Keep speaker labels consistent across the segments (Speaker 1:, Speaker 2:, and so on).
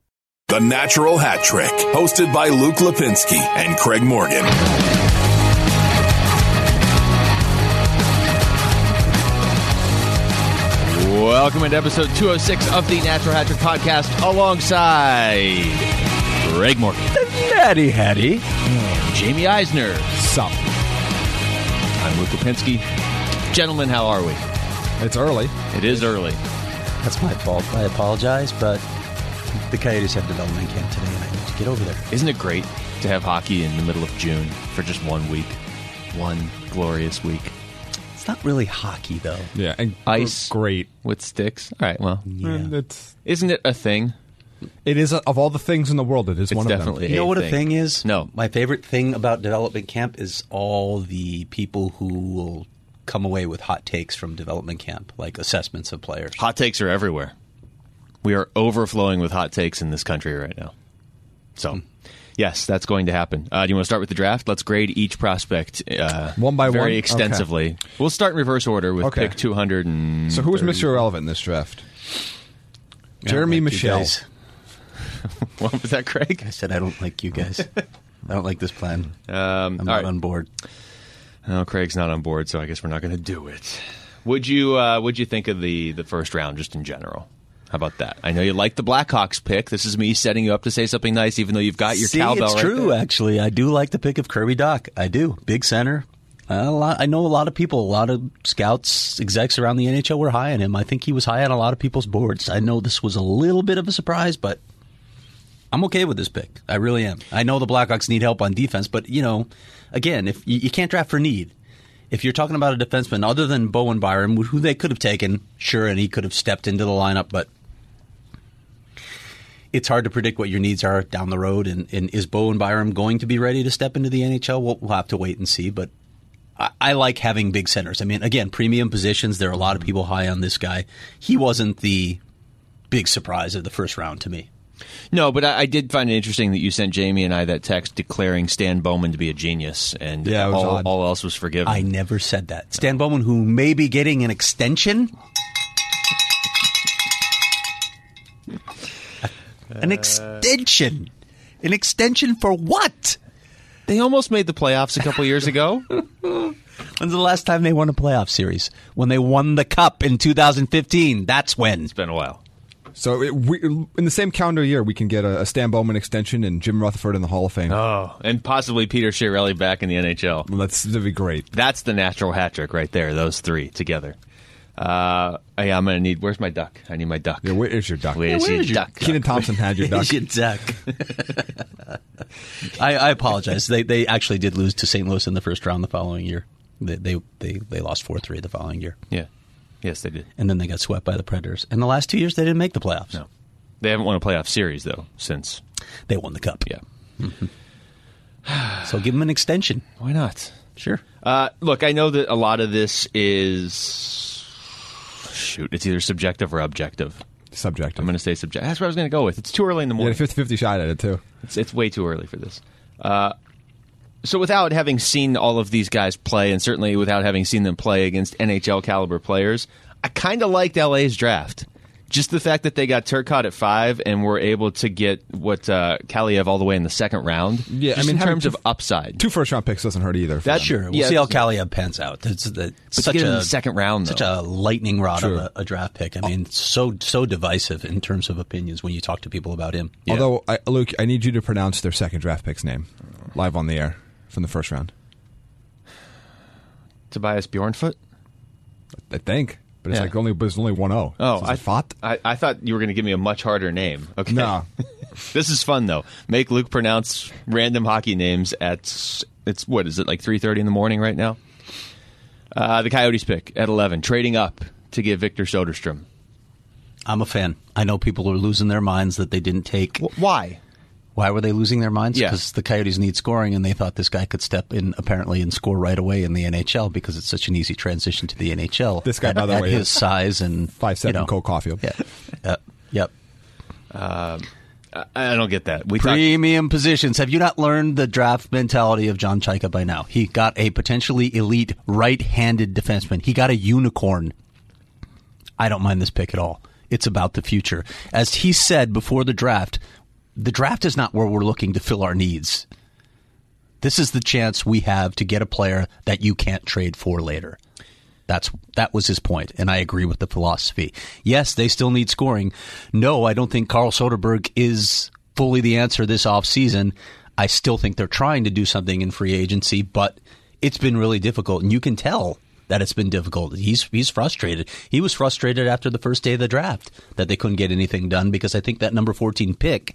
Speaker 1: The Natural Hat Trick, hosted by Luke Lipinski and Craig Morgan.
Speaker 2: Welcome into episode 206 of the Natural Hat Trick Podcast alongside Greg Morgan,
Speaker 3: Natty Hattie.
Speaker 2: Jamie Eisner.
Speaker 3: Sup.
Speaker 2: I'm Luke Lipinski. Gentlemen, how are we?
Speaker 3: It's early.
Speaker 2: It is early.
Speaker 4: That's my fault. I apologize, but the Coyotes have development camp today, and I need to get over there.
Speaker 2: Isn't it great to have hockey in the middle of June for just one week? One glorious week
Speaker 4: It's not really hockey, though.
Speaker 3: Yeah, and
Speaker 2: Ice.
Speaker 3: Great.
Speaker 2: with sticks. All right, well,
Speaker 3: And it's
Speaker 2: isn't it a thing?
Speaker 3: it is of all the things in the world, it is
Speaker 2: It's
Speaker 3: one
Speaker 2: definitely-
Speaker 3: of
Speaker 4: You know
Speaker 2: Hey,
Speaker 4: what
Speaker 2: thing.
Speaker 4: a thing is?
Speaker 2: No.
Speaker 4: My favorite thing about development camp is all the people who will come away with hot takes from development camp, like assessments of players.
Speaker 2: Hot takes are everywhere. We are overflowing with hot takes in this country right now.
Speaker 4: Hmm.
Speaker 2: So, yes, that's going to happen. Uh, do you want to start with the draft? Let's grade each prospect uh,
Speaker 3: One by one?
Speaker 2: very
Speaker 3: Okay.
Speaker 2: extensively. We'll start in reverse order with
Speaker 3: Okay.
Speaker 2: pick two hundred and
Speaker 3: them. So who was Mr. Irrelevant in this draft? Jeremy
Speaker 4: I don't you
Speaker 3: Michelle.
Speaker 4: guys.
Speaker 2: what was that, Craig?
Speaker 4: I said I don't like you guys. I don't like this plan.
Speaker 2: Um,
Speaker 4: I'm
Speaker 2: all
Speaker 4: not
Speaker 2: right.
Speaker 4: on board.
Speaker 2: Oh, Craig's not on board, so I guess we're not going to do it. Would you? Uh, would you think of the the first round just in general? How about that? I know you like the Blackhawks pick. This is me setting you up to say something nice, even though you've got your
Speaker 4: See,
Speaker 2: cowbell.
Speaker 4: it's
Speaker 2: right
Speaker 4: true.
Speaker 2: there.
Speaker 4: Actually, I do like the pick of Kirby Doc. I do. Big center. A lot, I know a lot of people, a lot of scouts, execs around the NHL were high on him. I think he was high on a lot of people's boards. I know this was a little bit of a surprise, but I'm okay with this pick. I really am. I know the Blackhawks need help on defense, but you know, again, if you, you can't draft for need. If you're talking about a defenseman other than Bowen Byram, who they could have taken, sure, and he could have stepped into the lineup, but it's hard to predict what your needs are down the road. And, and is Bo and Byram going to be ready to step into the NHL? We'll, we'll have to wait and see. But I, I like having big centers. I mean, again, premium positions. There are a lot of people high on this guy. He wasn't the big surprise of the first round to me.
Speaker 2: No, but I, I did find it interesting that you sent Jamie and I that text declaring Stan Bowman to be a genius, and
Speaker 3: Yeah, it was
Speaker 2: all,
Speaker 3: odd.
Speaker 2: all else was forgiven.
Speaker 4: I never said that. Stan Bowman, who may be getting an extension. An extension. An extension for what?
Speaker 2: they almost made the playoffs a couple years ago.
Speaker 4: When's the last time they won a playoff series? When they won the cup in 2015. That's when.
Speaker 2: it's been a while.
Speaker 3: So it, we, in the same calendar year, we can get a, a Stan Bowman extension and Jim Rutherford in the Hall of Fame.
Speaker 2: Oh, and possibly Peter Chiarelli back in the NHL.
Speaker 3: That's that'd be great.
Speaker 2: That's the natural hat trick right there. Those three together. Uh, yeah, I'm gonna need. Where's my duck? I need my duck.
Speaker 3: Yeah, where is your duck?
Speaker 2: Where's
Speaker 4: where
Speaker 2: your
Speaker 4: is your-
Speaker 2: duck?
Speaker 3: Keenan Thompson had your duck.
Speaker 4: Is your duck. I, I apologize. They they actually did lose to St. Louis in the first round the following year. They they they, they lost four three the following year,
Speaker 2: Yeah. Yes, they did.
Speaker 4: and then they got swept by the Predators. And the last two years they didn't make the playoffs.
Speaker 2: No, they haven't won a playoff series though since.
Speaker 4: They won the cup.
Speaker 2: Yeah.
Speaker 4: So give them an extension.
Speaker 2: Why not?
Speaker 4: Sure.
Speaker 2: Uh, look, I know that a lot of this is shoot. It's either subjective or objective.
Speaker 3: Subjective.
Speaker 2: I'm going to say subjective. That's what I was going to go with. It's too early in the
Speaker 3: You had
Speaker 2: morning.
Speaker 3: a 50-50 shot at it too.
Speaker 2: It's, it's way too early for this. Uh, so, without having seen all of these guys play, and certainly without having seen them play against NHL caliber players, I kind of liked LA's draft. Just the fact that they got Turcotte at five and were able to get what uh, Kaliev all the way in the second round.
Speaker 3: Yeah, I
Speaker 2: Just
Speaker 3: mean,
Speaker 2: in
Speaker 3: having
Speaker 2: terms
Speaker 3: two-
Speaker 2: of upside.
Speaker 3: Two first round picks doesn't hurt either. for
Speaker 2: That-
Speaker 3: them.
Speaker 4: Sure, we'll
Speaker 2: Yeah,
Speaker 4: see how
Speaker 2: it's-
Speaker 4: Kaliev pans out. It's, the,
Speaker 2: But
Speaker 4: such
Speaker 2: to get him
Speaker 4: a
Speaker 2: in the second round,
Speaker 4: such
Speaker 2: though.
Speaker 4: a lightning rod of
Speaker 3: Sure.
Speaker 4: a, a draft pick. I mean, so so divisive in terms of opinions when you talk to people about him.
Speaker 3: Although, I, Luke, I need you to pronounce their second draft pick's name live on the air from the first round.
Speaker 2: Tobias Bjornfoot.
Speaker 3: I think, but it's
Speaker 2: Yeah.
Speaker 3: like only but it's only one zero.
Speaker 2: Oh,
Speaker 3: so
Speaker 2: I
Speaker 3: thought.
Speaker 2: I, I thought you were going to give me a much harder name. Okay.
Speaker 3: No.
Speaker 2: this is fun though. Make Luke pronounce random hockey names at it's what is it like three thirty in the morning right now? Uh, the Coyotes pick at eleven, trading up to get Victor Soderstrom.
Speaker 4: I'm a fan. I know people are losing their minds that they didn't take.
Speaker 2: Why?
Speaker 4: Why were they losing their minds?
Speaker 2: Yeah.
Speaker 4: Because the Coyotes need scoring, and they thought this guy could step in apparently and score right away in the NHL because it's such an easy transition to the NHL.
Speaker 3: This guy,
Speaker 4: At-
Speaker 3: by the
Speaker 4: at
Speaker 3: way,
Speaker 4: his
Speaker 3: is
Speaker 4: size and
Speaker 3: Five seven
Speaker 4: you know,
Speaker 3: Cole Caulfield.
Speaker 4: Yeah. Uh, yep.
Speaker 2: I, I don't get that. We talked-
Speaker 4: Premium positions. Have you not learned the draft mentality of John Chaika by now? He got a potentially elite right-handed defenseman. He got a unicorn. I don't mind this pick at all. It's about the future. As he said before the draft, the draft is not where we're looking to fill our needs. This is the chance we have to get a player that you can't trade for later. That's that was his point, and I agree with the philosophy. Yes, they still need scoring. No, I don't think Carl Soderberg is fully the answer this offseason. I still think they're trying to do something in free agency, but it's been really difficult, and you can tell that it's been difficult. He's he's frustrated. He was frustrated after the first day of the draft that they couldn't get anything done because I think that number fourteen pick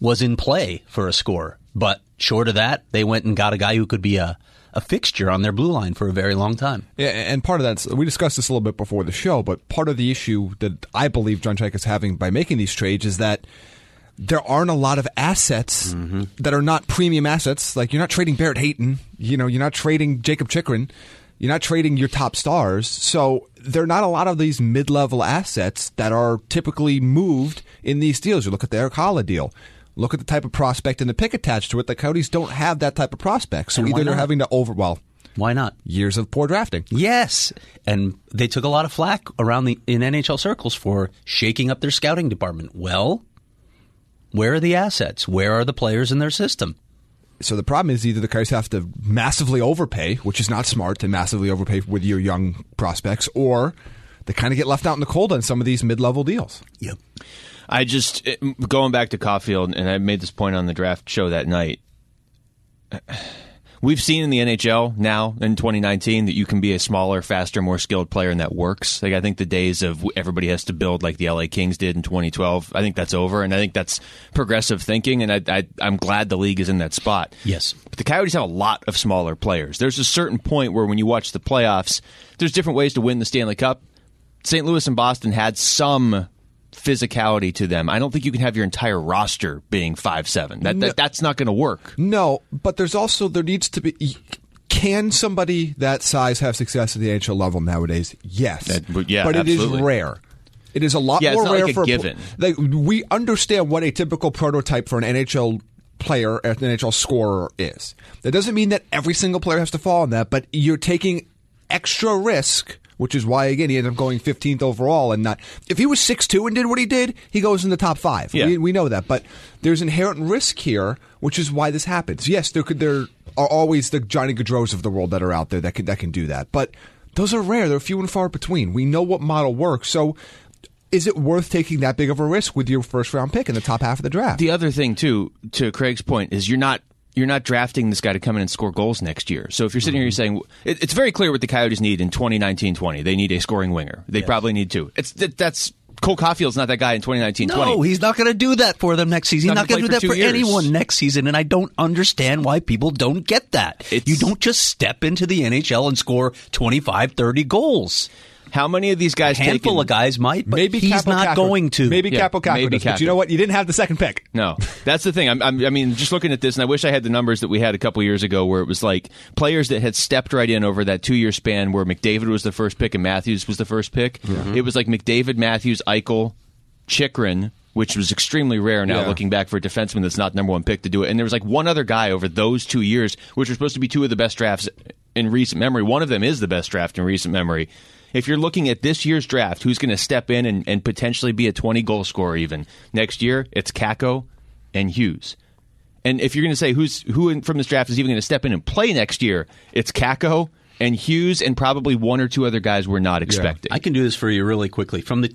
Speaker 4: was in play for a score. But short of that, they went and got a guy who could be a, a fixture on their blue line for a very long time.
Speaker 3: Yeah, and part of that's we discussed this a little bit before the show, but part of the issue that I believe John Chaik is having by making these trades is that there aren't a lot of assets
Speaker 4: Mm-hmm.
Speaker 3: that are not premium assets. Like you're not trading Barrett Hayton, you know, you're not trading Jacob Chikrin, you're not trading your top stars. So there are not a lot of these mid-level assets that are typically moved in these deals. You look at the Eric Holla deal. Look at the type of prospect and the pick attached to it. The Coyotes don't have that type of prospect, so
Speaker 4: And why
Speaker 3: either they're
Speaker 4: not?
Speaker 3: having to over well
Speaker 4: Why not?
Speaker 3: years of poor drafting.
Speaker 4: Yes, and they took a lot of flack around the in NHL circles for shaking up their scouting department. Well, where are the assets? Where are the players in their system?
Speaker 3: So the problem is either the Coyotes have to massively overpay, which is not smart to massively overpay with your young prospects, or they kind of get left out in the cold on some of these mid-level deals.
Speaker 4: Yep.
Speaker 2: I just it- going back to Caulfield, and I made this point on the draft show that night. We've seen in the NHL now in 2019 that you can be a smaller, faster, more skilled player, and that works. Like I think the days of everybody has to build like the LA Kings did in 2012. I think that's over, and I think that's progressive thinking. And I, I, I'm glad the league is in that spot.
Speaker 4: Yes.
Speaker 2: But the Coyotes have a lot of smaller players. There's a certain point where when you watch the playoffs, there's different ways to win the Stanley Cup. St. Louis and Boston had some physicality to them. I don't think you can have your entire roster being five seven. That, that that's not going to work.
Speaker 3: No, but there's also there needs to be. Can somebody that size have success at the NHL level nowadays? Yes,
Speaker 2: That- but yeah,
Speaker 3: but it is
Speaker 2: absolutely.
Speaker 3: rare. It is a lot
Speaker 2: Yeah, it's
Speaker 3: more
Speaker 2: not
Speaker 3: rare
Speaker 2: like a
Speaker 3: for pl-
Speaker 2: given.
Speaker 3: like, we understand what a typical prototype for an NHL player, an NHL scorer is. That doesn't mean that every single player has to fall on that, but you're taking extra risk, which is why again he ended up going 15th overall and not. If he was 6'2 and did what he did, he goes in the top five.
Speaker 2: Yeah.
Speaker 3: We, we know that, but there's inherent risk here, which is why this happens. Yes, there could there are always the Johnny Gaudreaus of the world that are out there that can that can do that, but those are rare. They're few and far between. We know what model works, so is it worth taking that big of a risk with your first round pick in the top half of the draft?
Speaker 2: The other thing too, to Craig's point, is you're not you're not drafting this guy to come in and score goals next year. So if you're sitting here saying it, it's very clear what the Coyotes need in 2019-20, they need a scoring winger. They probably need two. It's that, that's Cole Caulfield's not that guy in 2019-20.
Speaker 4: No, he's not going to do that for them next season. He's
Speaker 2: Not
Speaker 4: not going
Speaker 2: gonna
Speaker 4: to do that
Speaker 2: play
Speaker 4: for
Speaker 2: for two years.
Speaker 4: anyone next season, and I don't understand why people don't get that.
Speaker 2: It's-
Speaker 4: you don't just step into the NHL and score 25, 30 goals.
Speaker 2: How many of these guys
Speaker 4: A handful
Speaker 2: taken-
Speaker 4: of guys might, but he's
Speaker 3: Capo
Speaker 4: not
Speaker 3: Kakko-
Speaker 4: going to.
Speaker 3: Maybe
Speaker 2: Yeah,
Speaker 3: Capo Kakko
Speaker 2: maybe
Speaker 3: does, but you
Speaker 2: Kakko.
Speaker 3: know what? You didn't have the second pick.
Speaker 2: No, that's the thing. I'm, I'm, I mean, just looking at this, and I wish I had the numbers that we had a couple years ago, where it was like players that had stepped right in over that two year span, where McDavid was the first pick and Matthews was the first pick. It was like McDavid, Matthews, Eichel, Chikrin, which was extremely rare. Now looking back for a defenseman that's not number one pick to do it, and there was like one other guy over those two years, which were supposed to be two of the best drafts in recent memory. One of them is the best draft in recent memory. If you're looking at this year's draft, who's going to step in and, and potentially be a 20 goal scorer even next year? It's Kako and Hughes. And if you're going to say who's who in, from this draft is even going to step in and play next year, it's Kako and Hughes and probably one or two other guys we're not expecting.
Speaker 4: I can do this for you really quickly. From the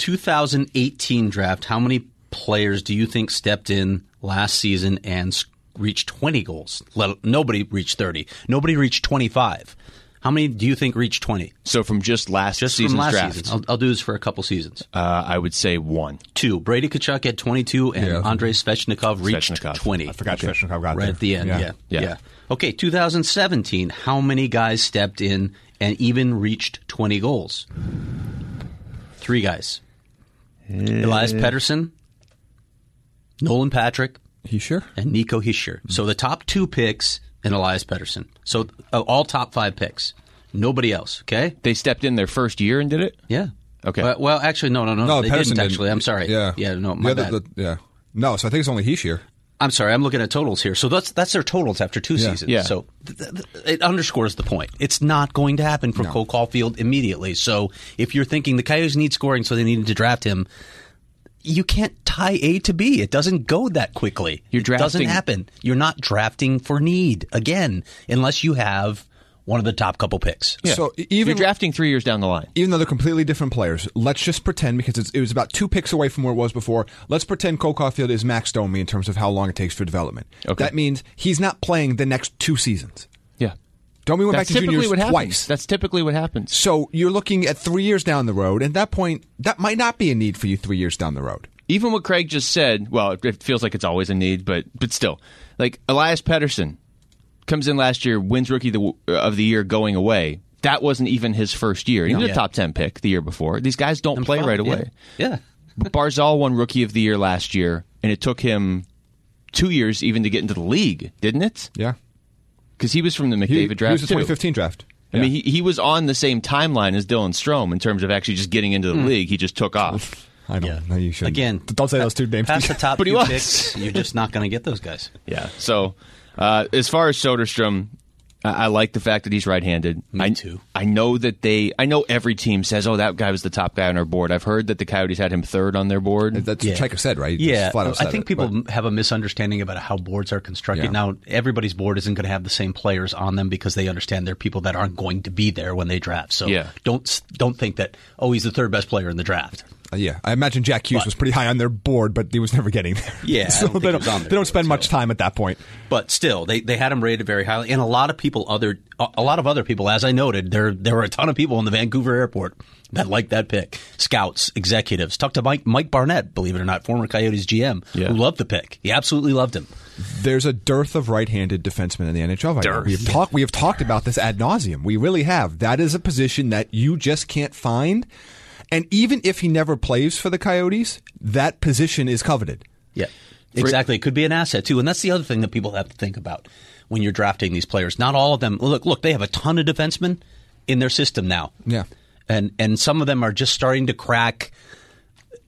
Speaker 4: 2018 draft, how many players do you think stepped in last season and s- reached 20 goals? Let, nobody reached 30. Nobody reached 25. How many do you think reached 20?
Speaker 2: so from just last
Speaker 4: Just
Speaker 2: season's
Speaker 4: from last
Speaker 2: draft,
Speaker 4: season. I'll, I'll do this for a couple seasons.
Speaker 2: uh, I would say one.
Speaker 4: Two. Brady Kachuk had 22, and
Speaker 3: Yeah.
Speaker 4: Andrei Svechnikov reached
Speaker 2: Svechnikov.
Speaker 4: 20.
Speaker 3: I forgot Sveshnikov got
Speaker 4: right
Speaker 3: there.
Speaker 4: at the end. Yeah. Yeah.
Speaker 2: Yeah.
Speaker 4: Okay, 2017. How many guys stepped in and even reached 20 goals? Three guys.
Speaker 3: Eh.
Speaker 4: Elias Pettersson, Nolan Patrick,
Speaker 3: He sure?
Speaker 4: and Nico Hischier. So the top two picks and Elias Pettersson. So uh, all top five picks. Nobody else. Okay.
Speaker 2: They stepped in their first year and did it.
Speaker 4: Yeah.
Speaker 2: Okay.
Speaker 4: Well, well, actually, no, no, no.
Speaker 3: No,
Speaker 4: they
Speaker 3: Pedersen
Speaker 4: didn't,
Speaker 3: didn't.
Speaker 4: actually. I'm sorry.
Speaker 3: Yeah.
Speaker 4: Yeah. No. My
Speaker 3: the other,
Speaker 4: bad.
Speaker 3: the- yeah. No, so I think it's only Heeshear.
Speaker 4: I'm sorry, I'm looking at totals here. So that's that's their totals after two seasons.
Speaker 2: Yeah.
Speaker 4: So th- th- it underscores the point. It's not going to happen for Cole Caulfield immediately. So if you're thinking the Coyotes need scoring, so they needed to draft him, you can't tie A to B. It doesn't go that quickly.
Speaker 2: You're
Speaker 4: It doesn't
Speaker 2: drafting-
Speaker 4: happen. You're not drafting for need again, unless you have one of the top couple picks.
Speaker 3: So e-
Speaker 2: You're
Speaker 3: even
Speaker 2: drafting three years down the line.
Speaker 3: even though they're completely different players, let's just pretend because it's, it was about two picks away from where it was before. Let's pretend Cole Caulfield is Max Domi in terms of how long it takes for development.
Speaker 2: Okay.
Speaker 3: That means he's not playing the next two seasons.
Speaker 2: Yeah.
Speaker 3: Domi went
Speaker 2: That's
Speaker 3: back to
Speaker 2: typically
Speaker 3: juniors
Speaker 2: what happens.
Speaker 3: twice.
Speaker 2: That's typically what happens.
Speaker 3: so you're looking at three years down the road. At that point, that might not be a need for you three years down the road.
Speaker 2: Even what Craig just said, well, it- it feels like it's always a need, but but still, like Elias Pettersson comes in last year, wins Rookie the, of the Year going away. That wasn't even his first year. He was a
Speaker 4: Yeah.
Speaker 2: top ten pick the year before. These guys don't play right away.
Speaker 4: Yeah.
Speaker 2: Barzal won Rookie of the Year last year, and it took him two years even to get into the league, didn't it?
Speaker 3: Yeah.
Speaker 2: Because he was from the
Speaker 3: He,
Speaker 2: McDavid
Speaker 3: he
Speaker 2: draft
Speaker 3: was the
Speaker 2: too.
Speaker 3: 2015 draft.
Speaker 2: I mean, he, he was on the same timeline as Dylan Strome in terms of actually just getting into the league. He just took off.
Speaker 3: I know. No, you shouldn't.
Speaker 4: Again,
Speaker 3: don't say those two names.
Speaker 4: Past the top
Speaker 2: But he
Speaker 4: few
Speaker 2: was.
Speaker 4: picks, you're just not going to get those guys.
Speaker 2: Yeah. So, uh, as far as Soderstrom, I, I like the fact that he's right-handed. Me I,
Speaker 4: too.
Speaker 2: I know that they. I know every team says, "Oh, that guy was the top guy on our board." I've heard that the Coyotes had him third on their board.
Speaker 3: That's
Speaker 4: Yeah.
Speaker 3: what Chaika said, right? He
Speaker 4: Yeah,
Speaker 3: just flat out
Speaker 4: I
Speaker 3: said
Speaker 4: think
Speaker 3: it,
Speaker 4: people
Speaker 3: but-
Speaker 4: m have a misunderstanding about how boards are constructed.
Speaker 3: Yeah.
Speaker 4: Now, everybody's board isn't going to have the same players on them because they understand they're people that aren't going to be there when they draft. So
Speaker 2: Yeah.
Speaker 4: don't s- don't think that oh he's the third best player in the draft.
Speaker 3: Uh, yeah, I imagine Jack Hughes was pretty high on their board, but he was never getting there.
Speaker 4: Yeah, I
Speaker 3: so
Speaker 4: don't think
Speaker 3: they
Speaker 4: he
Speaker 3: don't,
Speaker 4: was on
Speaker 3: they
Speaker 4: their
Speaker 3: don't
Speaker 4: board,
Speaker 3: spend
Speaker 4: so-
Speaker 3: much time at that point.
Speaker 4: But still, they, they had him rated very highly, and a lot of people other a a lot of other people, as I noted, there there were a ton of people in the Vancouver airport that liked that pick. Scouts, executives, talked to Mike Mike Barnett, believe it or not, former Coyotes GM,
Speaker 2: Yeah.
Speaker 4: who loved the pick. He absolutely loved him.
Speaker 3: There's a dearth of right-handed defensemen in the NHL right now. We have talked we have talked about this ad nauseum. We really have. That is a position that you just can't find, and even if he never plays for the Coyotes, that position is coveted.
Speaker 4: Yeah, exactly. It could be an asset too, and that's the other thing that people have to think about when you're drafting these players. Not all of them. Look, look, they have a ton of defensemen in their system now.
Speaker 3: Yeah.
Speaker 4: and and some of them are just starting to crack.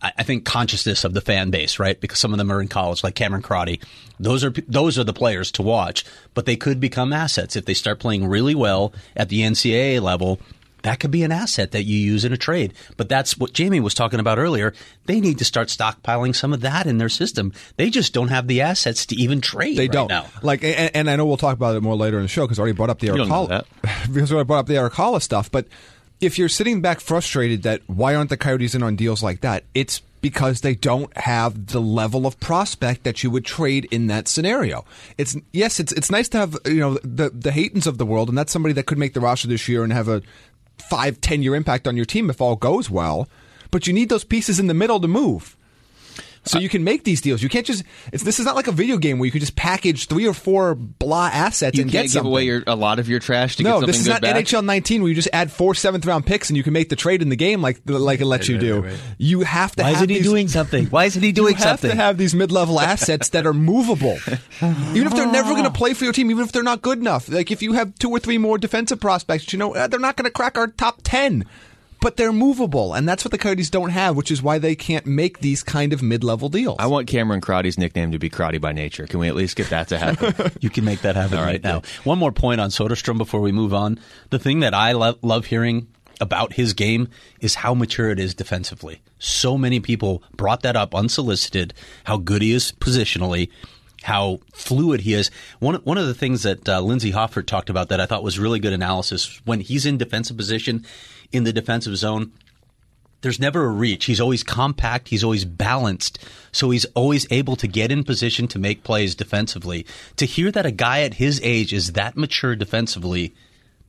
Speaker 4: I I think consciousness of the fan base, right? Because some of them are in college, like Cameron Crotty. Those are those are the players to watch, but they could become assets if they start playing really well at the NCAA level. That could be an asset that you use in a trade. But that's what Jamie was talking about earlier. They need to start stockpiling some of that in their system. They just don't have the assets to even trade.
Speaker 3: They
Speaker 4: right
Speaker 3: don't.
Speaker 4: now.
Speaker 3: Like, and, and I know we'll talk about it more later in the show because I already brought up the
Speaker 2: don't know
Speaker 3: Aracala
Speaker 2: that.
Speaker 3: because I brought up the Aracala stuff. But if you're sitting back frustrated that why aren't the Coyotes in on deals like that, it's because they don't have the level of prospect that you would trade in that scenario. It's yes, it's it's nice to have you know the the Haytons of the world, and that's somebody that could make the roster this year and have a five ten year impact on your team if all goes well. But you need those pieces in the middle to move. So you can make these deals. You can't just. It's, this is not like a video game where you can just package three or four blah assets
Speaker 2: you
Speaker 3: and
Speaker 2: can't
Speaker 3: get
Speaker 2: give
Speaker 3: something.
Speaker 2: away your, a lot of your trash to get
Speaker 3: no,
Speaker 2: something
Speaker 3: this is
Speaker 2: good
Speaker 3: not
Speaker 2: back.
Speaker 3: NHL 19 where you just add four seventh round picks and you can make the trade in the game like like it lets you do. You have to. have these,
Speaker 4: something? Why isn't he
Speaker 3: You have to have these mid level assets that are movable, even if they're never going to play for your team, even if they're not good enough. Like if you have two or three more defensive prospects, you know eh, they're not going to crack our top ten. But they're movable, and that's what the Coyotes don't have, which is why they can't make these kind of mid-level deals.
Speaker 2: I want Cameron Crotty's nickname to be Crotty by nature. Can we at least get that to happen?
Speaker 4: You can make that happen right, now. One more point on Soderstrom before we move on. The thing that I lo- love hearing about his game is how mature it is defensively. So many people brought that up unsolicited. How good he is positionally, how fluid he is. One one of the things that uh, Lindsey Hoffert talked about that I thought was really good analysis when he's in defensive position in the defensive zone there's never a reach. He's always compact. He's always balanced. So he's always able to get in position to make plays defensively. To hear that a guy at his age is that mature defensively,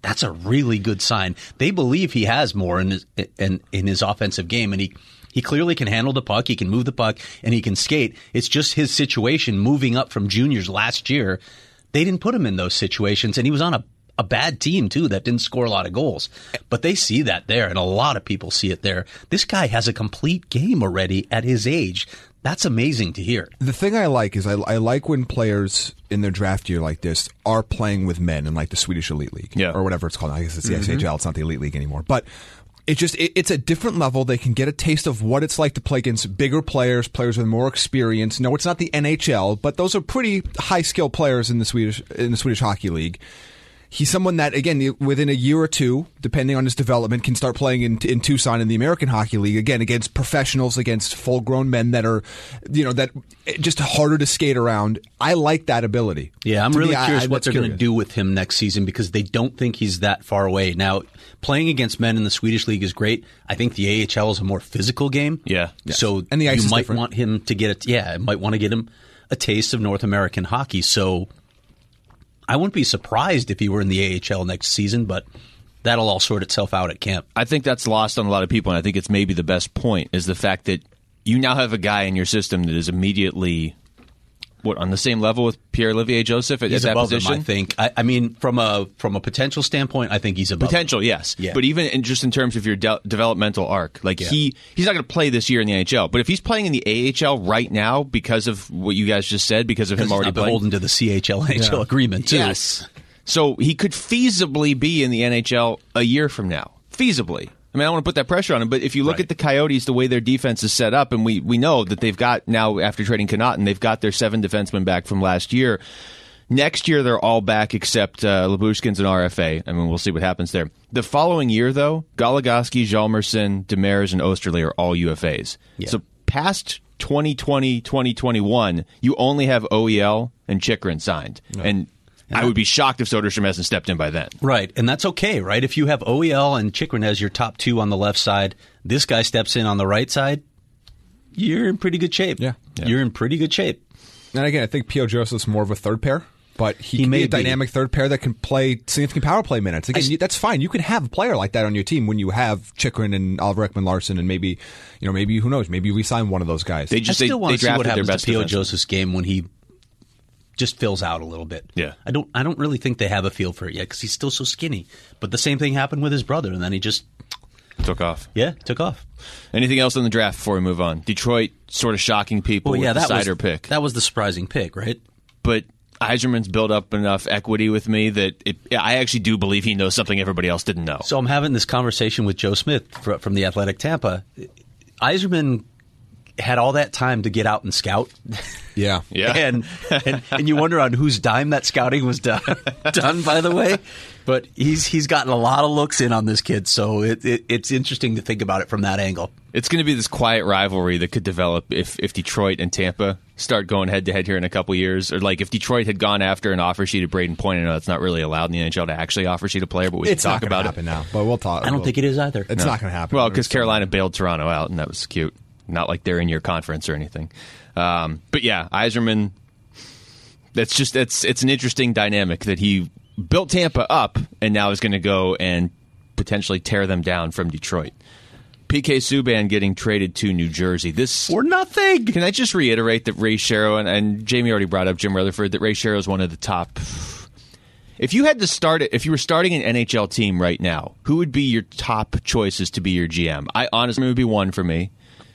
Speaker 4: that's a really good sign. They believe he has more in his, in, in his offensive game, and he he clearly can handle the puck. He can move the puck, and he can skate. It's just his situation moving up from juniors last year. They didn't put him in those situations, and he was on a a bad team too that didn't score a lot of goals. But they see that there, and a lot of people see it there. This guy has a complete game already at his age. That's amazing to hear.
Speaker 3: The thing I like is I, I like when players in their draft year like this are playing with men in like the Swedish Elite League
Speaker 2: Yeah.
Speaker 3: or whatever it's called. I guess it's the
Speaker 4: Mm-hmm.
Speaker 3: SHL. It's not the Elite League anymore, but. It's just it, it's a different level. They can get a taste of what it's like to play against bigger players, players with more experience. No, it's not the NHL, but those are pretty high skill players in the Swedish in the Swedish Hockey League. He's someone that again, within a year or two, depending on his development, can start playing in, in Tucson in the American Hockey League again against professionals, against full grown men that are, you know, that eh, just harder to skate around. I like that ability.
Speaker 4: Yeah, I'm
Speaker 3: To me,
Speaker 4: really
Speaker 3: I-
Speaker 4: curious
Speaker 3: I-
Speaker 4: what
Speaker 3: that's
Speaker 4: they're going to
Speaker 3: curious.
Speaker 4: do with him next season because they don't think he's that far away. Now, playing against men in the Swedish league is great. I think the AHL is a more physical game.
Speaker 2: Yeah. Yes.
Speaker 4: So
Speaker 3: And the ice
Speaker 4: you
Speaker 3: is
Speaker 4: might
Speaker 3: different.
Speaker 4: want him to get a, yeah, it might want to get him a taste of North American hockey. So I wouldn't be surprised if he were in the AHL next season, but that'll all sort itself out at camp.
Speaker 2: I think that's lost on a lot of people, and I think it's maybe the best point is the fact that you now have a guy in your system that is immediately what on the same level with Pierre Olivier Joseph at, at
Speaker 4: He's
Speaker 2: that
Speaker 4: above
Speaker 2: position.
Speaker 4: him, I think. I, I mean, from a from a potential standpoint, I think he's above. him.
Speaker 2: Potential, yes,
Speaker 4: Yeah.
Speaker 2: but even in, just in terms of your de- developmental arc, like he he's not going to play this year in the NHL. But if he's playing in the AHL right now because of what you guys just said, because of him
Speaker 4: Because he's
Speaker 2: already
Speaker 4: not
Speaker 2: playing,
Speaker 4: beholden to the CHL NHL agreement, too.
Speaker 2: Yes. So he could feasibly be in the NHL a year from now. Feasibly. I mean, I don't want to put that pressure on him, but if you look at the Coyotes, the way their defense is set up, and we, we know that they've got now, after trading Connaughton, they've got their seven defensemen back from last year. Next year, they're all back except uh, Labushkin's an RFA. I mean, we'll see what happens there. The following year, though, Goligoski, Jalmerson, Demers, and Osterley are all UFAs. So past 2020, 2021, you only have OEL and Chikrin signed. And I would be shocked if Soderstrom hasn't stepped in by then.
Speaker 4: Right, and that's okay, right? If you have OEL and Chikrin as your top two on the left side, this guy steps in on the right side, you're in pretty good shape.
Speaker 3: Yeah.
Speaker 4: You're in pretty good shape.
Speaker 3: And again, I think P.O. Joseph's more of a third pair, but he,
Speaker 4: He
Speaker 3: can
Speaker 4: may
Speaker 3: be
Speaker 4: be.
Speaker 3: a dynamic third pair that can play significant power play minutes. Again, you- that's fine. You can have a player like that on your team when you have Chikrin and Oliver Ekman Larson, and maybe, you know, maybe who knows, maybe you resign one of those guys.
Speaker 2: They just
Speaker 4: I
Speaker 2: they,
Speaker 4: still want
Speaker 2: they
Speaker 4: to see what
Speaker 2: drafted their
Speaker 4: happens
Speaker 2: best
Speaker 4: to P.O.
Speaker 2: defenseman.
Speaker 4: Joseph's game when he just fills out a little bit.
Speaker 2: Yeah.
Speaker 4: I don't. I don't really think they have a feel for it yet because he's still so skinny. But the same thing happened with his brother, and then he just
Speaker 2: took off.
Speaker 4: yeah took off.
Speaker 2: Anything else on the draft before we move on? Detroit sort of shocking people
Speaker 4: Well,
Speaker 2: with
Speaker 4: yeah,
Speaker 2: the
Speaker 4: that was
Speaker 2: cider pick.
Speaker 4: That was the surprising pick, right?
Speaker 2: but Eiserman's built up enough equity with me that it, I actually do believe he knows something everybody else didn't know.
Speaker 4: So I'm having this conversation with Joe Smith fr- from the Athletic Tampa. Eiserman had all that time to get out and scout.
Speaker 3: yeah.
Speaker 2: Yeah.
Speaker 4: and, and and you wonder on whose dime that scouting was done. done by the way, but he's he's gotten a lot of looks in on this kid, so it, it it's interesting to think about it from that angle.
Speaker 2: It's going to be this quiet rivalry that could develop if, if Detroit and Tampa start going head to head here in a couple years, or like if Detroit had gone after an offer sheet at Braden Point. I know it's not really allowed in the NHL to actually offer sheet a player, but we
Speaker 3: It's
Speaker 2: can
Speaker 3: not
Speaker 2: talk
Speaker 3: going
Speaker 2: about
Speaker 3: to happen
Speaker 2: it.
Speaker 3: now, but we'll talk.
Speaker 4: I don't think it is either.
Speaker 3: It's not going to happen.
Speaker 2: Well, because Carolina bailed Toronto out, and that was cute. Not like they're in your conference or anything. Um, but yeah, Eiserman. That's just it's it's an interesting dynamic that he built Tampa up, and now is going to go and potentially tear them down from Detroit. PK Subban getting traded to New Jersey. This
Speaker 4: Or nothing.
Speaker 2: can I just reiterate that Ray Shero and, and Jamie already brought up Jim Rutherford that Ray Shero is one of the top. If you had to start it, if you were starting an NHL team right now, who would be your top choices to be your GM? I honestly would be one for me.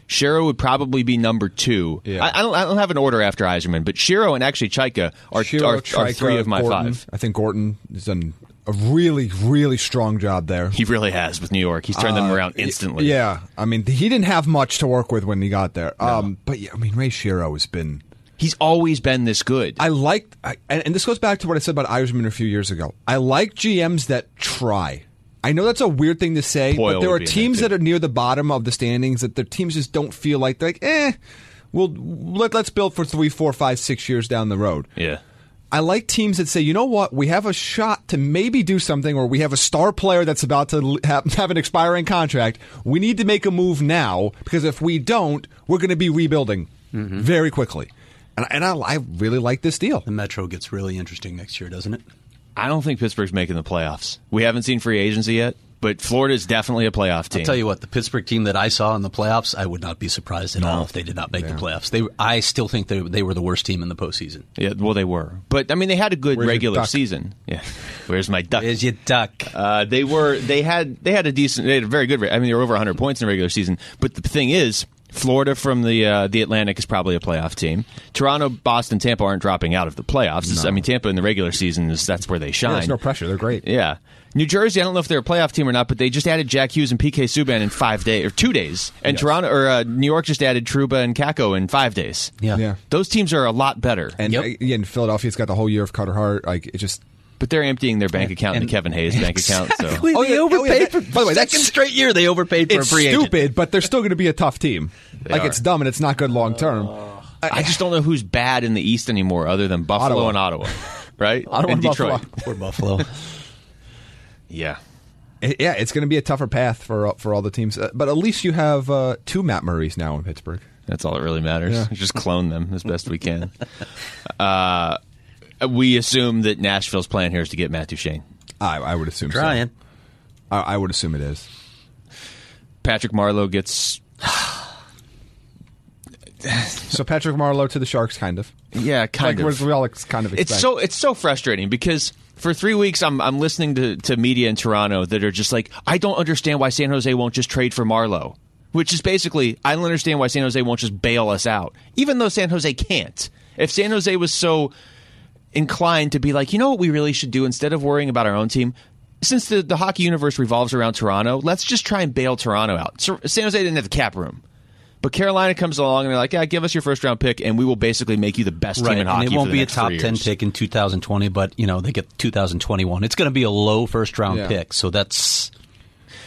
Speaker 2: Shero would probably be number two.
Speaker 3: Yeah.
Speaker 2: I, I, don't, I don't have an order after Eiserman, but Shero and actually Chaika are,
Speaker 3: Shiro,
Speaker 2: are, are
Speaker 3: Trika,
Speaker 2: three of my
Speaker 3: Gorton.
Speaker 2: five.
Speaker 3: I think Gorton has done a really, really strong job there.
Speaker 2: He really has with New York. He's turned them around instantly.
Speaker 3: Uh, Yeah, I mean, he didn't have much to work with when he got there. Um, but yeah, I mean, Ray Shiro has been.
Speaker 2: He's always been this good.
Speaker 3: I liked, I, and, and this goes back to what I said about Irishman a few years ago. I like GMs that try. I know that's a weird thing to say,
Speaker 2: Poyle
Speaker 3: but there
Speaker 2: would be
Speaker 3: are
Speaker 2: in
Speaker 3: teams
Speaker 2: there,
Speaker 3: that
Speaker 2: too.
Speaker 3: are near the bottom of the standings that their teams just don't feel like they're like, eh, we'll let, let's build for three, four, five, six years down the road.
Speaker 2: Yeah.
Speaker 3: I like teams that say, you know what, we have a shot to maybe do something, or we have a star player that's about to l- have, have an expiring contract. We need to make a move now because if we don't, we're going to be rebuilding
Speaker 4: Mm-hmm.
Speaker 3: very quickly. And, and I, I really like this deal.
Speaker 4: The Metro gets really interesting next year, doesn't it?
Speaker 2: I don't think Pittsburgh's making the playoffs. We haven't seen free agency yet, but Florida's definitely a playoff team.
Speaker 4: I'll tell you what, the Pittsburgh team that I saw in the playoffs, I would not be surprised at all if they did not make the playoffs. They, I still think they, they were the worst team in the postseason.
Speaker 2: Yeah, well, they were, but I mean, they had a good
Speaker 3: Where's your
Speaker 2: regular
Speaker 3: duck?
Speaker 2: season. Yeah, where's my duck?
Speaker 4: Is you duck?
Speaker 2: Uh, they were they had they had a decent they had a very good. re- I mean, they were over 100 points in the regular season. But the thing is, Florida from the uh, the Atlantic is probably a playoff team. Toronto, Boston, Tampa aren't dropping out of the playoffs. It's- I mean, Tampa in the regular season is that's where they shine.
Speaker 3: There's no pressure. They're great.
Speaker 2: Yeah. New Jersey, I don't know if they're a playoff team or not, but they just added Jack Hughes and PK Subban in five days or two days, and Toronto or uh, New York just added Truba and Kako in five days.
Speaker 4: yeah.
Speaker 3: Yeah.
Speaker 2: Those teams are a lot better,
Speaker 3: And
Speaker 4: Yep.
Speaker 3: uh, yeah, and Philadelphia's got the whole year of Carter Hart. Like it just.
Speaker 2: but they're emptying their bank account and,
Speaker 4: And-
Speaker 2: the Kevin Hayes bank account. So
Speaker 4: Exactly.
Speaker 3: Oh,
Speaker 4: they
Speaker 3: yeah. Oh, yeah.
Speaker 4: overpaid
Speaker 3: That-
Speaker 4: for.
Speaker 3: by the way, that's-
Speaker 4: second straight year they overpaid for
Speaker 3: It's
Speaker 4: a free agent.
Speaker 3: stupid, but they're still going to be a tough team. like
Speaker 2: are.
Speaker 3: it's dumb and it's not good long term.
Speaker 2: I just don't know who's bad in the East anymore, other than Buffalo
Speaker 3: Ottawa.
Speaker 2: and Ottawa, right?
Speaker 3: Ottawa
Speaker 2: and
Speaker 3: and
Speaker 2: Detroit.
Speaker 3: Buffalo.
Speaker 4: Poor Buffalo.
Speaker 2: Yeah,
Speaker 3: I- yeah, it's going to be a tougher path for for all the teams. Uh, but at least you have uh, two Matt Murrays now in Pittsburgh.
Speaker 2: that's all that really matters.
Speaker 3: Yeah.
Speaker 2: Just clone them as best we can. uh, we assume that Nashville's plan here is to get Matt Duchene.
Speaker 3: I, I would assume. so.
Speaker 4: Trying.
Speaker 3: I, I would assume it is.
Speaker 2: Patrick Marlowe gets
Speaker 3: So Patrick Marlowe to the Sharks, kind of.
Speaker 2: yeah, kind
Speaker 3: like
Speaker 2: of.
Speaker 3: what we all ex- kind of. Expect.
Speaker 2: It's so it's so frustrating because for three weeks I'm I'm listening to, to media in Toronto that are just like I don't understand why San Jose won't just trade for Marlowe, which is basically I don't understand why San Jose won't just bail us out, even though San Jose can't. If San Jose was so inclined to be like, you know what we really should do instead of worrying about our own team. Since the, the hockey universe revolves around Toronto, let's just try and bail Toronto out. So San Jose didn't have the cap room, but Carolina comes along and they're like, "Yeah, give us your first round pick, and we will basically make you the best
Speaker 4: Right.
Speaker 2: team in hockey."
Speaker 4: and it
Speaker 2: for
Speaker 4: won't
Speaker 2: the
Speaker 4: be a
Speaker 2: next
Speaker 4: top
Speaker 2: three
Speaker 4: 10
Speaker 2: years.
Speaker 4: pick in 2020, but, you know, they get 2021. It's going to be a low first round
Speaker 3: Yeah.
Speaker 4: pick. So that's.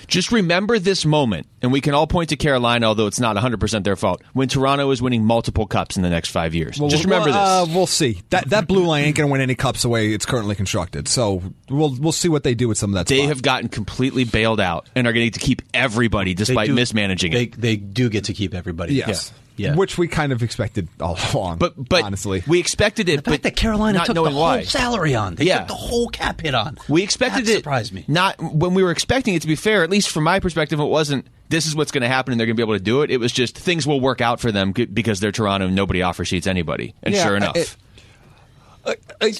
Speaker 2: Just remember this moment, and we can all point to Carolina, although it's not 100% their fault, when Toronto is winning multiple cups in the next five years.
Speaker 3: Well,
Speaker 2: Just
Speaker 3: we'll-
Speaker 2: remember
Speaker 3: well,
Speaker 2: this.
Speaker 3: Uh, we'll see. That that blue line ain't going to win any cups the way it's currently constructed. So we'll we'll see what they do with some of that.
Speaker 2: They
Speaker 3: spot.
Speaker 2: have gotten completely bailed out and are going to keep everybody
Speaker 4: They
Speaker 2: despite
Speaker 4: do-
Speaker 2: mismanaging
Speaker 4: they,
Speaker 2: it.
Speaker 4: They do get to keep everybody.
Speaker 3: yes,
Speaker 4: Yeah. yeah.
Speaker 3: which we kind of expected all along.
Speaker 2: But, but
Speaker 3: honestly,
Speaker 2: we expected it.
Speaker 4: the
Speaker 2: but
Speaker 4: fact that Carolina
Speaker 2: not
Speaker 4: took the
Speaker 2: knowing
Speaker 4: whole
Speaker 2: why.
Speaker 4: salary on. They
Speaker 2: Yeah.
Speaker 4: took the whole cap hit on.
Speaker 2: We expected
Speaker 4: that
Speaker 2: it.
Speaker 4: surprised me.
Speaker 2: Not when we were expecting it to be fair. At least from my perspective, it wasn't. This is what's going to happen, and they're going to be able to do it. It was just things will work out for them g- because they're Toronto. and Nobody offer sheets anybody, and
Speaker 3: Yeah,
Speaker 2: sure
Speaker 3: I-
Speaker 2: enough,
Speaker 3: it- Uh,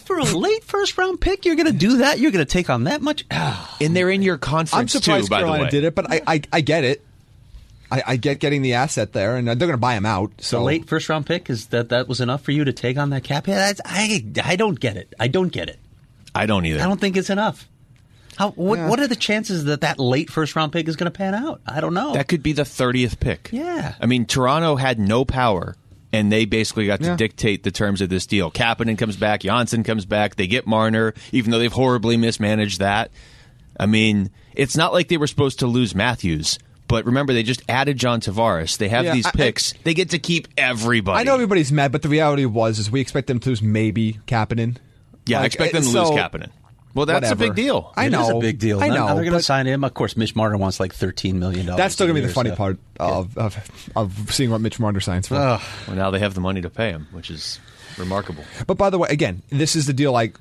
Speaker 4: For a late first round pick, you're going to do that? You're going to take on that much?
Speaker 2: and they're in your
Speaker 3: I'm
Speaker 2: conference
Speaker 3: surprised
Speaker 2: too. By
Speaker 3: Carolina
Speaker 2: the way,
Speaker 3: did it, but I, I I get it. I, I get getting the asset there, and they're going to buy him out. So
Speaker 4: The late first round pick is that that was enough for you to take on that cap hit? That's, I I don't get it. I don't get it.
Speaker 2: I don't either.
Speaker 4: I don't think it's enough. How what what are the chances that that late first round pick is going to pan out? I don't know.
Speaker 2: That could be the thirtieth pick.
Speaker 4: Yeah.
Speaker 2: I mean, Toronto had no power, and they basically got to
Speaker 3: Yeah.
Speaker 2: dictate the terms of this deal. Kapanen comes back, Janssen comes back. They get Marner, even though they've horribly mismanaged that. I mean, it's not like they were supposed to lose Matthews. But remember, they just added John Tavares. They have
Speaker 3: Yeah,
Speaker 2: these
Speaker 3: I- I-
Speaker 2: picks. they get to keep everybody.
Speaker 3: I know everybody's mad, but the reality was is we expect them to lose maybe Kapanen.
Speaker 2: Yeah, I
Speaker 3: Like,
Speaker 2: expect
Speaker 3: uh,
Speaker 2: them to
Speaker 3: so-
Speaker 2: lose Kapanen. Well, that's a
Speaker 3: whatever.
Speaker 2: big deal.
Speaker 3: I
Speaker 4: It
Speaker 3: know
Speaker 4: is a big deal.
Speaker 3: I
Speaker 4: Now-
Speaker 3: know.
Speaker 4: now they're going to
Speaker 3: but
Speaker 4: sign him. Of course, Mitch Marner wants like thirteen million dollars.
Speaker 3: that's still going to be
Speaker 4: a
Speaker 3: the funny
Speaker 4: year, so-
Speaker 3: part of, of of seeing what Mitch Marner signs for.
Speaker 2: Well, now they have the money to pay him, which is remarkable.
Speaker 3: But by the way, again, this is the deal. Like,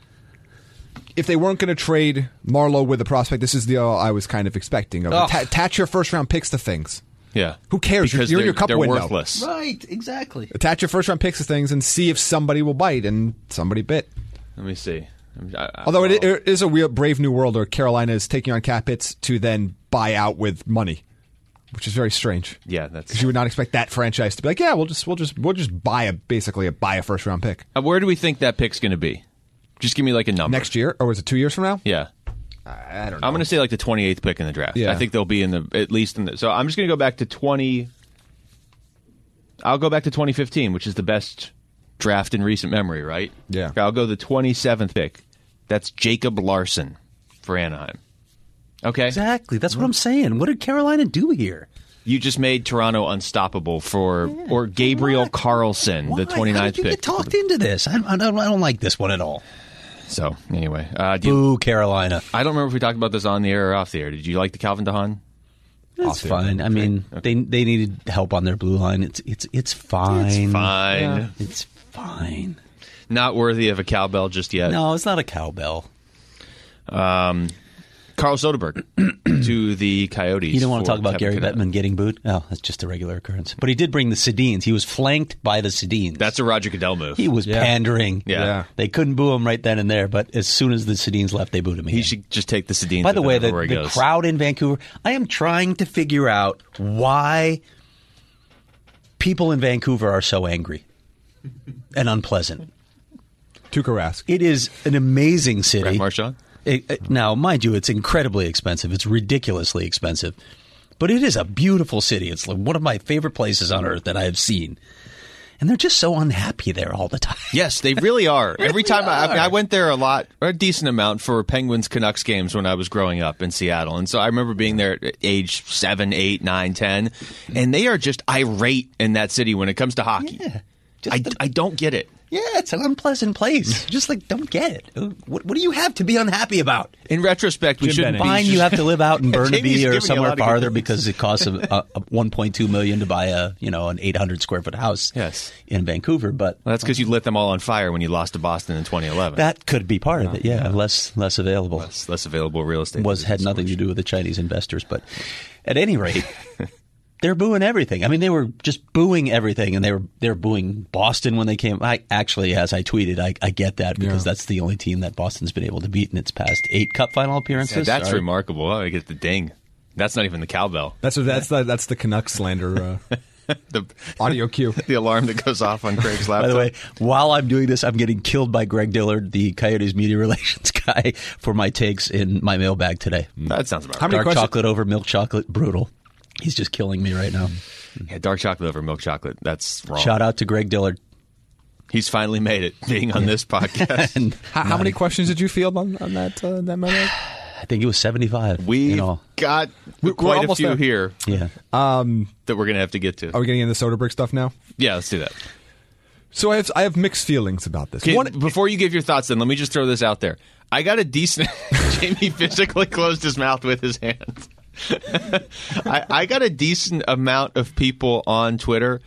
Speaker 3: if they weren't going to trade Marlowe with a prospect, this is the deal I was kind of expecting. Of
Speaker 4: Ugh.
Speaker 3: Atta- attach your first round picks to things.
Speaker 2: Yeah.
Speaker 3: Who cares?
Speaker 2: Because
Speaker 3: You're in
Speaker 2: they're-
Speaker 3: your cup
Speaker 2: they're
Speaker 3: window.
Speaker 2: worthless.
Speaker 4: Right. Exactly.
Speaker 3: Attach your first round picks to things and see if somebody will bite, and somebody bit.
Speaker 2: Let me see. Oh. I'm- I- I-
Speaker 3: Although it,
Speaker 2: well-
Speaker 3: it is a real brave new world where Carolina is taking on cap hits to then buy out with money, which is very strange.
Speaker 2: Yeah, that's-
Speaker 3: 'Cause you would not expect that franchise to be like, yeah, we'll just we'll just we'll just buy a basically a buy a first round pick
Speaker 2: Uh, Where do we think that pick's going to be? Just give me like a number.
Speaker 3: next year, or is it two years from now?
Speaker 2: Yeah. Um,
Speaker 3: I don't know.
Speaker 2: I'm going to say like the 28th pick in the draft.
Speaker 3: Yeah.
Speaker 2: I think they'll be in the at least in the So I'm just going to go back to 20 I'll go back to 2015, which is the best draft in recent memory, right?
Speaker 3: Yeah.
Speaker 2: I'll go the 27th pick. That's Jacob Larson for Anaheim. Okay.
Speaker 4: Exactly. That's what I'm saying. What did Carolina do here?
Speaker 2: You just made Toronto unstoppable for or Gabriel Carlson,
Speaker 4: Why?
Speaker 2: the 29th
Speaker 4: How did you
Speaker 2: pick.
Speaker 4: get talked into this? I, I, don't, I don't like this one at all.
Speaker 2: So anyway, uh, do you,
Speaker 4: Boo, Carolina.
Speaker 2: I don't remember if we talked about this on the air or off the air. Did you like the Calvin DeHaan?
Speaker 4: It's fine. I mean, they they needed help on their blue line. It's it's it's fine.
Speaker 2: It's fine.
Speaker 4: It's fine.
Speaker 2: Not worthy of a cowbell just yet.
Speaker 4: No, it's not a cowbell.
Speaker 2: Carl Soderberg to the Coyotes.
Speaker 4: You don't want to
Speaker 2: for
Speaker 4: talk about
Speaker 2: Kevin
Speaker 4: Gary
Speaker 2: Kinnear.
Speaker 4: Bettman getting booed? Oh, that's just a regular occurrence. But he did bring the Sedines. He was flanked by the Sedines.
Speaker 2: That's a Roger Goodell move.
Speaker 4: he was pandering.
Speaker 2: Yeah. Yeah.
Speaker 4: They couldn't boo him right then and there, but as soon as the Sedines left, they booed him.
Speaker 2: He
Speaker 4: again.
Speaker 2: should just take the Sedin.
Speaker 4: By the way, the,
Speaker 2: where he
Speaker 4: the
Speaker 2: goes.
Speaker 4: crowd in Vancouver, I am trying to figure out why people in Vancouver are so angry and unpleasant.
Speaker 3: Tuukka Rask.
Speaker 4: It is an amazing
Speaker 2: Brett
Speaker 4: city.
Speaker 2: Marchand.
Speaker 4: It- it- now, mind you, it's incredibly expensive. It's ridiculously expensive, but it is a beautiful city. It's like one of my favorite places on earth that I have seen, and they're just so unhappy there all the time.
Speaker 2: Yes, they really are. Every time I, I, mean,
Speaker 4: are.
Speaker 2: I went there a lot, or a decent amount for Penguins Canucks games when I was growing up in Seattle, and so I remember being there at age seven, eight, nine, ten, and they are just irate in that city when it comes to hockey.
Speaker 4: Yeah, just
Speaker 2: I,
Speaker 4: the-
Speaker 2: I don't get it.
Speaker 4: yeah, it's an unpleasant place. just like don't get it. What, what do you have to be unhappy about?
Speaker 2: In retrospect, we
Speaker 3: Jim
Speaker 2: shouldn't
Speaker 3: Benning.
Speaker 2: be.
Speaker 4: Fine, you have to live out in
Speaker 2: Jamie's
Speaker 4: Burnaby
Speaker 2: giving you a
Speaker 4: or
Speaker 2: lot
Speaker 4: somewhere
Speaker 2: of good
Speaker 4: farther
Speaker 2: things.
Speaker 4: because it costs a, a, a 1.2 million to buy a you know an 800 square foot house.
Speaker 2: Yes.
Speaker 4: in Vancouver, but
Speaker 2: Well, that's because you lit them all on fire when you lost to Boston in 2011.
Speaker 4: that could be part of it. Yeah, less less available.
Speaker 2: That's less available real estate.
Speaker 4: was had nothing to do with the Chinese investors. But at any rate, they're booing everything. I mean, they were just booing everything, and they were they're booing Boston when they came. I actually, as I tweeted, I, I get that because that's the only team that Boston's been able to beat in its past eight Cup final appearances.
Speaker 2: Yeah, that's
Speaker 4: Sorry.
Speaker 2: remarkable. Oh, I get the ding. That's not even the cowbell.
Speaker 3: That's that's the, that's the Canucks slander uh,
Speaker 2: The
Speaker 3: audio cue.
Speaker 2: the alarm that goes off on Craig's laptop.
Speaker 4: By the way, while I'm doing this, I'm getting killed by Greg Dillard, the Coyotes media relations guy, for my takes in my mailbag today.
Speaker 2: that sounds about
Speaker 3: How
Speaker 2: right.
Speaker 3: many
Speaker 4: Dark
Speaker 3: questions-
Speaker 4: chocolate over milk chocolate, brutal. He's just killing me right now.
Speaker 2: Yeah, dark chocolate over milk chocolate. That's wrong.
Speaker 4: Shout out to Greg Dillard.
Speaker 2: He's finally made it being on this podcast.
Speaker 4: And
Speaker 3: How, how many questions did you field on, on that uh, that memo?
Speaker 4: I think it was 75.
Speaker 2: We've
Speaker 4: in all.
Speaker 2: got
Speaker 3: We're- we're
Speaker 2: quite a
Speaker 3: almost
Speaker 2: few
Speaker 3: there.
Speaker 2: here
Speaker 4: Yeah.
Speaker 2: that we're going to have to get to.
Speaker 3: Are we getting into Soderbergh stuff now?
Speaker 2: Yeah, let's do that.
Speaker 3: So I have I have mixed feelings about this.
Speaker 2: Okay,
Speaker 3: One,
Speaker 2: before you give your thoughts, then let me just throw this out there. I got a decent. Jamie physically closed his mouth with his hands. I, I got a decent amount of people on Twitter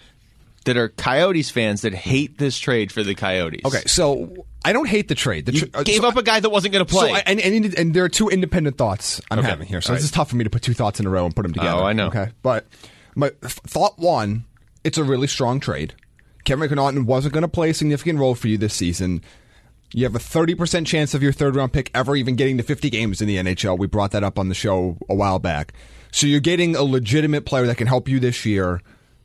Speaker 2: that are Coyotes fans that hate this trade for the Coyotes.
Speaker 3: okay, so I don't hate the trade. The tra- uh,
Speaker 2: gave
Speaker 3: so-
Speaker 2: up a guy that wasn't going to play.
Speaker 3: So I, and, and and there are two independent thoughts I'm
Speaker 2: Okay.
Speaker 3: having here. So
Speaker 2: All
Speaker 3: this
Speaker 2: right.
Speaker 3: is tough for me to put two thoughts in a row and put them together.
Speaker 2: Oh, I know.
Speaker 3: Okay, but my f- thought one, it's a really strong trade. Kevin Connaughton wasn't going to play a significant role for you this season. You have a 30% chance of your third round pick ever even getting to 50 games in the NHL. We brought that up on the show a while back. So you're getting a legitimate player that can help you this year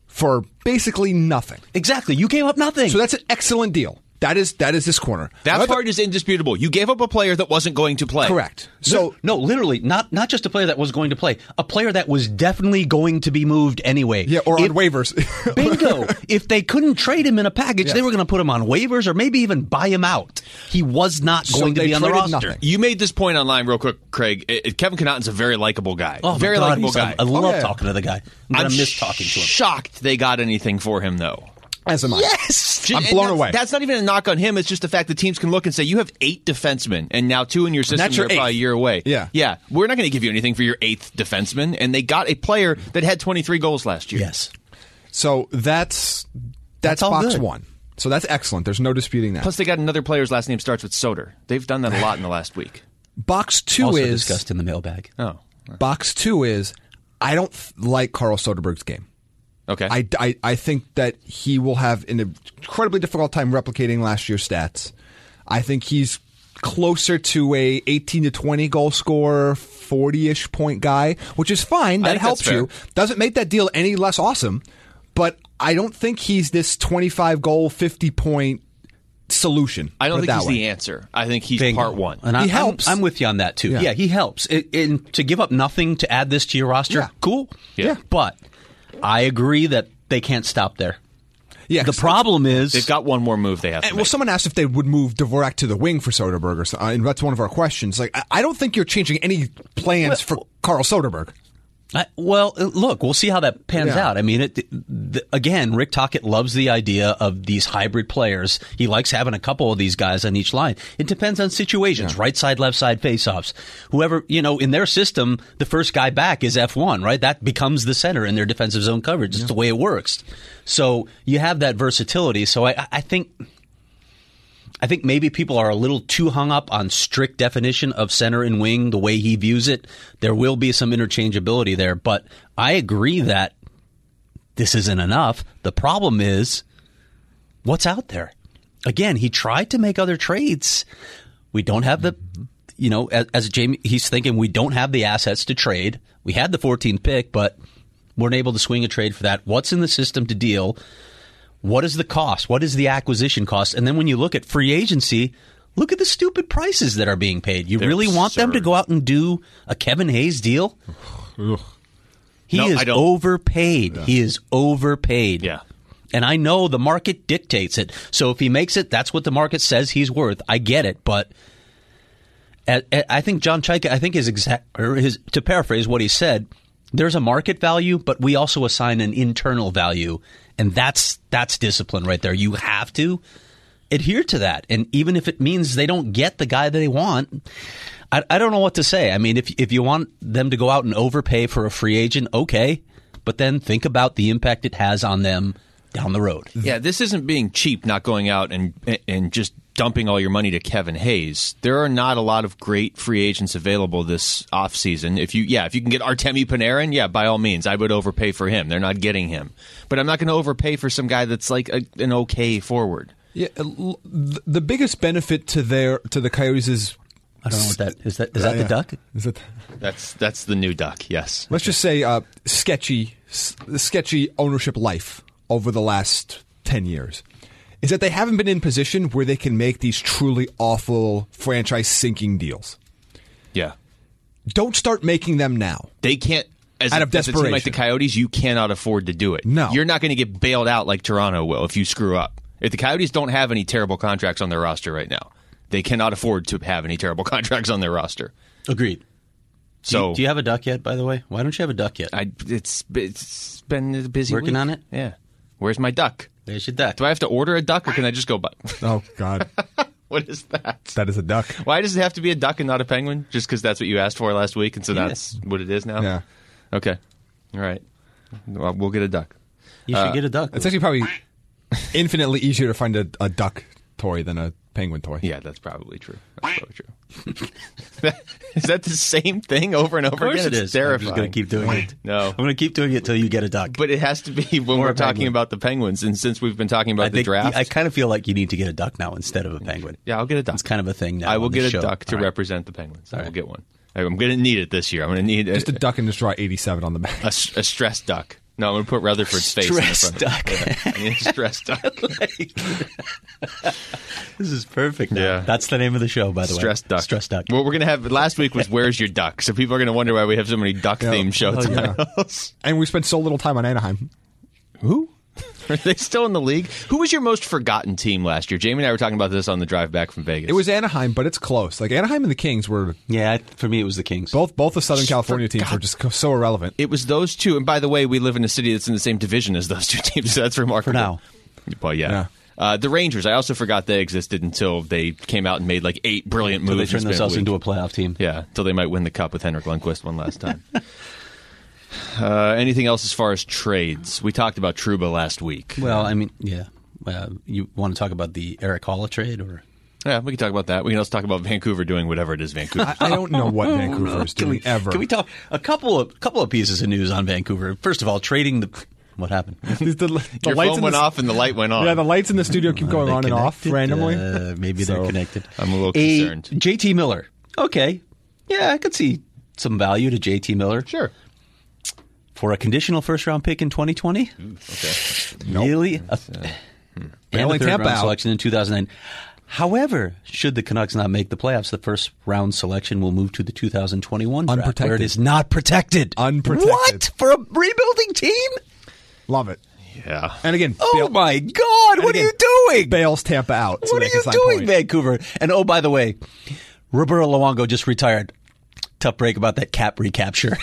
Speaker 3: for basically nothing.
Speaker 4: Exactly. You gave up nothing.
Speaker 3: So that's an excellent deal. That is that is this corner.
Speaker 2: that
Speaker 3: Another-
Speaker 2: part is indisputable. You gave up a player that wasn't going to play.
Speaker 3: correct.
Speaker 4: so
Speaker 3: So
Speaker 4: no, literally, not not just a player that was going to play, a player that was definitely going to be moved anyway.
Speaker 3: yeah, or
Speaker 4: If-
Speaker 3: on waivers.
Speaker 4: bingo. If they couldn't trade him in a package, they were going to put him on waivers or maybe even buy him out. He was not
Speaker 3: So
Speaker 4: going to
Speaker 3: they
Speaker 4: be on the
Speaker 3: traded
Speaker 4: roster.
Speaker 3: nothing.
Speaker 2: You made this point online real quick, Craig. I- I- Kevin Connaughton's a very likable guy.
Speaker 4: Oh, my
Speaker 2: very
Speaker 4: God,
Speaker 2: likable
Speaker 4: he's-
Speaker 2: guy.
Speaker 4: I, I love
Speaker 3: Oh, yeah.
Speaker 4: talking to the guy. I'm going to miss
Speaker 2: sh-
Speaker 4: talking to him.
Speaker 2: Shocked they got anything for him though.
Speaker 3: As am I.
Speaker 4: Yes!
Speaker 3: I'm
Speaker 2: And
Speaker 3: blown
Speaker 2: that's,
Speaker 3: away.
Speaker 2: That's not even a knock on him. It's just the fact that teams can look and say you have eight defensemen, and now two in your system.
Speaker 3: That's your
Speaker 2: you're probably a
Speaker 3: eighth.
Speaker 2: year away.
Speaker 3: Yeah.
Speaker 2: yeah. We're not going to give you anything for your eighth defenseman, and they got a player that had 23 goals last year.
Speaker 4: Yes.
Speaker 3: so that's that's,
Speaker 4: all
Speaker 3: box
Speaker 4: good.
Speaker 3: one. So that's excellent. There's no disputing that.
Speaker 2: Plus, they got another player's last name starts with Soder. They've done that a lot in the last week.
Speaker 3: box two
Speaker 4: Also
Speaker 3: is
Speaker 4: discussed in the mailbag.
Speaker 2: Oh,
Speaker 3: box two is I don't th- like Carl Soderberg's game.
Speaker 2: okay.
Speaker 3: I, I, I think that he will have an incredibly difficult time replicating last year's stats. I think he's closer to a 18 to 20 goal scorer, 40ish point guy, which is fine. That
Speaker 2: think that's
Speaker 3: helps you. Doesn't make that deal any less awesome, but I don't think he's this 25 goal, 50 point solution.
Speaker 2: I don't
Speaker 3: Put it
Speaker 2: think
Speaker 3: that
Speaker 2: he's
Speaker 3: way.
Speaker 2: the answer. I think he's
Speaker 4: Bingo.
Speaker 2: part one.
Speaker 4: And I,
Speaker 3: He
Speaker 4: I'm-
Speaker 3: helps.
Speaker 4: I'm, with you on that too. Yeah,
Speaker 3: Yeah.
Speaker 4: he helps. I- and to give up nothing to add this to your roster,
Speaker 3: Yeah.
Speaker 4: cool.
Speaker 2: Yeah.
Speaker 4: But I agree that they can't stop there.
Speaker 3: Yeah,
Speaker 4: the
Speaker 3: 'cause-
Speaker 4: problem is
Speaker 2: They've got one more move they have to
Speaker 3: And, well,
Speaker 2: make.
Speaker 3: someone asked if they would move Dvorak to the wing for Soderberg, or so, uh, and that's one of our questions. Like, I, I don't think you're changing any plans for Carl Soderberg.
Speaker 4: I, well, uh, look, we'll see how that pans
Speaker 3: Yeah.
Speaker 4: out. I mean, it, th- th- again, Rick Tockett loves the idea of these hybrid players. He likes having a couple of these guys on each line. It depends on situations, right side, left side, face-offs. Whoever, you know, in their system, the first guy back is F1, right? That becomes the center in their defensive zone coverage. It's the way it works. So you have that versatility. So I, I- I think I think maybe people are a little too hung up on strict definition of center and wing, the way he views it. There will be some interchangeability there, but I agree that this isn't enough. The problem is what's out there. Again, he tried to make other trades. We don't have the, you know, as, as Jamie, he's thinking we don't have the assets to trade. We had the 14th pick, but weren't able to swing a trade for that. What's in the system to deal? What is the cost? What is the acquisition cost? And then when you look at free agency, look at the stupid prices that are being paid. You really want them to
Speaker 2: absurd.
Speaker 4: go out and do a Kevin Hayes deal? He
Speaker 2: No,
Speaker 4: is
Speaker 2: I don't-
Speaker 4: overpaid. He is overpaid.
Speaker 2: Yeah.
Speaker 4: And I know the market dictates it. So if he makes it, that's what the market says he's worth. I get it, but a- a- I think John Chaika, I think his exact, or his to paraphrase what he said, there's a market value, but we also assign an internal value, and that's that's discipline right there. You have to adhere to that, and even if it means they don't get the guy that they want, I, I don't know what to say. I mean, if if you want them to go out and overpay for a free agent, okay, but then think about the impact it has on them down the road.
Speaker 2: Yeah, this isn't being cheap, not going out and and just dumping all your money to Kevin Hayes. There are not a lot of great free agents available this offseason. If you yeah, if you can get Artemi Panarin, yeah, by all means, I would overpay for him. They're not getting him. But I'm not going to overpay for some guy that's like a, an okay forward.
Speaker 3: Yeah, uh, l- th- the biggest benefit to their to the Coyotes is
Speaker 4: I don't know what that is. That is that
Speaker 3: Yeah.
Speaker 4: the duck?
Speaker 3: Is it?
Speaker 2: That's that's the new duck. Yes.
Speaker 3: Let's just say uh, sketchy, s- sketchy ownership life over the last ten years is that they haven't been in position where they can make these truly awful franchise sinking deals.
Speaker 2: Yeah.
Speaker 3: Don't start making them now.
Speaker 2: They can't as,
Speaker 3: Out of
Speaker 2: as a team like the
Speaker 3: desperation.
Speaker 2: Coyotes, you cannot afford to do it.
Speaker 3: No.
Speaker 2: You're not going to get bailed out like Toronto will if you screw up. If the Coyotes don't have any terrible contracts on their roster right now, they cannot afford to have any terrible contracts on their roster.
Speaker 4: Agreed.
Speaker 2: So
Speaker 4: do you have a duck yet? By the way, why don't you have a duck yet?
Speaker 2: I, it's it's been a busy
Speaker 4: Working
Speaker 2: week.
Speaker 4: on it?
Speaker 2: Yeah. Where's my duck?
Speaker 4: There's your duck.
Speaker 2: Do I have to order a duck or can I just go buy?
Speaker 3: Oh God,
Speaker 2: what is that?
Speaker 3: that is a duck.
Speaker 2: Why does it have to be a duck and not a penguin? Just because that's what you asked for last week, and so that's what it is now.
Speaker 3: Yeah.
Speaker 2: Okay. All right. Well, we'll get a duck.
Speaker 4: You should get a duck.
Speaker 3: It's actually probably infinitely easier to find a, a duck toy than a penguin toy.
Speaker 2: Yeah, that's probably true. That's probably true. is that the same thing over and over
Speaker 4: Of course
Speaker 2: again?
Speaker 4: it
Speaker 2: It's
Speaker 4: is.
Speaker 2: Terrifying.
Speaker 4: I'm just going to keep doing it.
Speaker 2: No.
Speaker 4: I'm going to keep doing it till you get a duck.
Speaker 2: but it has to be when
Speaker 4: Or
Speaker 2: we're
Speaker 4: a
Speaker 2: talking
Speaker 4: penguin.
Speaker 2: about the Penguins, and since we've been talking about
Speaker 4: I
Speaker 2: the
Speaker 4: think
Speaker 2: draft,
Speaker 4: I kind of feel like you need to get a duck now instead of a penguin.
Speaker 2: yeah, I'll get a duck.
Speaker 4: It's kind of a thing now.
Speaker 2: I will
Speaker 4: on this
Speaker 2: get a
Speaker 4: show.
Speaker 2: duck to
Speaker 4: All right.
Speaker 2: represent the Penguins. I will get one. I'm going to need it this year. I'm going to need a,
Speaker 3: Just a duck and just draw 87 on the back.
Speaker 2: a s- a stress duck. No, I'm going to put Rutherford's face in
Speaker 4: Stress
Speaker 2: the front. Of it. Yeah, I need a stress duck.
Speaker 4: This is perfect. now.
Speaker 2: Yeah.
Speaker 4: that's the name of the show. By the
Speaker 2: Stress
Speaker 4: way,
Speaker 2: duck.
Speaker 4: Stress duck.
Speaker 2: What we're going to have last week was "Where's your duck?" So people are going to wonder why we have so many duck-themed show
Speaker 3: Oh, yeah.
Speaker 2: titles.
Speaker 3: And we spent so little time on Anaheim.
Speaker 2: Who? Are they still in the league? Who was your most forgotten team last year? Jamie and I were talking about this on the drive back from Vegas.
Speaker 3: It was Anaheim, but it's close. Like Anaheim and the Kings were
Speaker 4: yeah, I- for me it was the Kings.
Speaker 3: both both the Southern California teams were just co- so irrelevant.
Speaker 2: It was those two. And by the way, we live in a city that's in the same division as those two teams, so that's remarkable.
Speaker 4: now.
Speaker 2: Well, yeah.
Speaker 3: Yeah.
Speaker 2: Uh, the Rangers, I also forgot they existed until they came out and made like eight brilliant
Speaker 4: So they
Speaker 2: moves.
Speaker 4: turned
Speaker 2: and spent
Speaker 4: themselves
Speaker 2: week.
Speaker 4: into a playoff team.
Speaker 2: Yeah, until they might win the cup with Henrik Lundqvist one last time. uh, anything else as far as trades? We talked about Truba last week.
Speaker 4: Well, I mean, yeah. Uh, you want to talk about the Eric Holla trade or?
Speaker 2: Yeah, we can talk about that. We can also talk about Vancouver doing whatever it is Vancouver.
Speaker 3: I, I don't know what Vancouver is
Speaker 4: Can
Speaker 3: doing
Speaker 4: we,
Speaker 3: ever.
Speaker 4: Can we talk a couple of couple of pieces of news on Vancouver? First of all, trading the what happened?
Speaker 3: the, the
Speaker 2: Your
Speaker 3: lights
Speaker 2: phone
Speaker 3: in
Speaker 2: went
Speaker 3: the,
Speaker 2: off and the light went on.
Speaker 3: Yeah, the lights in the studio keep going
Speaker 4: Are
Speaker 3: on
Speaker 4: Oh. Uh, they
Speaker 3: and off
Speaker 4: connected?
Speaker 3: randomly.
Speaker 4: Uh, maybe they're
Speaker 3: So-
Speaker 4: connected.
Speaker 2: I'm a little
Speaker 4: A-
Speaker 2: concerned.
Speaker 4: JT Miller. Okay. Yeah, I could see some value to JT Miller.
Speaker 2: sure.
Speaker 4: For a conditional first round pick in 2020?
Speaker 3: Nope.
Speaker 4: Really? A, Hmm. and
Speaker 3: only
Speaker 4: a third
Speaker 3: Tampa
Speaker 4: round
Speaker 3: out.
Speaker 4: selection in 2009. However, should the Canucks not make the playoffs, the first round selection will move to the 2021 draft,
Speaker 3: Unprotected.
Speaker 4: where it is not protected.
Speaker 3: Unprotected.
Speaker 4: What? For a rebuilding team?
Speaker 3: Love it.
Speaker 2: Yeah.
Speaker 3: And again,
Speaker 4: Oh
Speaker 3: Bale-
Speaker 4: my God!
Speaker 3: and
Speaker 4: What are
Speaker 3: again,
Speaker 4: you doing?
Speaker 3: Bales Tampa out. so
Speaker 4: what are
Speaker 3: they can
Speaker 4: you
Speaker 3: sign
Speaker 4: doing,
Speaker 3: Paulie.
Speaker 4: Vancouver? And oh, by the way, Roberto Luongo just retired. Tough break about that cap recapture.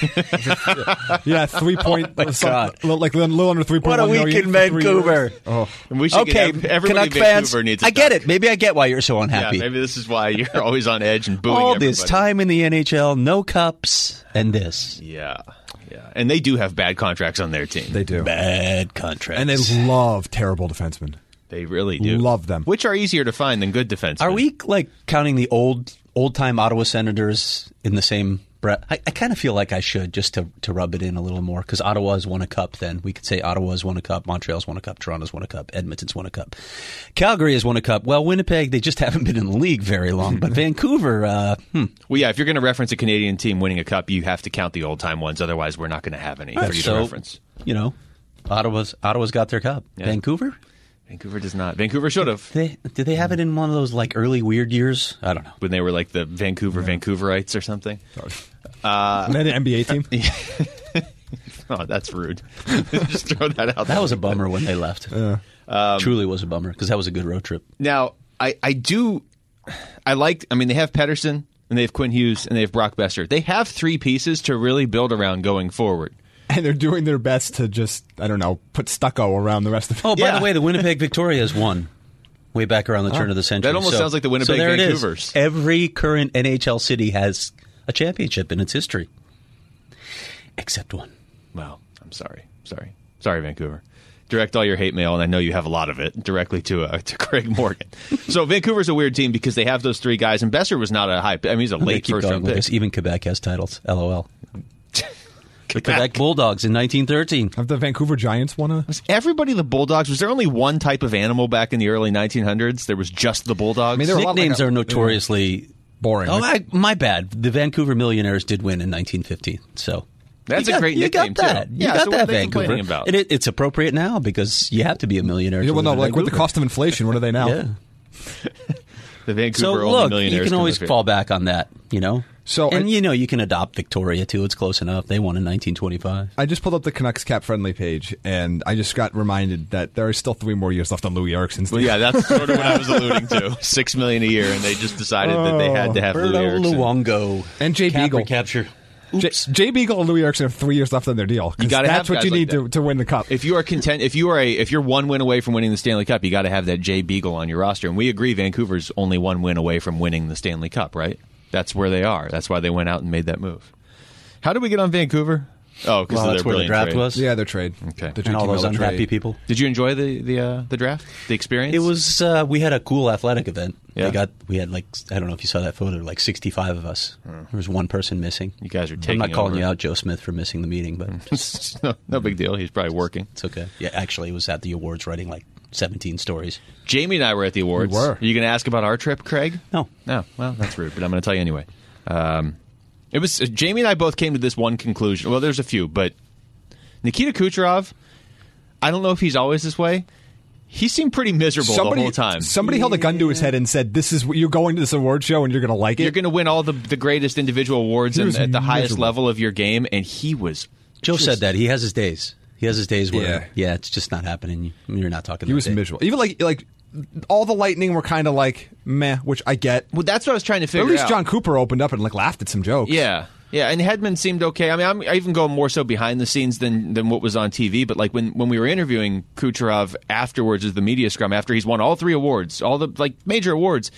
Speaker 3: Yeah, three point.
Speaker 4: Oh my
Speaker 3: some-
Speaker 4: God.
Speaker 3: li- like a little under three point.
Speaker 4: what a week in Vancouver.
Speaker 3: Oh,
Speaker 2: We should
Speaker 4: Okay,
Speaker 2: get, everybody
Speaker 4: Canuck
Speaker 2: in Vancouver
Speaker 4: fans,
Speaker 2: needs.
Speaker 4: I get
Speaker 2: duck.
Speaker 4: it. Maybe I get why you're so
Speaker 2: Yeah,
Speaker 4: unhappy.
Speaker 2: maybe this is why you're always on edge and booing
Speaker 4: All this
Speaker 2: everybody.
Speaker 4: time in the NHL, no cups, and this
Speaker 2: Yeah, yeah, and they do have bad contracts on their team.
Speaker 3: they do,
Speaker 4: bad contract.
Speaker 3: and they love terrible defensemen.
Speaker 2: They really do.
Speaker 3: Love them.
Speaker 2: Which are easier to find than good defensemen.
Speaker 4: Are we like counting the old old time Ottawa Senators in the same breath? I, I kind of feel like I should just to to rub it in a little more because Ottawa's won a cup. Then we could say Ottawa's won a cup, Montreal's won a cup, Toronto's won a cup, Edmonton's won a cup, Calgary has won a cup. Well, Winnipeg they just haven't been in the league very long, but Vancouver, uh, hmm,
Speaker 2: Well, yeah, if you're going to reference a Canadian team winning a cup, you have to count the old time ones. Otherwise, we're not going to have any for you to
Speaker 4: so
Speaker 2: reference.
Speaker 4: you know, Ottawa's Ottawa's got their cup. Vancouver.
Speaker 2: Vancouver does not. Vancouver should have
Speaker 4: They, did they have it in one of those like early weird years? I don't know.
Speaker 2: when they were like the Vancouver Vancouverites or something.
Speaker 3: Uh, an NBA team.
Speaker 2: Oh, that's rude. Just throw that out.
Speaker 4: That was a bummer when they left.
Speaker 2: Um,
Speaker 4: Truly was a bummer because that was a good road trip.
Speaker 2: Now, I, I do. I like. I mean, they have Pedersen and they have Quinn Hughes and they have Brock Besser. They have three pieces to really build around going forward.
Speaker 3: and they're doing their best to just I don't know put stucco around the rest of.
Speaker 4: Oh, by
Speaker 2: Yeah. Uh-huh.
Speaker 4: the way, the Winnipeg Victoria has won way back around the turn of the century.
Speaker 2: That almost
Speaker 4: So-
Speaker 2: sounds like the Winnipeg
Speaker 4: so there it is.
Speaker 2: Vancouvers.
Speaker 4: Every current NHL city has a championship in its history, except one.
Speaker 2: Well, I'm sorry. Sorry. Sorry, Vancouver. Direct all your hate mail, and I know you have a lot of it, directly to uh, to Craig Morgan. so Vancouver's a weird team because they have those three guys, and Besser was not a high. I mean, he's a
Speaker 4: I'm gonna
Speaker 2: late
Speaker 4: keep
Speaker 2: first
Speaker 4: going
Speaker 2: round
Speaker 4: with
Speaker 2: pick.
Speaker 4: this. Even Quebec has titles. LOL. The Quebec Bulldogs in 1913.
Speaker 3: Have the Vancouver Giants won a?
Speaker 2: Was everybody the Bulldogs? Was there only one type of animal back in the early 1900s? There was just the Bulldogs.
Speaker 3: mean, there were a lot like
Speaker 4: Nicknames
Speaker 3: a-
Speaker 4: are notoriously
Speaker 3: Boring.
Speaker 4: Oh, I, my bad. The Vancouver Millionaires did win in 1915. So
Speaker 2: That's a
Speaker 4: You got-
Speaker 2: great
Speaker 4: you
Speaker 2: nickname,
Speaker 4: got that.
Speaker 2: too.
Speaker 4: You
Speaker 2: Yeah, so
Speaker 4: got
Speaker 2: what
Speaker 4: that,
Speaker 2: are they
Speaker 4: Vancouver.
Speaker 2: complaining about?
Speaker 4: And it, it's appropriate now because you have to be a millionaire.
Speaker 3: Yeah,
Speaker 4: to
Speaker 3: well, no,
Speaker 4: live in
Speaker 3: like with the
Speaker 4: Vancouver.
Speaker 3: cost of inflation, what are they now?
Speaker 4: Yeah.
Speaker 2: the Vancouver
Speaker 4: So
Speaker 2: only
Speaker 4: look,
Speaker 2: millionaires
Speaker 4: you can
Speaker 2: live
Speaker 4: always
Speaker 2: here.
Speaker 4: fall back on that. You know.
Speaker 3: So
Speaker 4: and
Speaker 3: I-
Speaker 4: you know you can adopt Victoria too. It's close enough. They won in 1925.
Speaker 3: I just pulled up the Canucks cap friendly page, and I just got reminded that there are still three more years left on Louis Erickson's.
Speaker 2: Well, yeah, that's sort of what I was alluding to. Six million a year, and they just decided that they had to have Louis Erickson.
Speaker 4: Luongo
Speaker 3: And Jay
Speaker 4: Cap
Speaker 3: Beagle.
Speaker 4: recapture.
Speaker 3: J- Jay Beagle and Louis Erickson have three years left on their deal. 'cause
Speaker 2: You gotta
Speaker 3: that's
Speaker 2: have
Speaker 3: what you
Speaker 2: guys
Speaker 3: need
Speaker 2: like
Speaker 3: to, to win the cup.
Speaker 2: If you are content, if you are a, if you're one win away from winning the Stanley Cup, you got to have that Jay Beagle on your roster. And we agree, Vancouver's only one win away from winning the Stanley Cup, right? That's where they are. That's why they went out and made that move. How did we get on Vancouver? Oh, because
Speaker 4: Well,
Speaker 2: of
Speaker 4: that's
Speaker 2: their
Speaker 4: where the
Speaker 2: brilliant
Speaker 4: draft
Speaker 2: trade.
Speaker 4: was.
Speaker 3: yeah, their trade.
Speaker 2: Okay.
Speaker 3: The
Speaker 4: And all
Speaker 3: JT
Speaker 4: those
Speaker 3: Miller
Speaker 4: unhappy
Speaker 3: trade.
Speaker 4: people.
Speaker 2: Did you enjoy the the uh, the draft, the experience?
Speaker 4: It was uh, we had a cool athletic event.
Speaker 2: Yeah.
Speaker 4: They got we had like I don't know if you saw that photo, like sixty five of us. There was one person missing.
Speaker 2: Hmm. You guys are
Speaker 4: I'm
Speaker 2: taking
Speaker 4: not calling
Speaker 2: over.
Speaker 4: you out, Joe Smith, for missing the meeting, but
Speaker 2: no, no big deal. He's probably working.
Speaker 4: it's okay. Yeah, actually, it was at the awards writing like seventeen stories.
Speaker 2: Jamie and I were at the awards.
Speaker 3: We were.
Speaker 2: Are you going to ask about our trip, Craig?
Speaker 4: No.
Speaker 2: No. Well, that's rude, but I'm going to tell you anyway. Um, it was uh, Jamie and I both came to this one conclusion. Well, there's a few, but Nikita Kucherov. I don't know if he's always this way. He seemed pretty miserable
Speaker 3: Somebody,
Speaker 2: the whole time.
Speaker 3: somebody held a gun to his head and said, "This is what- you're going to this award show and you're going to like it."
Speaker 2: You're going to win all the, the greatest individual awards
Speaker 3: He
Speaker 2: and
Speaker 3: was
Speaker 2: at the highest
Speaker 3: miserable.
Speaker 2: level of your game, and he was.
Speaker 4: Joe said that he has his days. He has his days where
Speaker 3: Yeah.
Speaker 4: yeah, it's just not happening. You're not talking.
Speaker 3: he
Speaker 4: that
Speaker 3: was
Speaker 4: day.
Speaker 3: miserable. Even like like all the lightning were kind of like meh, which I get.
Speaker 2: Well, that's what I was trying to
Speaker 3: But
Speaker 2: figure
Speaker 3: at
Speaker 2: out.
Speaker 3: least John Cooper opened up and like laughed at some jokes.
Speaker 2: Yeah. Yeah, and Hedman seemed okay. I mean, I'm, I even go more so behind the scenes than, than what was on TV. But like when, when we were interviewing Kucherov afterwards as the media scrum after he's won all three awards, all the like major awards,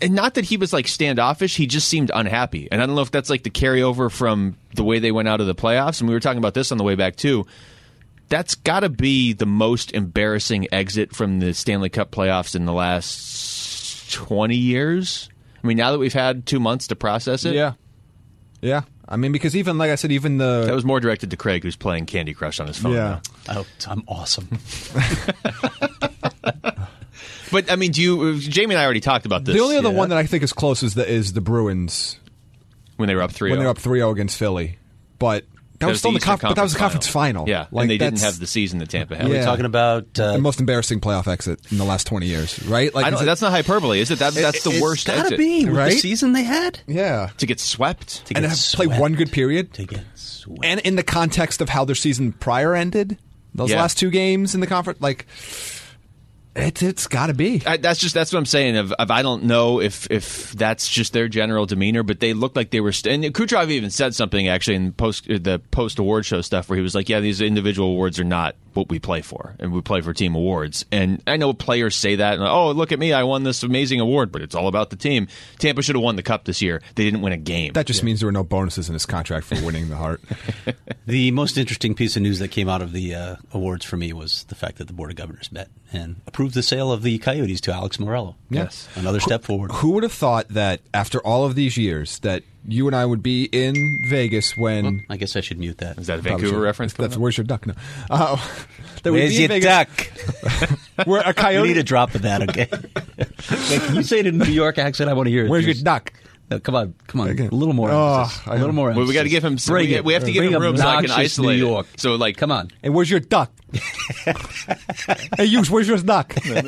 Speaker 2: and not that he was like standoffish, he just seemed unhappy. And I don't know if that's like the carryover from the way they went out of the playoffs. And we were talking about this on the way back too. That's got to be the most embarrassing exit from the Stanley Cup playoffs in the last twenty years. I mean, now that we've had two months to process it,
Speaker 3: yeah, yeah. I mean, because even like I said, even the
Speaker 2: That was more directed to Craig, who's playing Candy Crush on his phone.
Speaker 3: yeah.
Speaker 2: now.
Speaker 4: Oh, I'm awesome.
Speaker 2: But I mean, do you? Jamie and I already talked about this.
Speaker 3: The only other
Speaker 4: yeah.
Speaker 3: one that I think is close is the is the Bruins
Speaker 2: when they were up three, oh.
Speaker 3: when they're up 3-0 against Philly, but that was still in the conf- but that was the conference final.
Speaker 2: Yeah,
Speaker 3: like
Speaker 2: and they didn't
Speaker 3: that's
Speaker 2: have the season that Tampa had.
Speaker 3: Yeah.
Speaker 4: We're talking about uh,
Speaker 3: the most embarrassing playoff exit in the last twenty years, right? Like
Speaker 2: I
Speaker 3: is
Speaker 2: don't,
Speaker 3: it-
Speaker 2: that's not hyperbole, is it? That, that's the
Speaker 4: it's
Speaker 2: worst
Speaker 4: Gotta
Speaker 2: exit
Speaker 4: be with
Speaker 3: right?
Speaker 4: the season they had.
Speaker 3: yeah,
Speaker 2: to get swept.
Speaker 4: To
Speaker 3: and
Speaker 4: get
Speaker 3: have play
Speaker 4: swept.
Speaker 3: one good period,
Speaker 4: to get swept.
Speaker 3: and in the context of how their season prior ended, Those
Speaker 2: Yeah.
Speaker 3: last two games in the conference, like it's it's got to be.
Speaker 2: I, that's just that's what I'm saying. Of, of I don't know if if that's just their general demeanor, but they looked like they were. St- and Kucherov even said something actually in post the post award show stuff where he was like, "Yeah, these individual awards are not what we play for, and we play for team awards." And I know players say that, and oh, look at me, I won this amazing award, but it's all about the team. Tampa should have won the cup this year. They didn't win a game.
Speaker 3: That just means there were no bonuses in his contract for winning the heart.
Speaker 4: The most interesting piece of news that came out of the uh, awards for me was the fact that the Board of Governors met and approved the sale of the Coyotes to Alex Morello.
Speaker 3: Yes.
Speaker 4: Another step forward.
Speaker 3: Who would have thought that after all of these years that you and I would be in Vegas when
Speaker 4: I guess I should mute that.
Speaker 2: Is that a
Speaker 3: Probably
Speaker 2: Vancouver
Speaker 3: should-
Speaker 2: reference? coming
Speaker 3: That's
Speaker 2: up?
Speaker 3: where's your duck? No, uh, that we'd
Speaker 4: Where's
Speaker 3: be in
Speaker 4: your
Speaker 3: Vegas
Speaker 4: duck?
Speaker 3: Where a
Speaker 4: You
Speaker 3: coyote.
Speaker 4: need a drop of that, okay? Like, can you say it in a New York accent? I want to hear it.
Speaker 3: where's your
Speaker 4: There's-
Speaker 3: duck?
Speaker 4: No, come on, come on.
Speaker 3: Again.
Speaker 4: A little more.
Speaker 3: Oh,
Speaker 4: emphasis.
Speaker 3: I
Speaker 4: a little
Speaker 3: don't-
Speaker 4: more.
Speaker 2: Well, we got to
Speaker 4: emphasis.
Speaker 2: give him. Some, we,
Speaker 4: Bring
Speaker 2: ha-
Speaker 4: it.
Speaker 2: we have to give
Speaker 4: Bring
Speaker 2: him room so I can
Speaker 4: obnoxious
Speaker 2: isolate.
Speaker 4: New
Speaker 2: it.
Speaker 4: York.
Speaker 2: So like,
Speaker 4: come on.
Speaker 3: And where's your duck? hey, you, where's your duck?
Speaker 2: uh,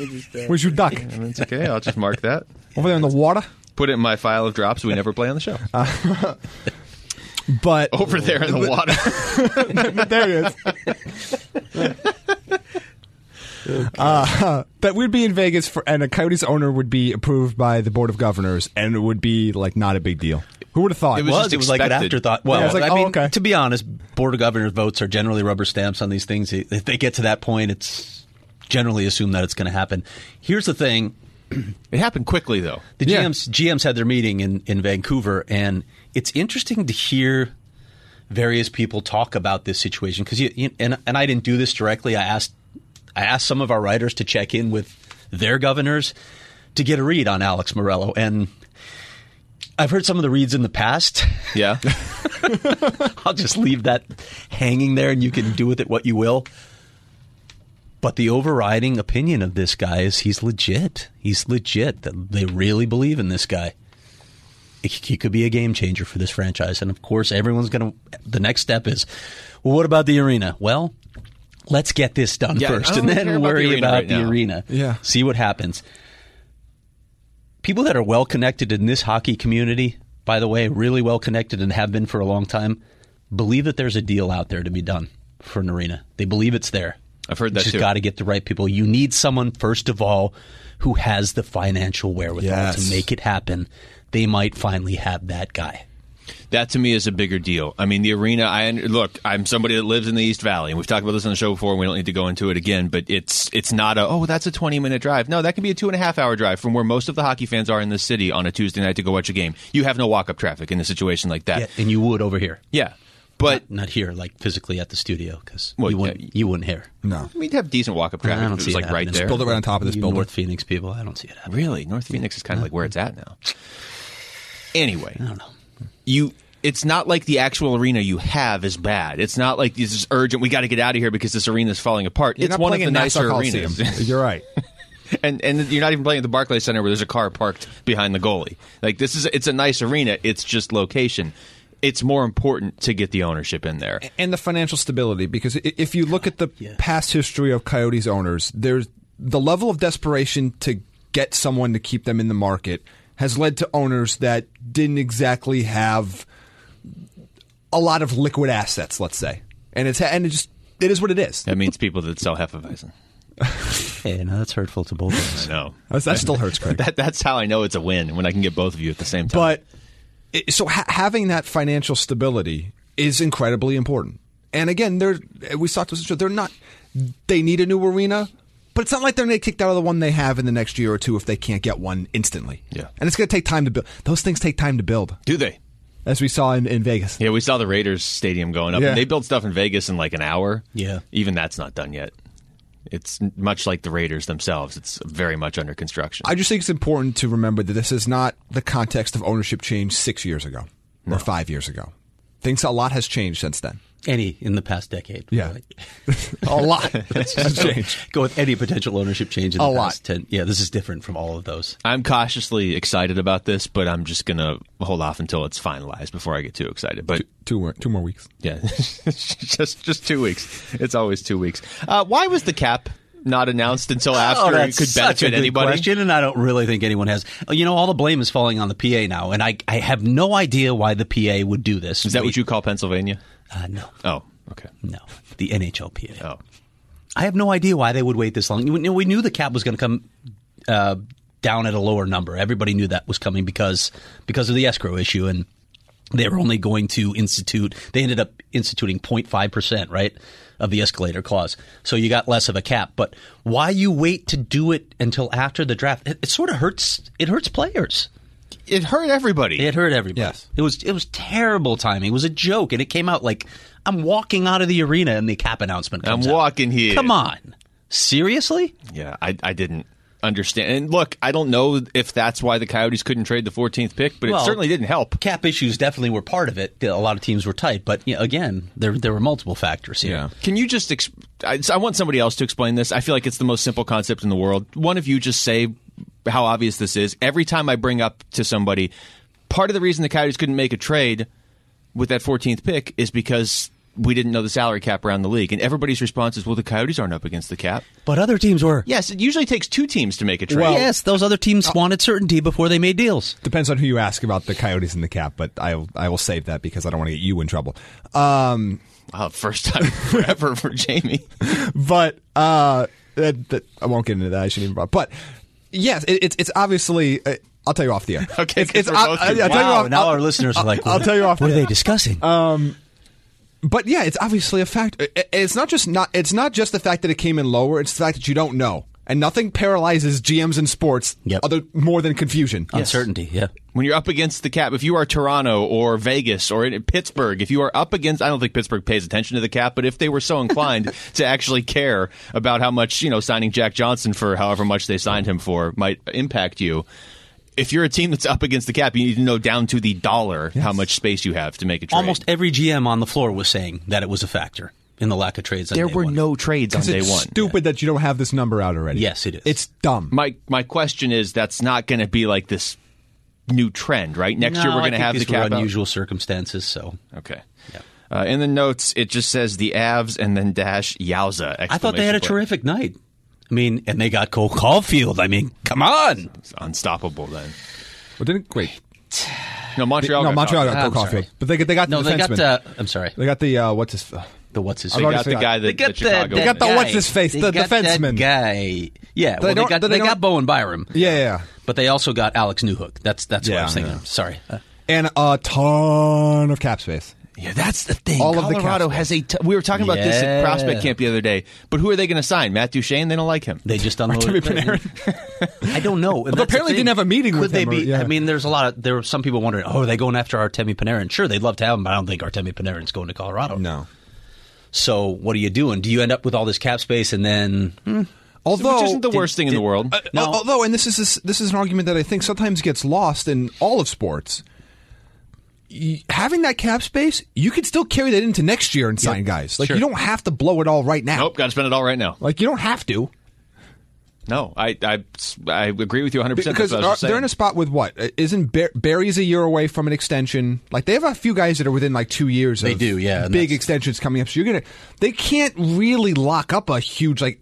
Speaker 3: Where's your duck?
Speaker 2: It's okay. I'll just mark that.
Speaker 3: Over there in the water.
Speaker 2: Put it in my file of drops we never play on the show.
Speaker 3: But
Speaker 2: Over there in the water.
Speaker 3: there it is. Uh, that we'd be in Vegas for, and a Coyotes owner would be approved by the board of governors, and it would be like not a big deal. Who would have thought?
Speaker 2: It was
Speaker 4: was.
Speaker 2: just
Speaker 4: It was like an
Speaker 2: expected.
Speaker 4: afterthought.
Speaker 3: Yeah,
Speaker 4: Well,
Speaker 3: it was like,
Speaker 4: I
Speaker 3: oh,
Speaker 4: mean,
Speaker 3: okay.
Speaker 4: to be honest, board of governors votes are generally rubber stamps on these things. If they get to that point, it's generally assumed that it's going to happen. Here's the thing:
Speaker 2: It happened quickly though.
Speaker 4: the
Speaker 3: Yeah.
Speaker 4: GMs GMs had their meeting in in Vancouver, and it's interesting to hear various people talk about this situation because you, you and and I didn't do this directly. I asked I asked some of our writers to check in with their governors to get a read on Alex Morello and. I've heard some of the reads in the past.
Speaker 2: Yeah.
Speaker 4: I'll just leave that hanging there and you can do with it what you will. But the overriding opinion of this guy is he's legit. He's legit. That They really believe in this guy. He- He could be a game changer for this franchise. And of course, everyone's going to. The next step is well, what about the arena? Well, let's get this done
Speaker 2: Yeah, I
Speaker 4: first
Speaker 2: don't
Speaker 4: and then
Speaker 2: care about the
Speaker 4: worry
Speaker 2: arena
Speaker 4: about
Speaker 2: right
Speaker 4: the
Speaker 2: now.
Speaker 4: arena.
Speaker 3: Yeah.
Speaker 4: See what happens. People that are well connected in this hockey community, by the way, really well connected and have been for a long time, believe that there's a deal out there to be done for an arena. They believe it's there.
Speaker 2: I've heard that
Speaker 4: You just
Speaker 2: too.
Speaker 4: got to get the right people. You need someone first of all who has the financial wherewithal
Speaker 3: Yes.
Speaker 4: to make it happen. They might finally have that guy.
Speaker 2: that to me is a bigger deal. I mean, the arena. I look. I'm somebody that lives in the East Valley, and we've talked about this on the show before. and We don't need to go into it again, but it's it's not a oh that's a 20 minute drive. No, that can be a two and a half hour drive from where most of the hockey fans are in this city on a Tuesday night to go watch a game. You have no walk up traffic in a situation like that.
Speaker 4: And you would over here.
Speaker 2: Yeah, but
Speaker 4: Not here, like physically at the studio, because
Speaker 2: Well,
Speaker 4: you, wouldn't, you wouldn't here.
Speaker 3: no.
Speaker 2: we'd have decent walk up traffic.
Speaker 4: I don't
Speaker 2: if it
Speaker 4: see
Speaker 2: was
Speaker 4: it
Speaker 2: like right
Speaker 4: happening.
Speaker 2: there.
Speaker 3: Build it right on top of this
Speaker 4: you
Speaker 3: building.
Speaker 4: North Phoenix people, I don't see it happening.
Speaker 2: Really, North Phoenix is kind of like where it's at now. Anyway, I don't know. You, it's not like the actual arena you have is bad. It's not like this is urgent. We got to get out of here because this arena is falling apart.
Speaker 3: You're
Speaker 2: it's
Speaker 3: not
Speaker 2: one of
Speaker 3: playing
Speaker 2: the
Speaker 3: in
Speaker 2: nicer
Speaker 3: Nassau
Speaker 2: arenas,
Speaker 3: Coliseum. You're right.
Speaker 2: and and you're not even playing at the Barclays Center where there's a car parked behind the goalie. Like this is, it's a nice arena. It's just location. It's more important to get the ownership in there.
Speaker 3: and the financial stability because i- if you look at the past history of coyotes owners there's the level of desperation to get someone to keep them in the market has led to owners that didn't exactly have a lot of liquid assets let's say and it's and it just it is what it is
Speaker 2: That means people that sell Hefeweizen.
Speaker 4: Hey, now that's hurtful to both of us.
Speaker 2: I know.
Speaker 3: that still hurts Craig.
Speaker 2: That, that's how I know it's a win when I can get both of you at the same time.
Speaker 3: But it- so ha- having that financial stability is incredibly important. And again, they're we talked to show they're not they need a new arena, but it's not like they're going to get kicked out of the one they have in the next year or two if they can't get one instantly.
Speaker 2: Yeah.
Speaker 3: and it's going to take time to build. Those things take time to build,
Speaker 2: do they?
Speaker 3: as we saw in, in Vegas.
Speaker 2: Yeah, we saw the Raiders stadium going up.
Speaker 3: Yeah.
Speaker 2: and They build stuff in Vegas in like an hour.
Speaker 4: Yeah.
Speaker 2: Even that's not done yet. It's much like the Raiders themselves. It's very much under construction.
Speaker 3: I just think it's important to remember that this is not the context of ownership change six years ago or five years ago. Things a lot has changed since then.
Speaker 4: Any in the past decade.
Speaker 3: Yeah,
Speaker 4: really.
Speaker 3: a lot has changed.
Speaker 4: Go with any potential ownership change in
Speaker 3: A
Speaker 4: the
Speaker 3: lot.
Speaker 4: past 10. Yeah, this is different from all of those.
Speaker 2: I'm cautiously excited about this, but I'm just going to hold off until it's finalized before I get too excited. But
Speaker 3: Two more, two more weeks.
Speaker 2: yeah, just just two weeks. It's always two weeks. Uh, why was the cap not announced until after it could
Speaker 4: Oh, such a
Speaker 2: benefit
Speaker 4: good
Speaker 2: anybody?
Speaker 4: question, and I don't really think anyone has. Oh, You know, all the blame is falling on the PA now, and I, I have no idea why the PA would do this.
Speaker 2: Is that what you call Pennsylvania?
Speaker 4: Uh, no,
Speaker 2: Oh, okay.
Speaker 4: no, the NHLPA.
Speaker 2: Oh,
Speaker 4: I have no idea why they would wait this long. You know, we knew the cap was going to come uh, down at a lower number. Everybody knew that was coming because because of the escrow issue, and they were only going to institute. They ended up instituting 0.5 percent, right, of the escalator clause. So you got less of a cap. But why you wait to do it until after the draft? It, it sort of hurts. It hurts players.
Speaker 2: It hurt everybody.
Speaker 4: It hurt everybody.
Speaker 3: Yes.
Speaker 4: It was it was terrible timing. It was a joke, and it came out like I'm walking out of the arena, and the cap announcement.
Speaker 2: I'm
Speaker 4: Comes out.
Speaker 2: walking here.
Speaker 4: Come on, seriously?
Speaker 2: Yeah, I, I didn't understand. And look, I don't know if that's why the Coyotes couldn't trade the 14th pick, but
Speaker 4: Well,
Speaker 2: it certainly didn't help.
Speaker 4: Cap issues definitely were part of it. A lot of teams were tight, but you know, again, there there were multiple factors here.
Speaker 2: Can you just? Exp- I, I want somebody else to explain this. I feel like it's the most simple concept in the world. One of you just say how obvious this is. Every time I bring up to somebody, part of the reason the Coyotes couldn't make a trade with that 14th pick is because we didn't know the salary cap around the league, and everybody's response is, "Well, the Coyotes aren't up against the cap."
Speaker 4: But other teams were.
Speaker 2: Yes, it usually takes two teams to make a trade.
Speaker 4: yes, those other teams wanted certainty before they made deals.
Speaker 3: Depends on who you ask about the Coyotes and the cap, but I I will save that because I don't want to get you in trouble. Um,
Speaker 2: Wow, first time forever for Jamie.
Speaker 3: but uh, that, that, I won't get into that. I shouldn't even. bother. But yes, it, it's it's obviously. Uh, I'll tell you off the air.
Speaker 2: Okay,
Speaker 3: it's, it's
Speaker 2: 'cause we're
Speaker 3: I'll,
Speaker 2: both confused.
Speaker 3: I'll tell you
Speaker 4: Wow,
Speaker 3: off.
Speaker 4: Oh, now
Speaker 3: I'll-
Speaker 4: our listeners are like,
Speaker 3: I'll
Speaker 4: what-
Speaker 3: tell you off.
Speaker 4: What are they discussing?
Speaker 3: But yeah, it's obviously a fact. I- I- It's not just not. It's not just the fact that it came in lower. It's the fact that you don't know, and nothing paralyzes GMs in sports
Speaker 4: Yep.
Speaker 3: other more than confusion.
Speaker 4: Uncertainty. Yeah.
Speaker 2: when you're up against the cap, if you are Toronto or Vegas or in Pittsburgh, if you are up against, I don't think Pittsburgh pays attention to the cap, but if they were so inclined to actually care about how much, you know, signing Jack Johnson for however much they signed him for might impact you. If you're a team that's up against the cap, you need to know down to the dollar how much space you have to make a trade.
Speaker 4: Almost every GM on the floor was saying that it was a factor in the lack of trades. on
Speaker 2: there
Speaker 4: day
Speaker 2: were
Speaker 4: one.
Speaker 2: no trades on
Speaker 3: It's
Speaker 2: day one.
Speaker 3: stupid that you don't have this number out already.
Speaker 4: Yes, it is.
Speaker 3: It's dumb.
Speaker 2: My my question is, that's not going to be like this new trend, right? Next
Speaker 4: No,
Speaker 2: year we're
Speaker 4: I
Speaker 2: going to
Speaker 4: think
Speaker 2: have the
Speaker 4: these were
Speaker 2: cap out.
Speaker 4: unusual circumstances. So
Speaker 2: Okay. Uh, in the notes, it just says the Avs and then dash Yowza.
Speaker 4: I thought they had a
Speaker 2: exclamation
Speaker 4: terrific night. I mean, and they got Cole Caulfield. I mean, come on.
Speaker 2: point. It's unstoppable. Then
Speaker 3: Well, didn't wait.
Speaker 2: no Montreal.
Speaker 3: no,
Speaker 2: got
Speaker 3: Montreal
Speaker 2: knocked out.
Speaker 3: got Cole
Speaker 4: I'm
Speaker 3: Caulfield, but they got they got
Speaker 4: No,
Speaker 3: the
Speaker 4: they got.
Speaker 3: defenseman.
Speaker 4: Uh, I'm sorry.
Speaker 3: they got the uh, what's his
Speaker 4: The what's his?
Speaker 3: I've
Speaker 4: face?
Speaker 3: already
Speaker 2: Got the
Speaker 3: forgot.
Speaker 2: guy that,
Speaker 4: They got
Speaker 2: that Chicago.
Speaker 3: They got the
Speaker 2: went.
Speaker 4: guy.
Speaker 3: what's-his-face,
Speaker 4: They
Speaker 3: the
Speaker 4: got
Speaker 3: defenseman.
Speaker 4: That guy. Yeah. Well, they,
Speaker 3: don't-
Speaker 4: got
Speaker 3: they
Speaker 4: they, got
Speaker 3: don't-
Speaker 4: Bowen Byram.
Speaker 3: Yeah, yeah, yeah.
Speaker 4: But they also got Alex Newhook. That's that's what I was
Speaker 3: Yeah,
Speaker 4: thinking. of. Sorry. Uh,
Speaker 3: and a ton of cap space.
Speaker 2: Yeah, that's the thing.
Speaker 3: All of the
Speaker 2: Colorado
Speaker 3: cap
Speaker 2: has a. T- we were talking about this at
Speaker 4: Yeah.
Speaker 2: prospect camp the other day. But who are they going to sign? Matt Duchene? They don't like him.
Speaker 4: they just unloaded. I don't know. That's the
Speaker 3: apparently
Speaker 4: thing.
Speaker 3: didn't have a meeting
Speaker 4: Could
Speaker 3: with
Speaker 4: they
Speaker 3: him or-
Speaker 4: be?
Speaker 3: yeah.
Speaker 4: I mean, there's a lot of there were some people wondering. Oh, are they going after Artemi Panarin? Sure, they'd love to have him, but I don't think Artemi Panarin's going to Colorado.
Speaker 3: No.
Speaker 4: So what are you doing? Do you end up with all this cap space and then?
Speaker 3: Although
Speaker 2: Which isn't the worst thing in the world.
Speaker 3: Uh, al- Although, and this is this, this is an argument that I think sometimes gets lost in all of sports. Y- having that cap space, you can still carry that into next year and sign guys. Like
Speaker 4: Sure.
Speaker 3: you don't have to blow it all right now.
Speaker 2: nope, got to spend it all right now.
Speaker 3: Like you don't have to
Speaker 2: No, I I, I agree with you 100. percent
Speaker 3: because are- they're in a spot with what Uh, isn't Bar- Barry's a year away from an extension. Like they have a few guys that are within like two years.
Speaker 4: They
Speaker 3: of
Speaker 4: do, yeah, and
Speaker 3: Big
Speaker 4: that's-
Speaker 3: extensions coming up. So you're gonna they can't really lock up a huge like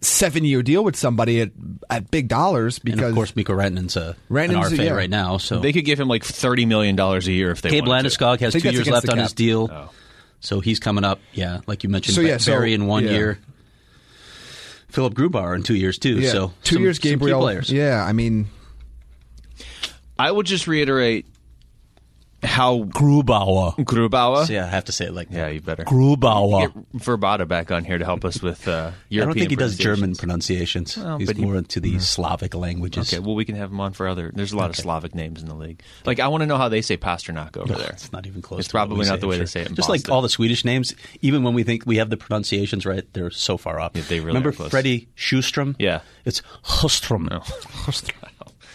Speaker 3: seven year deal with somebody at at big dollars because
Speaker 4: And of course, Miko Rantanen's a
Speaker 3: Rantanen's a-
Speaker 4: an RFA
Speaker 3: yeah.
Speaker 4: right now. So
Speaker 2: They could give him like 30 million dollars a year if they
Speaker 4: Gabe
Speaker 2: wanted to.
Speaker 4: Landeskog has
Speaker 3: I think
Speaker 4: two
Speaker 3: that's
Speaker 4: years
Speaker 3: against
Speaker 4: left
Speaker 3: the
Speaker 4: on
Speaker 3: cap.
Speaker 4: his deal,
Speaker 2: Oh.
Speaker 4: so he's coming up. Yeah, like you mentioned,
Speaker 3: So,
Speaker 4: Ba-
Speaker 3: yeah, so-
Speaker 4: Barry in one
Speaker 3: yeah.
Speaker 4: year, Philip Grubauer in two years too.
Speaker 3: Yeah,
Speaker 4: So
Speaker 3: two
Speaker 4: some-
Speaker 3: years
Speaker 4: some key
Speaker 3: Gabriel.
Speaker 4: players.
Speaker 3: Yeah, I mean
Speaker 2: I would just reiterate how
Speaker 4: Grubauer.
Speaker 2: Grubauer.
Speaker 4: Yeah, I have to say it like
Speaker 2: Yeah, you better.
Speaker 4: Grubauer.
Speaker 2: get Verbata back on here to help us with uh, European.
Speaker 4: Oh. I don't think he does
Speaker 2: pronunciation.
Speaker 4: German pronunciations. He's
Speaker 2: but he-
Speaker 4: more into the Slavic languages.
Speaker 2: Okay, well, we can have him on for other. There's a lot of Slavic names in the league. Like, I want to know how they say Pasternak over there.
Speaker 4: It's not even close.
Speaker 2: It's
Speaker 4: to what we
Speaker 2: probably
Speaker 4: say,
Speaker 2: not the
Speaker 4: I'm
Speaker 2: way
Speaker 4: sure.
Speaker 2: they say it. In
Speaker 4: Just like
Speaker 2: Boston.
Speaker 4: all the Swedish names, even when we think we have the pronunciations right, they're so far off.
Speaker 2: Yeah, they really
Speaker 4: Remember
Speaker 2: are close.
Speaker 4: Freddie Schustrom?
Speaker 2: Yeah.
Speaker 4: it's Hustrom.
Speaker 2: No.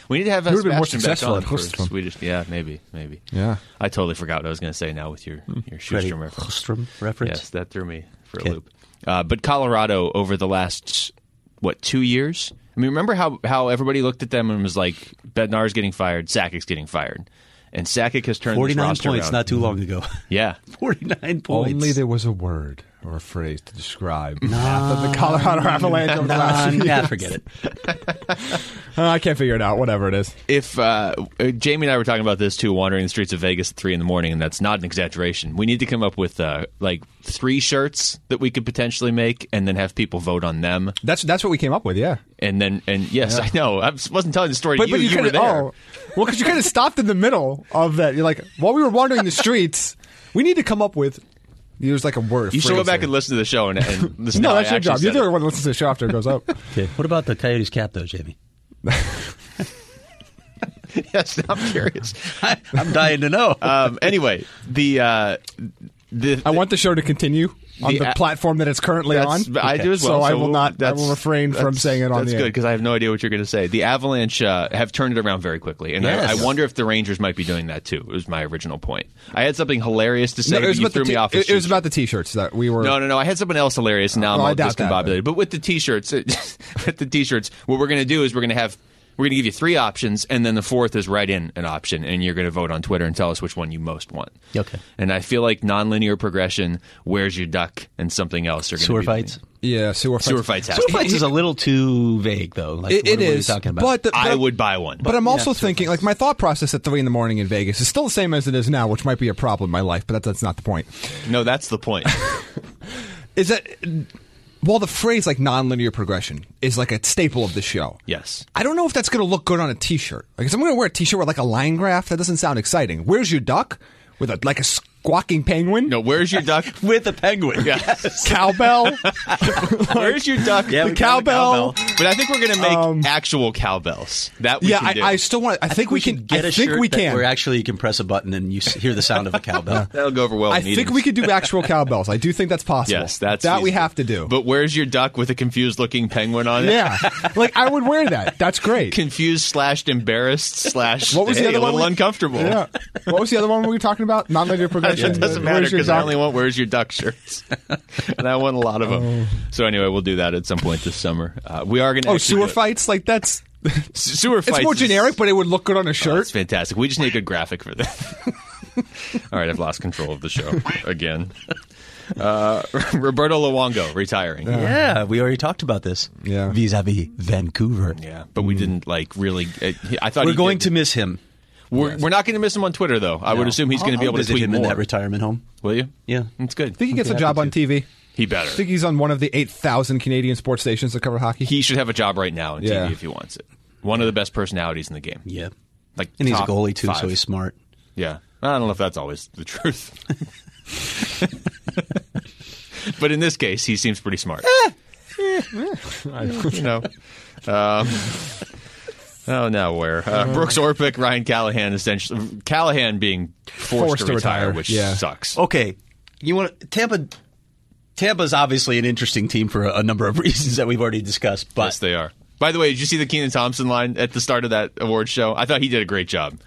Speaker 2: we need to have
Speaker 3: He would've been more
Speaker 2: Sebastian
Speaker 3: successful
Speaker 2: back
Speaker 3: at
Speaker 2: on for
Speaker 3: Hostrom.
Speaker 2: Swedish. Yeah, maybe, maybe.
Speaker 3: Yeah.
Speaker 2: I totally forgot what I was going to say now with your your
Speaker 4: Freddie
Speaker 2: Schuster reference.
Speaker 4: Hustrom reference.
Speaker 2: Yes, that threw me for
Speaker 4: Hmm. Okay.
Speaker 2: a loop. Uh, but Colorado over the last what two years? I mean, remember how how everybody looked at them and was like, Bednar's getting fired, Sakic's getting fired, and Sakic has turned this
Speaker 4: Forty-nine
Speaker 2: roster
Speaker 4: points
Speaker 2: around.
Speaker 4: not too long ago.
Speaker 2: yeah,
Speaker 4: Forty-nine points.
Speaker 3: only there was a word. or a phrase to describe the, the Colorado Avalanche over the
Speaker 4: Uh,
Speaker 3: last few
Speaker 4: nah,
Speaker 3: years.
Speaker 4: forget it.
Speaker 3: Uh, I can't figure it out. Whatever it is.
Speaker 2: If uh, uh, Jamie and I were talking about this too, wandering the streets of Vegas at three in the morning, and that's not an exaggeration. We need to come up with uh, like three shirts that we could potentially make, and then have people vote on them.
Speaker 3: That's that's what we came up with. Yeah.
Speaker 2: And then, and yes, I know I wasn't telling the story to you. were
Speaker 3: coulda-
Speaker 2: there.
Speaker 3: Oh, well, because you kind of stopped in the middle of that. You're like, while we were wandering the streets, we need to come up with. There's like a word. a
Speaker 2: You should go
Speaker 3: phrase
Speaker 2: back
Speaker 3: there.
Speaker 2: and listen to the show and, and listen.
Speaker 3: No,
Speaker 2: to how
Speaker 3: that's
Speaker 2: I
Speaker 3: your
Speaker 2: actually
Speaker 3: job. You're
Speaker 2: said
Speaker 3: the
Speaker 2: it.
Speaker 3: one that listens to the show after it goes up.
Speaker 4: Okay. What about the Coyotes cap, though, Jamie?
Speaker 2: Yes, I'm curious.
Speaker 4: I'm dying to know.
Speaker 2: um, anyway, the uh, the
Speaker 3: I want the show to continue on
Speaker 2: The
Speaker 3: the,
Speaker 2: a-
Speaker 3: platform that it's currently
Speaker 2: that's-
Speaker 3: on.
Speaker 2: I do as well.
Speaker 3: So, I will
Speaker 2: we'll-
Speaker 3: not. I
Speaker 2: that's-
Speaker 3: will refrain from
Speaker 2: that's-
Speaker 3: saying it on
Speaker 2: That's
Speaker 3: the
Speaker 2: good
Speaker 3: air.
Speaker 2: because I have no idea what you're going to say. The Avalanche uh, have turned it around very quickly, and I, I
Speaker 4: Yes.
Speaker 2: wonder if the Rangers might be doing that too. It was my original point. I had something hilarious to say,
Speaker 3: No, it
Speaker 2: but
Speaker 3: was
Speaker 2: you
Speaker 3: about
Speaker 2: threw
Speaker 3: the
Speaker 2: me
Speaker 3: t-
Speaker 2: off.
Speaker 3: It,
Speaker 2: the
Speaker 3: it was
Speaker 2: shoot.
Speaker 3: about the t-shirts that we were.
Speaker 2: No, no, no. I had something else hilarious. and Now I'm
Speaker 3: Well, I
Speaker 2: all
Speaker 3: doubt that,
Speaker 2: discombobulated. But with the t-shirts, it- with the t-shirts, what we're going to do is we're going to have we're going to give you three options, and then the fourth is write in an option, and you're going to vote on Twitter and tell us which one you most want.
Speaker 4: Okay.
Speaker 2: And I feel like nonlinear progression, where's your duck, and something else are going to
Speaker 4: Sewer
Speaker 2: be
Speaker 4: fights.
Speaker 3: Yeah, sewer fights.
Speaker 2: Sewer fights happen.
Speaker 4: Sewer fights is a little too vague, though. Like,
Speaker 3: It-
Speaker 4: what-
Speaker 3: it
Speaker 4: what are you
Speaker 3: is,
Speaker 4: talking about?
Speaker 3: but the-
Speaker 2: I would buy one.
Speaker 3: But I'm also thinking, like, my thought process at three in the morning in Vegas is still the same as it is now, which might be a problem in my life, but that, that's not the point.
Speaker 2: no, that's the point.
Speaker 3: Is that while the phrase like nonlinear progression is like a staple of the show?
Speaker 2: Yes.
Speaker 3: I don't know if that's going to look good on a T-shirt. Like, if I'm going to wear a T-shirt with like a line graph. That doesn't sound exciting. Where's your duck? With a like a squawking penguin,
Speaker 2: No, where's your duck?
Speaker 4: with the penguin.
Speaker 2: Yeah.
Speaker 3: cowbell,
Speaker 2: Where's your duck?
Speaker 4: Yeah,
Speaker 3: the
Speaker 4: we got a
Speaker 3: cowbell. Um,
Speaker 2: But I think we're going to make actual cowbells. That we
Speaker 3: Yeah,
Speaker 2: can
Speaker 3: I,
Speaker 2: do.
Speaker 3: I still want. I,
Speaker 4: I
Speaker 3: think we
Speaker 4: should
Speaker 3: can.
Speaker 4: get
Speaker 3: I
Speaker 4: a
Speaker 3: think
Speaker 4: shirt
Speaker 3: we
Speaker 4: that-
Speaker 3: can.
Speaker 4: Where actually you can press a button and you s- hear the sound of a cowbell.
Speaker 2: That'll go over well.
Speaker 3: I
Speaker 2: in
Speaker 3: think
Speaker 2: meetings.
Speaker 3: we could do actual cowbells. I do think that's possible.
Speaker 2: Yes, that's
Speaker 3: that we
Speaker 2: feasible.
Speaker 3: have to do.
Speaker 2: But where's your duck with a confused looking penguin on it?
Speaker 3: yeah, like I would wear that. That's great.
Speaker 2: Confused slash embarrassed slash
Speaker 3: What was the
Speaker 2: hey,
Speaker 3: other
Speaker 2: a
Speaker 3: one
Speaker 2: little
Speaker 3: we-
Speaker 2: uncomfortable.
Speaker 3: Yeah. What was the other one we were talking about? Nonlinear progression.
Speaker 2: It doesn't
Speaker 3: Where's
Speaker 2: matter
Speaker 3: your
Speaker 2: because I
Speaker 3: duck?
Speaker 2: only want "Where's your duck" shirts, and I want a lot of them. So anyway, we'll do that at some point this summer. Uh, we are going to
Speaker 3: Oh, sewer fights? Like that's
Speaker 2: Sewer fights.
Speaker 3: it's more
Speaker 2: is- Oh,
Speaker 3: generic, but it would look good on a
Speaker 2: That's
Speaker 3: shirt.
Speaker 2: fantastic. We just need a good graphic for that. All right, I've lost control of the show again. Uh, Roberto Luongo retiring.
Speaker 4: Yeah, we already talked about this.
Speaker 3: Yeah.
Speaker 4: vis-a-vis Vancouver.
Speaker 2: Yeah, but we didn't like really. uh, I thought
Speaker 4: Hmm. We're
Speaker 2: he
Speaker 4: going
Speaker 2: did-
Speaker 4: to miss him.
Speaker 2: We're, we're not going to miss him on Twitter though. I would assume he's going to
Speaker 4: I'll-
Speaker 2: be
Speaker 4: I'll
Speaker 2: able to
Speaker 4: visit
Speaker 2: tweet
Speaker 4: him
Speaker 2: more.
Speaker 4: in that retirement home.
Speaker 2: Will you?
Speaker 4: Yeah.
Speaker 2: that's good.
Speaker 3: I think he gets a job on TV.
Speaker 2: He
Speaker 3: I
Speaker 2: better.
Speaker 3: think he's on one of the eight thousand Canadian sports stations that cover hockey.
Speaker 2: he should have a job right now on
Speaker 3: Yeah.
Speaker 2: TV if he wants it. One of the best personalities in the game.
Speaker 4: Yeah,
Speaker 2: Like
Speaker 4: and he's a
Speaker 2: top
Speaker 4: goalie too, so
Speaker 2: five.
Speaker 4: he's smart.
Speaker 2: yeah. I don't know if that's always the truth, but in this case, he seems pretty smart.
Speaker 3: Eh.
Speaker 2: you know. Um, oh, now where? Uh, Brooks Orpik, Ryan Callahan, essentially Callahan being forced,
Speaker 3: Forced to retire,
Speaker 2: which
Speaker 3: yeah.
Speaker 2: sucks.
Speaker 4: Okay, you want Tampa? Tampa's obviously an interesting team for a, a number of reasons that we've already discussed, but
Speaker 2: Yes, they are. By the way, did you see the Keenan Thompson line at the start of that award show? I thought he did a great job.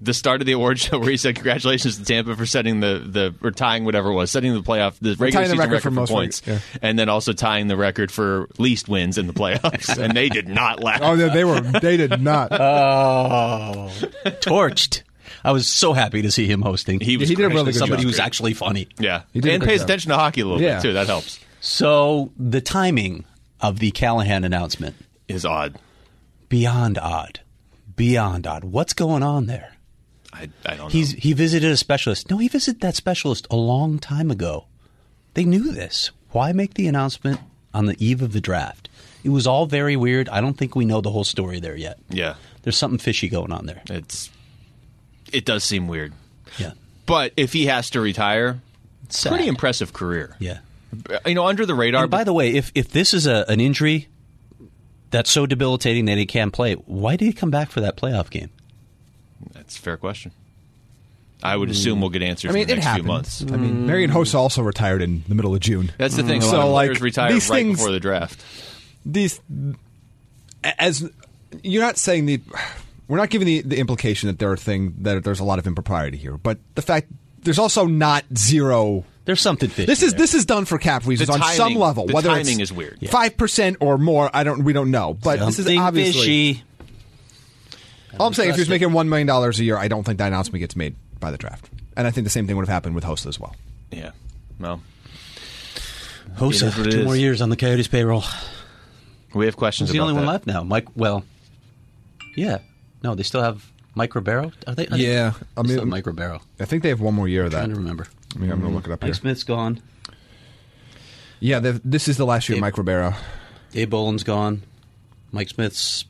Speaker 2: The start of the award show where he said, "Congratulations to Tampa for setting the the or tying whatever it was, setting the playoff the regular
Speaker 3: tying the
Speaker 2: season
Speaker 3: record
Speaker 2: record, for,
Speaker 3: for most
Speaker 2: points,
Speaker 3: reg-
Speaker 2: and then also tying the record for least wins in the playoffs." and they did not laugh.
Speaker 3: oh, no, they were. They did not.
Speaker 2: Uh,
Speaker 4: oh, torched. I was so happy to see him hosting.
Speaker 2: he was
Speaker 3: he did a
Speaker 2: crushed.
Speaker 3: really good
Speaker 4: somebody
Speaker 3: job.
Speaker 4: who's actually funny.
Speaker 2: yeah,
Speaker 3: He did a
Speaker 2: and
Speaker 3: great
Speaker 2: pays
Speaker 3: job.
Speaker 2: attention to hockey a little
Speaker 3: Yeah.
Speaker 2: bit too. That helps.
Speaker 4: So the timing of the Callahan announcement
Speaker 2: Is odd.
Speaker 4: beyond odd, beyond odd. What's going on there?
Speaker 2: I, I don't
Speaker 4: He's
Speaker 2: know.
Speaker 4: he visited a specialist. No, he visited that specialist a long time ago. They knew this. Why make the announcement on the eve of the draft? It was all very weird. I don't think we know the whole story there yet.
Speaker 2: Yeah,
Speaker 4: There's something fishy going on there.
Speaker 2: it's it does seem weird,
Speaker 4: Yeah.
Speaker 2: but if he has to retire,
Speaker 4: It's sad.
Speaker 2: pretty impressive career.
Speaker 4: Yeah.
Speaker 2: you know, under the radar.
Speaker 4: And by the way, if if this is a, an injury that's so debilitating that he can't play, why did he come back for that playoff game?
Speaker 2: That's a fair question. I would assume we'll get answers
Speaker 3: I mean,
Speaker 2: in the
Speaker 3: it
Speaker 2: next few
Speaker 3: happens. Mm.
Speaker 2: months. Mm.
Speaker 3: I mean, Marion Hosa also retired in the middle of June.
Speaker 2: That's the thing. A
Speaker 3: So,
Speaker 2: lot of
Speaker 3: like,
Speaker 2: players retire right
Speaker 3: these things-
Speaker 2: before the draft.
Speaker 3: these as you're not saying the we're not giving the, the implication that there are thing that there's a lot of impropriety here, but the fact there's also not zero.
Speaker 4: There's something fishy.
Speaker 3: This is
Speaker 4: there.
Speaker 3: this is done for cap reasons
Speaker 2: The
Speaker 3: on some
Speaker 2: timing-
Speaker 3: level.
Speaker 2: the
Speaker 3: whether
Speaker 2: timing
Speaker 3: it's
Speaker 2: is weird. Yeah.
Speaker 3: five percent or more. I don't. We don't know. But this is
Speaker 4: Something
Speaker 3: obviously.
Speaker 4: fishy.
Speaker 3: All I'm saying, if he was making one million dollars a year, I don't think that announcement gets made by the draft. And I think the same thing would have happened with Host as well.
Speaker 2: Yeah. Well, It is what
Speaker 4: Hosa,
Speaker 2: it
Speaker 4: two
Speaker 2: is.
Speaker 4: more years on the Coyotes payroll.
Speaker 2: We have questions.
Speaker 4: He's the
Speaker 2: about
Speaker 4: only one
Speaker 2: that.
Speaker 4: left now. Mike, well, yeah. No, they still have Mike Ribeiro. Are they? Are
Speaker 3: Yeah,
Speaker 4: They,
Speaker 3: I
Speaker 4: I mean,
Speaker 3: mean-
Speaker 4: Mike Ribeiro.
Speaker 3: I think they have one more year of that.
Speaker 4: trying to remember.
Speaker 3: I mean, I'm going to look it up here.
Speaker 4: Mike Smith's gone.
Speaker 3: Yeah, they've- this is the last year of
Speaker 4: They-
Speaker 3: Mike Ribeiro.
Speaker 4: Dave Boland's gone. Mike Smith's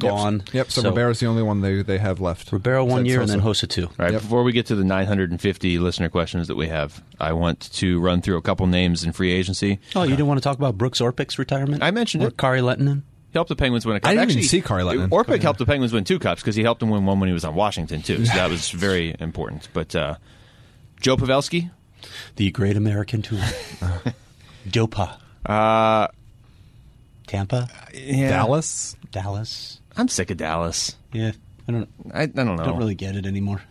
Speaker 4: gone.
Speaker 3: Yep, so, Ribeiro's the only one they, they have left.
Speaker 4: Ribeiro one
Speaker 3: Besides
Speaker 4: year and then
Speaker 3: Sosa.
Speaker 4: Hosa two.
Speaker 2: All right,
Speaker 3: Yep.
Speaker 2: before we get to the 950 listener questions that we have, I want to run through a couple names in free agency.
Speaker 4: Oh, you didn't want to talk about Brooks Orpik's retirement?
Speaker 2: I mentioned
Speaker 4: or
Speaker 2: it.
Speaker 4: Kari Lettinen?
Speaker 2: He helped the Penguins win a cup.
Speaker 3: I didn't even
Speaker 2: Actually,
Speaker 3: see Kari Lehtinen.
Speaker 2: Orpik helped the Penguins win two cups because he helped them win one when he was on Washington, too. So that was very important. But uh, Joe Pavelski,
Speaker 4: The Great American Tour. Dopa. Uh, Tampa,
Speaker 3: Dallas?
Speaker 4: Dallas.
Speaker 2: I'm sick of Dallas.
Speaker 4: Yeah, I don't.
Speaker 2: I, I don't know.
Speaker 4: Don't really get it anymore.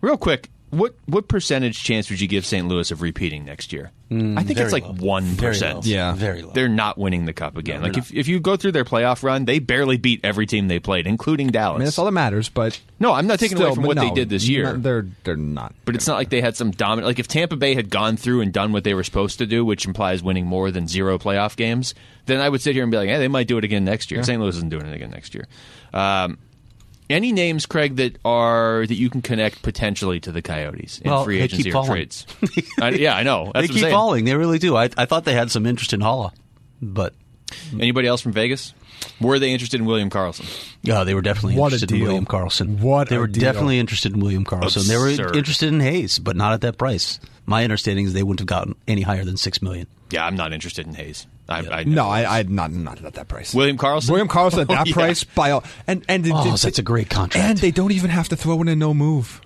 Speaker 2: Real quick, what what percentage chance would you give St. Louis of repeating next year? I think it's
Speaker 4: Mm, Very
Speaker 2: like
Speaker 4: low.
Speaker 2: one percent.
Speaker 4: Very low.
Speaker 3: Yeah.
Speaker 4: very low.
Speaker 2: They're not winning the cup again.
Speaker 4: they're
Speaker 2: like if, if you go through their playoff run, they barely beat every team they played, including Dallas.
Speaker 3: I mean, that's all that matters, but.
Speaker 2: No, I'm not taking away
Speaker 3: still,
Speaker 2: from
Speaker 3: but
Speaker 2: what they
Speaker 3: no,
Speaker 2: did this year.
Speaker 3: not- they're, they're not.
Speaker 2: But it's not like they had some dominant. Like if Tampa Bay had gone through and done what they were supposed to do, which implies winning more than zero playoff games, then I would sit here and be like, "Hey, they might do it again next year." St. Louis isn't doing it again next year. Um, any names, Craig, that are that you can connect potentially to the Coyotes in
Speaker 4: Well,
Speaker 2: free
Speaker 4: they
Speaker 2: agency
Speaker 4: keep
Speaker 2: or
Speaker 4: falling.
Speaker 2: trades? I, yeah, I know. That's
Speaker 4: they
Speaker 2: what I'm
Speaker 4: keep
Speaker 2: saying.
Speaker 4: falling. They really do. I, I thought they had some interest in Holla, but
Speaker 2: Anybody else from Vegas? Were they interested in William Carlson?
Speaker 4: yeah, uh, they were definitely
Speaker 3: What a
Speaker 4: interested in
Speaker 3: deal.
Speaker 4: William Carlson.
Speaker 3: What
Speaker 4: they
Speaker 3: a
Speaker 4: were
Speaker 3: deal.
Speaker 4: definitely interested in William Carlson. They
Speaker 2: Absurd.
Speaker 4: were interested in Hayes, but not at that price. My understanding is they wouldn't have gotten any higher than six million.
Speaker 2: Yeah, I'm not interested in Hayes. I, I
Speaker 3: No, I, I not not at that price.
Speaker 2: William Carlson?
Speaker 3: William Carlson at
Speaker 2: Oh,
Speaker 3: that
Speaker 2: yeah.
Speaker 3: price by all, and and
Speaker 4: Oh,
Speaker 3: it-
Speaker 4: that's a great contract.
Speaker 3: And they don't even have to throw in a no move.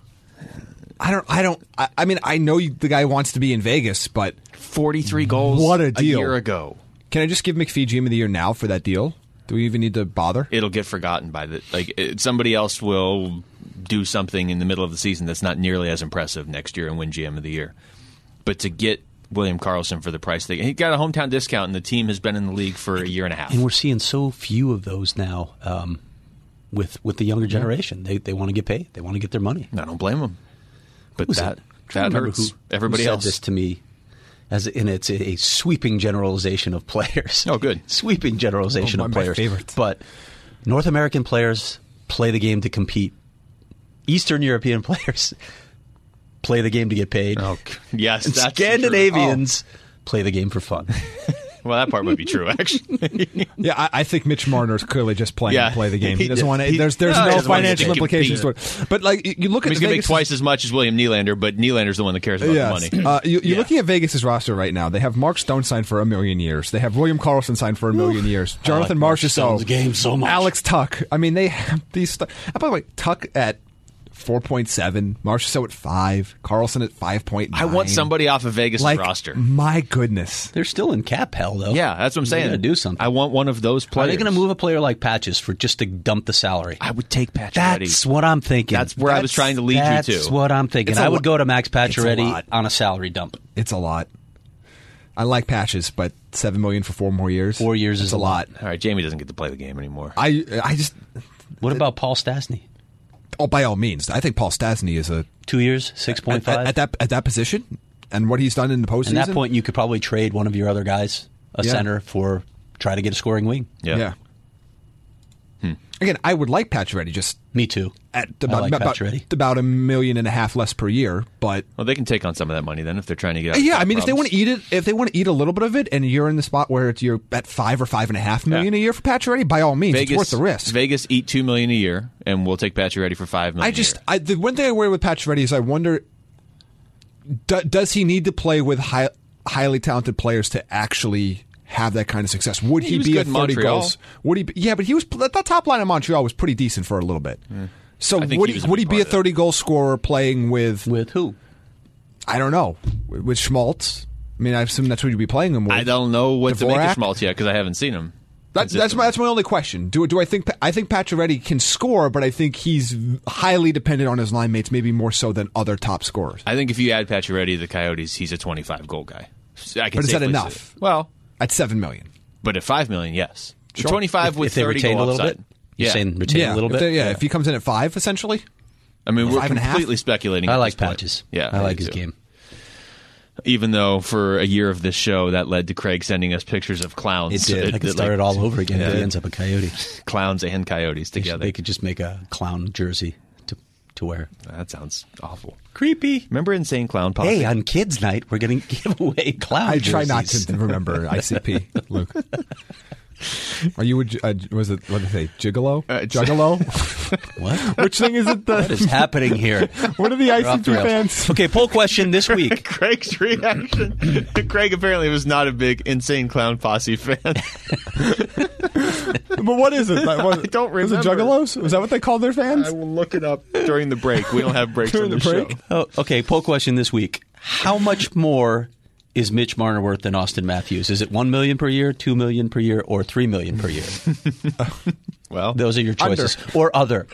Speaker 3: I don't. I don't. I, I mean, I know you, the guy wants to be in Vegas, but
Speaker 2: 43 goals.
Speaker 3: What a deal.
Speaker 2: year ago.
Speaker 3: can I just give McPhee GM of the year now for that deal? Do we even need to bother?
Speaker 2: it'll get forgotten by the like it, somebody else will do something in the middle of the season that's not nearly as impressive next year and win GM of the year. But to get William Carlson for the price they he got a hometown discount and the team has been in the league for a year and a half.
Speaker 4: and we're seeing so few of those now um, with with the younger generation. They they want to get paid. They want to get their money.
Speaker 2: I don't blame them. But
Speaker 4: Was
Speaker 2: that
Speaker 4: it- I'm trying
Speaker 2: that
Speaker 4: to remember
Speaker 2: hurts
Speaker 4: who-
Speaker 2: everybody
Speaker 4: who said
Speaker 2: else.
Speaker 4: This to me, as and it's a, a sweeping generalization of players.
Speaker 2: Oh, good.
Speaker 4: sweeping generalization
Speaker 3: Oh,
Speaker 4: of
Speaker 3: my- my
Speaker 4: players.
Speaker 3: favorite.
Speaker 4: But North American players play the game to compete. Eastern European players play the game to get paid.
Speaker 2: Oh, c- yes,
Speaker 4: and
Speaker 2: that's Oh. the truth.
Speaker 4: Scandinavians play the game for fun.
Speaker 2: Well, that part would be true actually.
Speaker 3: Yeah, I, I think Mitch Marner is clearly just playing
Speaker 2: Yeah.
Speaker 3: to play the game. He,
Speaker 2: He-
Speaker 3: doesn't want to.
Speaker 2: he-
Speaker 3: There's there's
Speaker 2: no, he
Speaker 3: no,
Speaker 2: doesn't wanna get
Speaker 3: financial
Speaker 2: paid.
Speaker 3: implications to it. But like you- you look at
Speaker 2: He's going to make
Speaker 3: Vegas-
Speaker 2: twice as much as William Nylander, but Nylander's the one that cares about
Speaker 3: Yes.
Speaker 2: the money.
Speaker 3: Uh, you, you're looking at Vegas' roster right now. They have Mark Stone signed for a million years. They have William Carlson signed for a million years. Jonathan
Speaker 4: Mark
Speaker 3: Marchessault.
Speaker 4: Stone's game so much.
Speaker 3: Alex Tuck. I mean, they have these. St- uh, by the way, Tuck at 4.7, Marchessault at 5, Carlson at 5.9.
Speaker 2: I want somebody off of Vegas'
Speaker 3: like,
Speaker 2: roster.
Speaker 3: My goodness.
Speaker 4: They're still in cap hell though.
Speaker 2: Yeah, that's what I'm saying.
Speaker 4: They're gonna do something.
Speaker 2: I want one of those
Speaker 4: Are
Speaker 2: players.
Speaker 4: they going to move a player like Patches for just to dump the salary?
Speaker 2: I would take Pacioretty.
Speaker 4: That's what I'm thinking.
Speaker 2: That's where I was trying to lead you
Speaker 4: that's
Speaker 2: to.
Speaker 4: what I'm thinking.
Speaker 3: It's a
Speaker 4: I
Speaker 3: lot.
Speaker 4: would go to Max
Speaker 3: It's a
Speaker 4: Pacioretty
Speaker 3: lot.
Speaker 4: on a salary dump.
Speaker 3: It's a lot. I like patches, but 7 million for four more years.
Speaker 4: Four years
Speaker 3: That's
Speaker 4: is
Speaker 3: a
Speaker 4: a lot.
Speaker 3: lot.
Speaker 2: All right, Jamie doesn't get to play the game anymore.
Speaker 3: I I just,
Speaker 4: What about Paul Stastny?
Speaker 3: oh, by all means, I think Paul Stasny is a
Speaker 4: Two years, six point
Speaker 3: at, at-
Speaker 4: five.
Speaker 3: at that at that position and what he's done in the postseason.
Speaker 4: that point, you could probably trade one of your other guys, a
Speaker 3: Yeah.
Speaker 4: center, for try to get a scoring wing.
Speaker 3: yeah.
Speaker 2: Hmm.
Speaker 3: Again, I would like Pacioretty just
Speaker 4: Me too.
Speaker 3: at
Speaker 4: I
Speaker 3: about
Speaker 4: like
Speaker 3: about,
Speaker 4: Pacioretty.
Speaker 3: about a million and a half less per year, but.
Speaker 2: Well, they can take on some of that money then if they're trying to get. Out of
Speaker 3: Uh, Yeah,
Speaker 2: cap
Speaker 3: I mean, if they
Speaker 2: problems.
Speaker 3: want to eat it, if they want to eat a little bit of it, and you're in the spot where it's you're at five or five and a half million
Speaker 2: Yeah.
Speaker 3: a year for Pacioretty, by all means,
Speaker 2: Vegas,
Speaker 3: it's worth the risk.
Speaker 2: Vegas eat two million a year, and we'll take Pacioretty for five million.
Speaker 3: I
Speaker 2: a
Speaker 3: just,
Speaker 2: year.
Speaker 3: I, the one thing I worry with Pacioretty is I wonder, do, does he need to play with high, highly talented players to actually have that kind of success? Would
Speaker 2: He
Speaker 3: he,
Speaker 2: was
Speaker 3: be
Speaker 2: good
Speaker 3: a
Speaker 2: in
Speaker 3: thirty
Speaker 2: Montreal.
Speaker 3: goals? Would he? Be, yeah, but he was that, that top line in Montreal was pretty decent for a little bit. So
Speaker 2: I think
Speaker 3: would
Speaker 2: he was
Speaker 3: he,
Speaker 2: a
Speaker 3: would he
Speaker 2: big
Speaker 3: be a
Speaker 2: part of it.
Speaker 3: thirty goal scorer playing with
Speaker 4: With who?
Speaker 3: I don't know with, with Schmaltz? I mean, I assume that's what you'd be playing him with.
Speaker 2: I don't know what to make
Speaker 3: Dvorak?
Speaker 2: of Schmaltz yet because I haven't seen him.
Speaker 3: That's that's my that's my only question. Do do I think I think Pacioretty can score, but I think he's highly dependent on his line mates, maybe more so than other top scorers.
Speaker 2: I think if you add Pacioretty to the Coyotes, he's a twenty-five goal guy. So I can
Speaker 3: But is that
Speaker 2: safely say-
Speaker 3: enough?
Speaker 2: Well,
Speaker 3: At seven million,
Speaker 2: but at five million, yes,
Speaker 3: Sure.
Speaker 2: twenty-five
Speaker 4: If,
Speaker 2: with
Speaker 4: if they
Speaker 2: thirty
Speaker 4: retain
Speaker 2: goal
Speaker 4: a little
Speaker 2: upside.
Speaker 4: bit,
Speaker 2: Yeah,
Speaker 4: you're saying retain
Speaker 3: yeah,
Speaker 4: a little
Speaker 3: if
Speaker 4: bit.
Speaker 3: they- yeah, If he comes in at five, essentially,
Speaker 2: I mean, we're
Speaker 3: Five and a half?
Speaker 2: completely speculating.
Speaker 4: I
Speaker 2: at
Speaker 4: like
Speaker 2: this point.
Speaker 4: Patches.
Speaker 2: Yeah,
Speaker 4: I
Speaker 2: do
Speaker 4: like his
Speaker 2: too.
Speaker 4: game.
Speaker 2: Even though for a year of this show, that led to Craig sending us pictures of clowns.
Speaker 4: It did. I could
Speaker 2: like,
Speaker 4: start it all over again. but It ends up a coyote.
Speaker 2: Clowns and coyotes
Speaker 4: They, should-
Speaker 2: together.
Speaker 4: they could just make a clown jersey to to wear.
Speaker 2: That sounds awful.
Speaker 4: Creepy.
Speaker 2: Remember Insane Clown Posse?
Speaker 4: Hey, on Kids Night, we're going to give away clown
Speaker 3: I
Speaker 4: jerseys.
Speaker 3: try not to remember ICP, Luke. Are you a, j- a j- was it what did they say gigolo
Speaker 2: Uh, it's-
Speaker 3: juggalo?
Speaker 4: What?
Speaker 3: Which thing is it?
Speaker 4: What is
Speaker 3: The
Speaker 4: happening here?
Speaker 3: what are the
Speaker 4: We're off
Speaker 3: ICP
Speaker 4: the rails.
Speaker 3: fans?
Speaker 4: Okay, poll question this week.
Speaker 2: Craig's reaction. Craig apparently was not a big Insane Clown Posse fan.
Speaker 3: But what is it? That was, I
Speaker 2: don't
Speaker 3: Was it
Speaker 2: remember.
Speaker 3: juggalos? Was that what they call their fans?
Speaker 2: will look it up during the break. We don't have breaks
Speaker 3: During
Speaker 2: on
Speaker 3: the
Speaker 2: this
Speaker 3: break?
Speaker 2: show.
Speaker 4: Oh, okay, poll question this week. How much more is Mitch Marner worth than Austin Matthews? Is it 1 million per year, 2 million per year, or 3 million per year?
Speaker 2: Well,
Speaker 4: Those are your choices. Or other.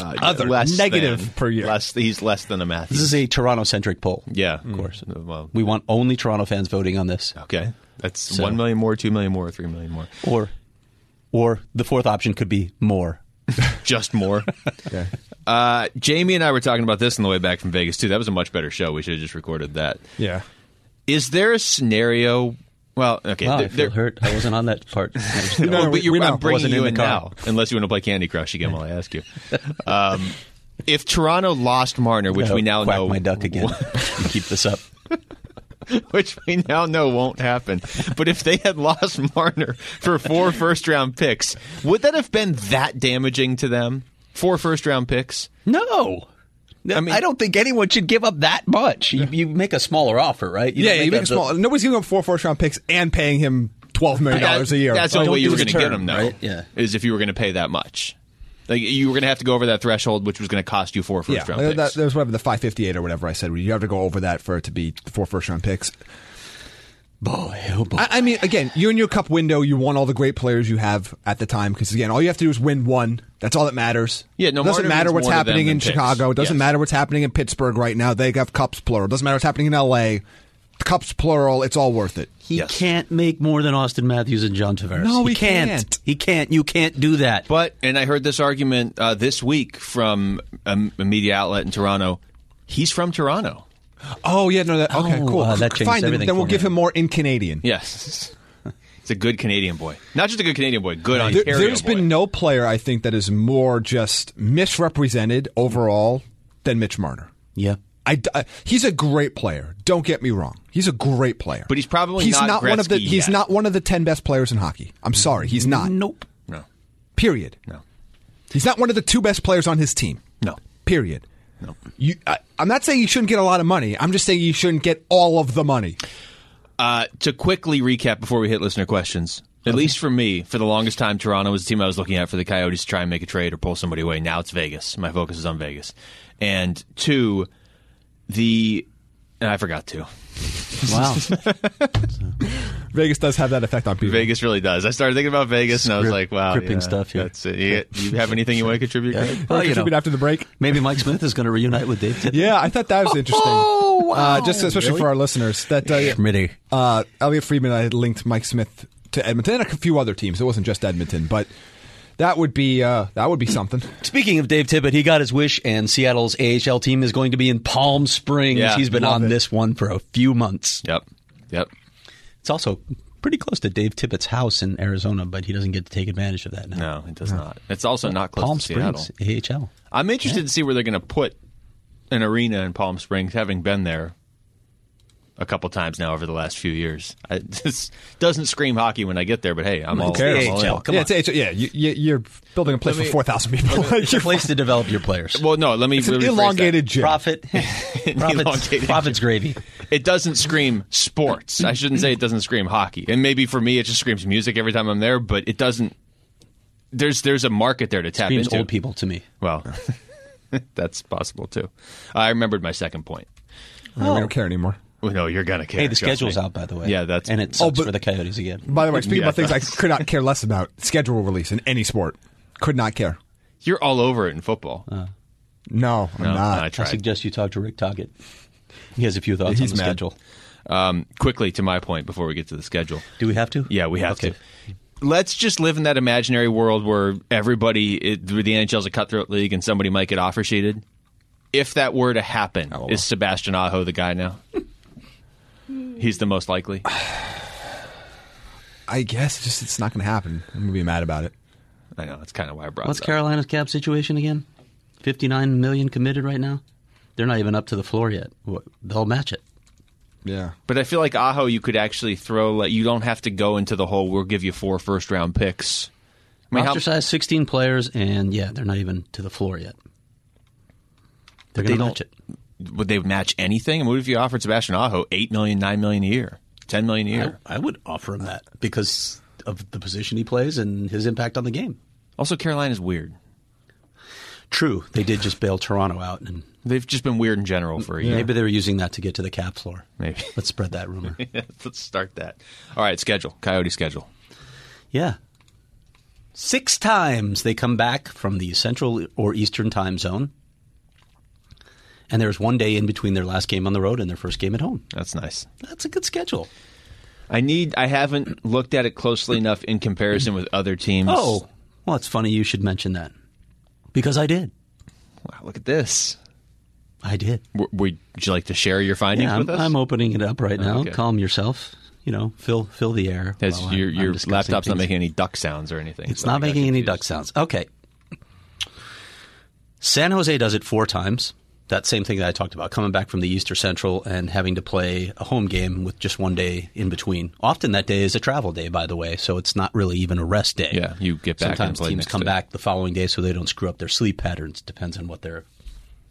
Speaker 2: uh,
Speaker 4: other
Speaker 2: less
Speaker 3: negative
Speaker 2: than-
Speaker 3: per year.
Speaker 2: Less, he's less than a math.
Speaker 4: This is a Toronto centric poll.
Speaker 2: yeah,
Speaker 4: Of course.
Speaker 2: Well,
Speaker 4: We want only Toronto fans voting on this.
Speaker 2: okay, that's one million more, two million more, three million more,
Speaker 4: Or or the fourth option could be more.
Speaker 2: just more.
Speaker 3: Okay.
Speaker 2: uh, Jamie and I were talking about this on the way back from Vegas too. That was a much better show. We should have just recorded that.
Speaker 3: Yeah.
Speaker 2: Is there a scenario? Well, okay,
Speaker 4: Wow,
Speaker 2: there-
Speaker 4: Ah, I feel
Speaker 2: there-
Speaker 4: hurt. I wasn't on that part.
Speaker 3: No,
Speaker 2: Well,
Speaker 3: no,
Speaker 2: but
Speaker 3: we-
Speaker 2: you're,
Speaker 3: we know.
Speaker 2: I'm bringing
Speaker 4: Wasn't in
Speaker 2: you
Speaker 4: the
Speaker 2: in
Speaker 4: car.
Speaker 2: now, unless you want to play Candy Crush again while I ask you. Um, if Toronto lost Marner, which we now
Speaker 4: Quack
Speaker 2: know
Speaker 4: my duck again. Keep this up.
Speaker 2: which we now know won't happen, but if they had lost Marner for four first round picks, would that have been that damaging to them? Four first round picks?
Speaker 4: No. I,
Speaker 2: mean-
Speaker 4: don't think anyone should give up that much. You, you make a smaller offer, right?
Speaker 3: Yeah,
Speaker 4: don't
Speaker 3: you make a
Speaker 4: the-
Speaker 3: small. Nobody's giving up four first round picks and paying him twelve million dollars a year.
Speaker 2: That's the
Speaker 4: Oh,
Speaker 2: only
Speaker 3: Don't
Speaker 2: way you
Speaker 3: do
Speaker 2: were
Speaker 3: it.
Speaker 2: going to get him, though.
Speaker 4: right? Yeah.
Speaker 2: Is if you were going to pay that much. Like you were going to have to go over that threshold, which was going to cost you four first
Speaker 3: Yeah,
Speaker 2: round
Speaker 3: that,
Speaker 2: picks.
Speaker 3: that, that was whatever the five fifty eight or whatever I said. You have to go over that for it to be four first round picks.
Speaker 4: Boy, oh boy.
Speaker 3: I, I mean, again, you in your cup window, you want all the great players you have at the time because again, all you have to do is win one. That's all that matters.
Speaker 2: Yeah, no,
Speaker 3: it doesn't
Speaker 2: Marner
Speaker 3: matter
Speaker 2: wins
Speaker 3: what's
Speaker 2: more to them
Speaker 3: happening
Speaker 2: than
Speaker 3: in
Speaker 2: picks.
Speaker 3: Chicago. It doesn't
Speaker 2: Yes.
Speaker 3: matter what's happening in Pittsburgh right now. They have cups plural. It doesn't matter what's happening in L.A. Cups plural. It's all worth it.
Speaker 4: he
Speaker 2: Yes.
Speaker 4: can't make more than Austin Matthews and John Tavares.
Speaker 3: No,
Speaker 4: he
Speaker 3: he
Speaker 4: can't.
Speaker 3: can't.
Speaker 4: He can't. You can't do that.
Speaker 2: But and I heard this argument uh, this week from a, m- a media outlet in Toronto. He's from Toronto.
Speaker 3: Oh yeah, no, that okay,
Speaker 4: Oh,
Speaker 3: cool.
Speaker 4: uh, that changes
Speaker 3: Fine, then,
Speaker 4: everything
Speaker 3: then we'll
Speaker 4: for
Speaker 3: give
Speaker 4: me.
Speaker 3: him more in Canadian.
Speaker 2: Yes, he's a good Canadian boy. Not just a good Canadian boy. Good
Speaker 3: There,
Speaker 2: Ontario
Speaker 3: has
Speaker 2: boy.
Speaker 3: been no player I think that is more just misrepresented overall than Mitch Marner.
Speaker 4: yeah.
Speaker 3: I, d- I- he's a great player. Don't get me wrong. He's a great player.
Speaker 2: But he's probably
Speaker 3: he's
Speaker 2: not
Speaker 3: one of the
Speaker 2: Gretzky
Speaker 3: he's
Speaker 2: yet.
Speaker 3: not one of the 10 best players in hockey. I'm sorry, he's not.
Speaker 4: Nope.
Speaker 2: no,
Speaker 3: Period.
Speaker 2: no,
Speaker 3: He's not one of the two best players on his team.
Speaker 2: no.
Speaker 3: Period. No. You I, I'm not saying you shouldn't get a lot of money. I'm just saying you shouldn't get all of the money.
Speaker 2: Uh, to quickly recap before we hit listener questions, at least for me, for the longest time, Toronto was the team I was looking at for the Coyotes to try and make a trade or pull somebody away. Now it's Vegas. My focus is on Vegas. And two, the and I forgot two.
Speaker 4: Wow.
Speaker 3: Vegas does have that effect on people.
Speaker 2: Vegas really does. I started thinking about Vegas, and I was like,
Speaker 4: Script-
Speaker 2: "Wow,
Speaker 4: scripting
Speaker 2: yeah,
Speaker 4: stuff here.
Speaker 2: That's it. You, you have anything you want to contribute? Craig?
Speaker 4: well, you know,
Speaker 3: Contribute after the break.
Speaker 4: maybe Mike Smith is going to reunite with Dave Tippett.
Speaker 3: Yeah, I thought that was interesting. Oh, uh, just especially for our listeners that uh,
Speaker 4: Schmitty.
Speaker 3: uh, Elliot Friedman I had linked Mike Smith to Edmonton and a few other teams. It wasn't just Edmonton, but that would be uh, that would be something.
Speaker 4: Speaking of Dave Tippett, he got his wish, and Seattle's AHL team is going to be in Palm Springs.
Speaker 2: Yeah,
Speaker 4: He's been on this one for a few months.
Speaker 2: Yep, yep.
Speaker 4: It's also pretty close to Dave Tippett's house in Arizona, but he doesn't get to take advantage of that now.
Speaker 2: No, it does not. It's also not close
Speaker 4: Palm
Speaker 2: to Seattle.
Speaker 4: Springs, AHL.
Speaker 2: I'm interested to see where they're going to put an arena in Palm Springs, having been there a couple times now over the last few years. I, this doesn't scream hockey when I get there, but hey, I'm all,
Speaker 4: It's the
Speaker 2: I'm all in.
Speaker 4: AHL. Come
Speaker 3: yeah,
Speaker 4: on.
Speaker 3: it's, it's- yeah, you, you- you're building a place for four thousand people.
Speaker 4: It's a place to develop your players.
Speaker 2: Well, no, let me
Speaker 3: it's an
Speaker 2: rephrase that.
Speaker 3: elongated gym.
Speaker 4: Profit,
Speaker 2: elongated
Speaker 4: profits, profits gravy.
Speaker 2: It doesn't scream sports. I shouldn't say it doesn't scream hockey. And maybe for me, it just screams music every time I'm there. But it doesn't. There's there's a market there to tap
Speaker 4: Screams
Speaker 2: into.
Speaker 4: old people to me.
Speaker 2: Well, that's possible too. I remembered my second point.
Speaker 3: I
Speaker 2: Oh.
Speaker 3: don't care anymore.
Speaker 2: Well, no, you're gonna care.
Speaker 4: Hey, the
Speaker 2: trust
Speaker 4: schedule's
Speaker 2: me.
Speaker 4: out by the way.
Speaker 2: Yeah, that's Oh,
Speaker 4: and it sucks
Speaker 3: but-
Speaker 4: for the Coyotes again.
Speaker 3: By the way, speaking
Speaker 2: Yeah,
Speaker 3: about things I
Speaker 2: that's-
Speaker 3: could not care less about, schedule release in any sport, could not care.
Speaker 2: You're all over it in football.
Speaker 3: No, I'm
Speaker 2: No,
Speaker 3: not.
Speaker 2: I
Speaker 4: I
Speaker 2: tried.
Speaker 4: suggest you talk to Rick Toggett. He has a few thoughts
Speaker 3: He's
Speaker 4: on the
Speaker 3: mad.
Speaker 4: schedule.
Speaker 2: Um, quickly to my point before we get to the schedule.
Speaker 4: Do we have to?
Speaker 2: Yeah, we have
Speaker 4: Okay.
Speaker 2: to. Let's just live in that imaginary world where everybody, it, the NHL's a cutthroat league, and somebody might get offer sheeted. If that were to happen, is Sebastian Aho the guy now? He's the most likely.
Speaker 3: I guess just it's not going to happen. I'm going to be mad about it.
Speaker 2: I know that's kind of why I brought.
Speaker 4: What's
Speaker 2: it up.
Speaker 4: Carolina's cap situation again? 59 million committed right now. They're not even up to the floor yet. Wha- They'll match it.
Speaker 3: Yeah.
Speaker 2: But I feel like Aho, you could actually throw. Like, you don't have to go into the whole. We'll give you four first round picks. I mean, how-
Speaker 4: Roster size 16 players, and yeah, they're not even to the floor yet. They're
Speaker 2: they
Speaker 4: going to
Speaker 2: don't-
Speaker 4: match it.
Speaker 2: would they match anything? And what if you offered Sebastian Aho eight million, nine million a year, ten million a year?
Speaker 4: I would offer him that because of the position he plays and his impact on the game.
Speaker 2: Also, Carolina's weird.
Speaker 4: True, they did just bail Toronto out, and
Speaker 2: They've just been weird in general for a year.
Speaker 4: maybe they were using that to get to the cap floor.
Speaker 2: Maybe.
Speaker 4: Let's spread that rumor.
Speaker 2: Let's start that. All right, schedule. Coyote schedule.
Speaker 4: Yeah. Six times they come back from the central or eastern time zone. And there's one day in between their last game on the road and their first game at home.
Speaker 2: That's nice.
Speaker 4: That's a good schedule.
Speaker 2: I need. I haven't looked at it closely enough in comparison with other teams.
Speaker 4: Oh, well, it's funny you should mention that because I did.
Speaker 2: wow, look at this.
Speaker 4: I did.
Speaker 2: W- would you like to share your findings
Speaker 4: Yeah, I'm,
Speaker 2: with us?
Speaker 4: I'm opening it up right now.
Speaker 2: okay.
Speaker 4: Calm yourself. You know, fill fill the air.
Speaker 2: That's-
Speaker 4: while I'm-
Speaker 2: your
Speaker 4: I'm
Speaker 2: your
Speaker 4: discussing
Speaker 2: laptop's not
Speaker 4: things.
Speaker 2: making any duck sounds or anything.
Speaker 4: It's
Speaker 2: so I
Speaker 4: not
Speaker 2: got
Speaker 4: making any
Speaker 2: confused.
Speaker 4: duck sounds. Okay. San Jose does it four times. That same thing that I talked about, coming back from the East or Central and having to play a home game with just one day in between. Often that day is a travel day, by the way, so it's not really even a rest day.
Speaker 2: Yeah, you get back and
Speaker 4: Sometimes
Speaker 2: play
Speaker 4: teams
Speaker 2: next
Speaker 4: come
Speaker 2: day.
Speaker 4: back the following day so they don't screw up their sleep patterns. Depends on what they're,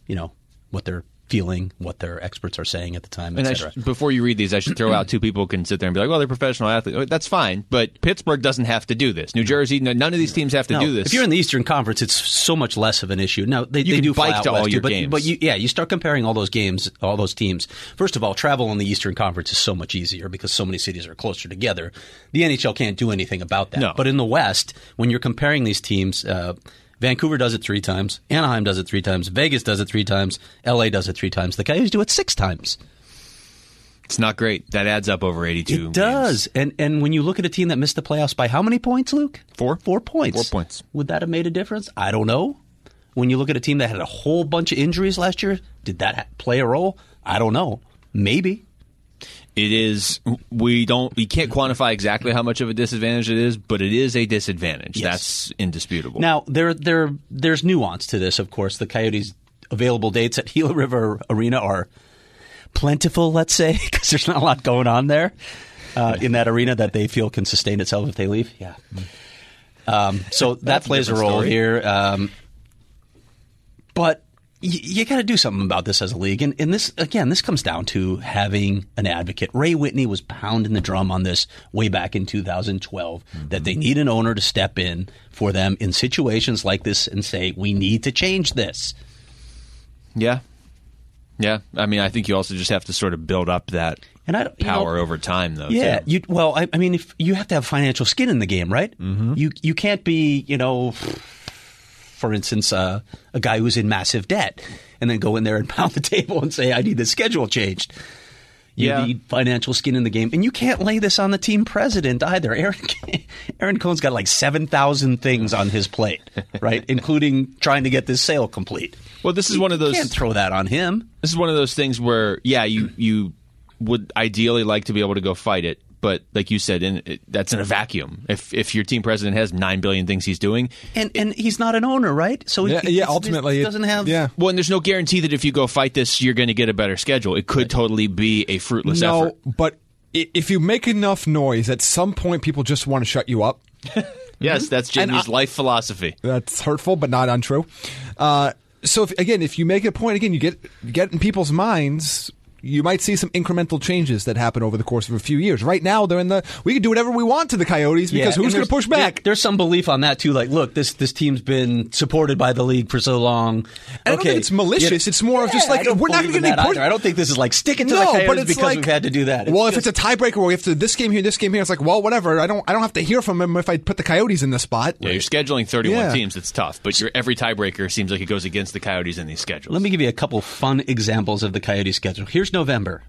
Speaker 4: you know, what they're feeling, what their experts are saying at the time,
Speaker 2: And I
Speaker 4: etc.
Speaker 2: should, before you read these, I should throw out two people who can sit there and be like, "Well, they're professional athletes." Oh, That's fine, but Pittsburgh doesn't have to do this. New Jersey, no, none of these teams have to
Speaker 4: No,
Speaker 2: do this.
Speaker 4: If you're in the Eastern Conference, it's so much less of an issue. No, they,
Speaker 2: You
Speaker 4: they
Speaker 2: can
Speaker 4: do fly
Speaker 2: bike
Speaker 4: out
Speaker 2: to all
Speaker 4: west, too,
Speaker 2: your
Speaker 4: but,
Speaker 2: games.
Speaker 4: But you, yeah, you start comparing all those games, all those teams. First of all, travel in the Eastern Conference is so much easier because so many cities are closer together. The NHL can't do anything about that.
Speaker 2: No.
Speaker 4: But in the West, when you're comparing these teams, uh, Vancouver does it three times, Anaheim does it three times, Vegas does it three times, LA does it three times, the Coyotes do it six times.
Speaker 2: it's not great. That adds up over eighty-two.
Speaker 4: It
Speaker 2: games.
Speaker 4: does. And and when you look at a team that missed the playoffs by how many points, Luke?
Speaker 2: Four.
Speaker 4: Four points.
Speaker 2: Four points.
Speaker 4: Would that have made a difference? I don't know. When you look at a team that had a whole bunch of injuries last year, did that ha- play a role? I don't know. Maybe.
Speaker 2: It is. We don't. We can't quantify exactly how much of a disadvantage it is, but it is a disadvantage.
Speaker 4: Yes.
Speaker 2: That's indisputable.
Speaker 4: Now there there there's nuance to this, of course. The Coyotes' available dates at Gila River Arena are plentiful, let's say, because there's not a lot going on there uh, in that arena that they feel can sustain itself if they leave. Yeah. Um, so that
Speaker 2: a
Speaker 4: plays a
Speaker 2: different
Speaker 4: role
Speaker 2: story.
Speaker 4: here, um, but. y- You got to do something about this as a league, and, and this again, this comes down to having an advocate. Ray Whitney was pounding the drum on this way back in 2012 that they need an owner to step in for them in situations like this and say, "We need to change this."
Speaker 2: yeah, yeah. I mean, I think you also just have to sort of build up that
Speaker 4: And I don't- you know-
Speaker 2: power over time, though.
Speaker 4: Yeah,
Speaker 2: too.
Speaker 4: you well, I, I mean, if you have to have financial skin in the game, right? Mm-hmm. You you can't be, you know, for instance, uh, a guy who's in massive debt, and then go in there and pound the table and say, "I need the schedule changed." You
Speaker 2: Yeah.
Speaker 4: need financial skin in the game, and you can't lay this on the team president either. Aaron Aaron Cohen's got like seven thousand things on his plate, right, including trying to get this sale complete.
Speaker 2: Well, this is one of those.
Speaker 4: Can't throw that on him.
Speaker 2: this is one of those things where yeah you you would ideally like to be able to go fight it but like you said in it, that's in a vacuum if if your team president has 9 billion things he's doing
Speaker 4: And and he's not an owner, right? So he-
Speaker 3: Yeah,
Speaker 4: he-
Speaker 3: yeah ultimately.
Speaker 4: he
Speaker 3: it-
Speaker 4: doesn't have
Speaker 3: Yeah.
Speaker 2: well and there's no guarantee that if you go fight this you're going to get a better schedule it could totally be a fruitless
Speaker 3: no,
Speaker 2: effort
Speaker 3: but i- if you make enough noise, at some point people just want to shut you up.
Speaker 2: yes that's jamie's life philosophy
Speaker 3: That's hurtful, but not untrue. Uh, so if, again, if you make a point, again, you get you get in people's minds. You might see some incremental changes that happen over the course of a few years. Right now, they're in the we can do whatever we want to the Coyotes because
Speaker 4: Yeah,
Speaker 3: who's
Speaker 4: and
Speaker 3: going to
Speaker 4: there's-
Speaker 3: push back?
Speaker 4: there- there's some belief on that too. Like, look, this this team's been supported by the league for so long.
Speaker 3: I don't think it's malicious. It's more of just like,
Speaker 4: I don't
Speaker 3: we're not
Speaker 4: believe in
Speaker 3: gonna
Speaker 4: that
Speaker 3: push-
Speaker 4: either. I don't think this is like stick it to the
Speaker 3: no,
Speaker 4: Coyotes
Speaker 3: but it's
Speaker 4: because
Speaker 3: like
Speaker 4: we've had to do that.
Speaker 3: well, if
Speaker 4: just-
Speaker 3: it's a tiebreaker, where we have to this game here, this game here, it's like, well, whatever. I don't, I don't have to hear from him if I put the Coyotes in the spot.
Speaker 2: yeah, you're scheduling 31
Speaker 3: Yeah.
Speaker 2: teams it's tough but your every tiebreaker seems like it goes against the coyotes in these schedules
Speaker 4: Let me give you a couple fun examples of the Coyote schedule. Here's November.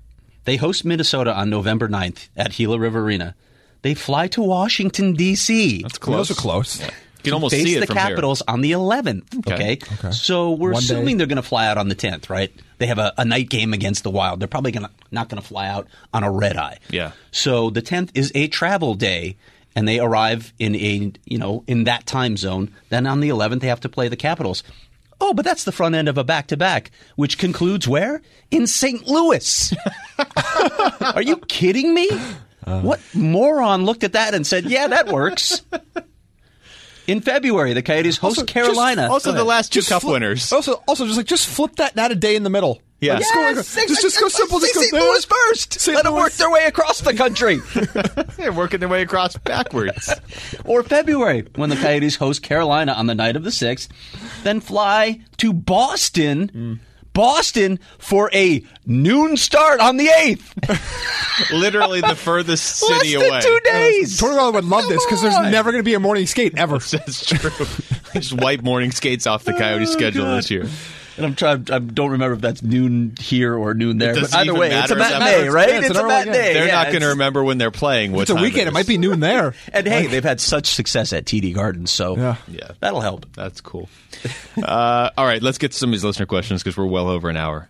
Speaker 4: They host Minnesota on November 9th at Gila River Arena. They fly to Washington D.C.
Speaker 3: Those are close.
Speaker 2: can almost
Speaker 4: face
Speaker 2: see it
Speaker 4: the
Speaker 2: from here.
Speaker 4: Capitals on the 11th. Okay.
Speaker 2: Okay.
Speaker 4: So we're
Speaker 3: One day.
Speaker 4: assuming they're going to fly out on the 10th, right? They have a, a night game against the Wild. They're probably gonna, not going to fly out on a red eye.
Speaker 2: Yeah.
Speaker 4: So the 10th is a travel day, and they arrive in a you know in that time zone. Then on the 11th, they have to play the Capitals. Oh, but that's the front end of a back to back, which concludes where in St. Louis. Are you kidding me? what moron looked at that and said, "Yeah, that works." In February, the Coyotes host
Speaker 3: Also, just-
Speaker 4: Carolina.
Speaker 2: Also, the last two cup
Speaker 3: flip-
Speaker 2: winners.
Speaker 3: Also, also just like just flip that and add a day in the middle.
Speaker 2: Yeah.
Speaker 3: Like, just go-
Speaker 4: Yes,
Speaker 3: just, just go simple. Just go
Speaker 4: St. Louis first.
Speaker 3: St.
Speaker 4: Let them
Speaker 3: Louis.
Speaker 4: work their way across the country.
Speaker 2: They're working their way across backwards.
Speaker 4: or February, when the Coyotes host Carolina on the night of the 6th, then fly to Boston.
Speaker 3: Mm.
Speaker 4: Boston for a noon start on the 8th.
Speaker 2: Literally the furthest
Speaker 4: Less
Speaker 2: city
Speaker 4: than
Speaker 2: away.
Speaker 4: two days.
Speaker 3: Tortorella would love this because there's
Speaker 4: Come on.
Speaker 3: never going to be a morning skate ever.
Speaker 2: That's true. Just wipe morning skates off the Coyote schedule this year.
Speaker 4: And I'm trying. I don't remember if that's noon here or noon there. But
Speaker 2: doesn't
Speaker 4: either
Speaker 2: even
Speaker 4: way, it's
Speaker 2: matter.
Speaker 4: a
Speaker 2: It's not-
Speaker 4: matinee,
Speaker 2: it's-
Speaker 4: right?
Speaker 3: yeah, it's
Speaker 4: it's,
Speaker 3: an
Speaker 4: a
Speaker 3: early game.
Speaker 4: matinee.
Speaker 2: They're
Speaker 4: Yeah,
Speaker 2: not going to
Speaker 4: it's-
Speaker 2: remember when they're playing. What
Speaker 3: It's a
Speaker 2: time
Speaker 3: weekend. It
Speaker 2: is.
Speaker 3: might be noon there.
Speaker 4: And hey, they've had such success at TD Garden, so
Speaker 3: Yeah.
Speaker 2: Yeah.
Speaker 4: that'll help.
Speaker 2: That's cool. uh, all right, let's get to some of these listener questions because we're well over an hour.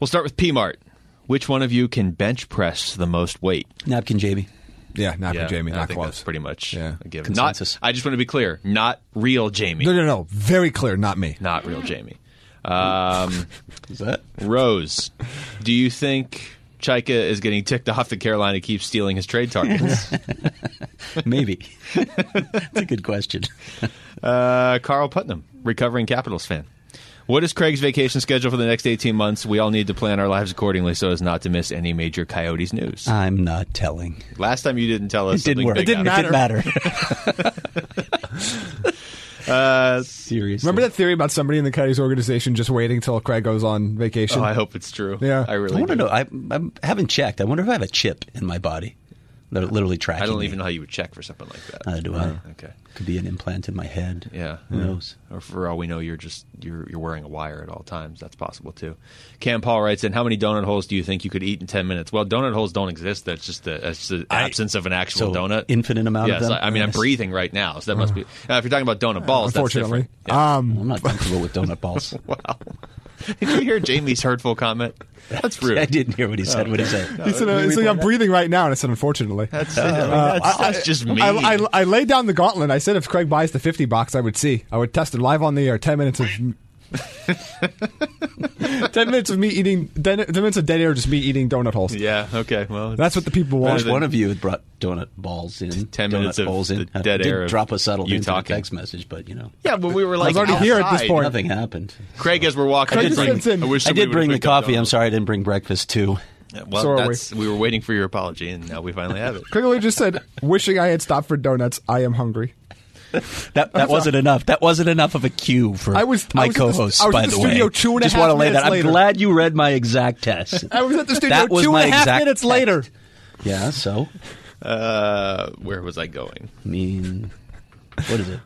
Speaker 2: We'll start with P Mart. Which one of you can bench press the most weight?
Speaker 4: Napkin, Jamie.
Speaker 3: Yeah, not for
Speaker 2: Yeah,
Speaker 3: Jamie,
Speaker 2: I
Speaker 3: not
Speaker 2: think
Speaker 3: close.
Speaker 2: That's pretty much
Speaker 3: Yeah.
Speaker 2: a given.
Speaker 4: Consensus.
Speaker 2: Not, I just want to be clear. Not real Jamie.
Speaker 3: no, no, no. Very clear, not me.
Speaker 2: Not real Jamie. Um,
Speaker 4: Is that?
Speaker 2: Rose, do you think Chaika is getting ticked off that Carolina keeps stealing his trade targets?
Speaker 4: Maybe. That's a good question.
Speaker 2: Uh, Carl Putnam, recovering Capitals fan. What is Craig's vacation schedule for the next 18 months? We all need to plan our lives accordingly so as not to miss any major Coyotes news.
Speaker 4: I'm not telling.
Speaker 2: Last time you didn't tell us.
Speaker 4: Uh, It didn't
Speaker 2: something
Speaker 4: work.
Speaker 2: big happened.
Speaker 4: It didn't matter.
Speaker 2: Uh,
Speaker 4: Seriously.
Speaker 3: Remember that theory about somebody in the Coyotes organization just waiting till Craig goes on vacation?
Speaker 2: Oh, I hope it's true.
Speaker 3: Yeah.
Speaker 2: I really
Speaker 4: I want to
Speaker 2: do.
Speaker 4: know. I, I haven't checked. I wonder if I have a chip in my body that are literally tracking.
Speaker 2: I don't
Speaker 4: me.
Speaker 2: even know how you would check for something like that. Uh,
Speaker 4: Neither do I.
Speaker 2: Okay.
Speaker 4: Could be an implant in my head.
Speaker 2: Yeah.
Speaker 4: Who knows?
Speaker 2: Or for all we know, you're just you're you're wearing a wire at all times. That's possible too. Cam Paul writes in, "How many donut holes do you think you could eat in ten minutes?" Well, donut holes don't exist. That's just the, that's the absence of an actual
Speaker 4: so
Speaker 2: donut.
Speaker 4: infinite amount of
Speaker 2: Yes,
Speaker 4: them?
Speaker 2: I, I mean I'm
Speaker 4: Yes.
Speaker 2: breathing right now, so that must be. Now, if you're talking about donut balls, that's
Speaker 3: Unfortunately.
Speaker 2: different.
Speaker 3: Um,
Speaker 4: I'm not comfortable with donut balls.
Speaker 2: Wow. Did you hear Jamie's hurtful comment? That's rude.
Speaker 4: I didn't hear what he said. What he said.
Speaker 3: he said, uh, he said, I'm breathing right now, and I said, unfortunately.
Speaker 2: That's, I mean, that's, that's just me.
Speaker 3: I, I, I laid down the gauntlet. I said if Craig buys the 50 box, I would see. I would test it live on the air. 10 minutes of. 10 minutes of me eating. 10, 10 minutes of dead air, just me eating donut holes.
Speaker 2: yeah. Okay. Well,
Speaker 3: That's what the people
Speaker 2: Better
Speaker 3: want.
Speaker 4: Which one of you had brought donut balls in?
Speaker 2: Ten
Speaker 4: donut
Speaker 2: minutes of
Speaker 4: balls in.
Speaker 2: the dead
Speaker 4: I did
Speaker 2: air of
Speaker 4: Drop a subtle
Speaker 2: you
Speaker 4: hint in the
Speaker 2: talking.
Speaker 4: text message, but you know,
Speaker 2: Yeah, but we were like
Speaker 3: was already here at this
Speaker 2: outside.
Speaker 3: point.
Speaker 4: nothing happened.
Speaker 2: Craig, as we're walking,
Speaker 3: I
Speaker 2: it's
Speaker 3: did
Speaker 2: like,
Speaker 3: bring-
Speaker 2: wish
Speaker 4: I
Speaker 2: somebody
Speaker 4: did bring
Speaker 2: would've
Speaker 4: the
Speaker 2: picked up
Speaker 4: coffee. I'm
Speaker 2: donuts.
Speaker 4: sorry I didn't bring breakfast too.
Speaker 2: Yeah, Well,
Speaker 3: So are we.
Speaker 2: that's, we. were waiting for your apology, and now we finally have it.
Speaker 3: Craig Lee just said, wishing I had stopped for donuts. I am hungry.
Speaker 4: That that wasn't enough. That wasn't enough of a cue for
Speaker 3: I was-
Speaker 4: my
Speaker 3: I was at the-
Speaker 4: co-host.
Speaker 3: I was
Speaker 4: by
Speaker 3: at the
Speaker 4: the, way,
Speaker 3: studio two and a
Speaker 4: just
Speaker 3: half
Speaker 4: want to lay
Speaker 3: minutes
Speaker 4: that. I'm
Speaker 3: later.
Speaker 4: glad you read my exact test.
Speaker 3: I was at the studio
Speaker 4: That was
Speaker 3: two
Speaker 4: my
Speaker 3: and a half
Speaker 4: exact
Speaker 3: minutes later.
Speaker 4: yeah. So
Speaker 2: Uh, where was I going?
Speaker 4: I mean, what is it?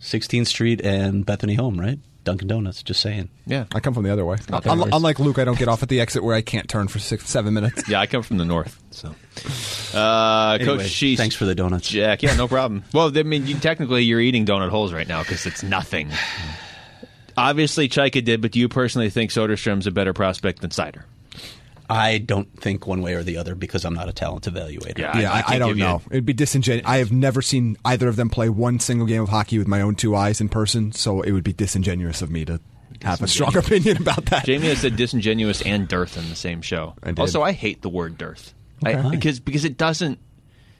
Speaker 4: 16th Street and Bethany Home, right? Dunkin' Donuts. Just saying.
Speaker 2: Yeah,
Speaker 3: I come from the other way.
Speaker 4: that
Speaker 3: Unl-
Speaker 4: nice.
Speaker 3: unlike Luke, I don't get off at the exit where I can't turn for six, seven minutes.
Speaker 2: yeah. I come from the north, so uh,
Speaker 4: Anyway,
Speaker 2: Coach Sheets.
Speaker 4: thanks for the donuts.
Speaker 2: Jack. Yeah, no problem. Well, I mean, you, technically, you're eating donut holes right now because it's nothing. Obviously, Chaika did, but do you personally think Soderstrom's a better prospect than Cider?
Speaker 4: I don't think one way or the other because I'm not a talent evaluator.
Speaker 3: Yeah, I, I,
Speaker 2: can't
Speaker 3: don't
Speaker 2: give you a-
Speaker 3: know. It'd be disingenuous. I have never seen either of them play one single game of hockey with my own two eyes in person, so it would be disingenuous of me to have a strong opinion about that.
Speaker 2: Jamie has said disingenuous and dearth in the same show.
Speaker 3: I did.
Speaker 2: Also, I hate the word dearth I-
Speaker 4: Okay.
Speaker 2: because because it doesn't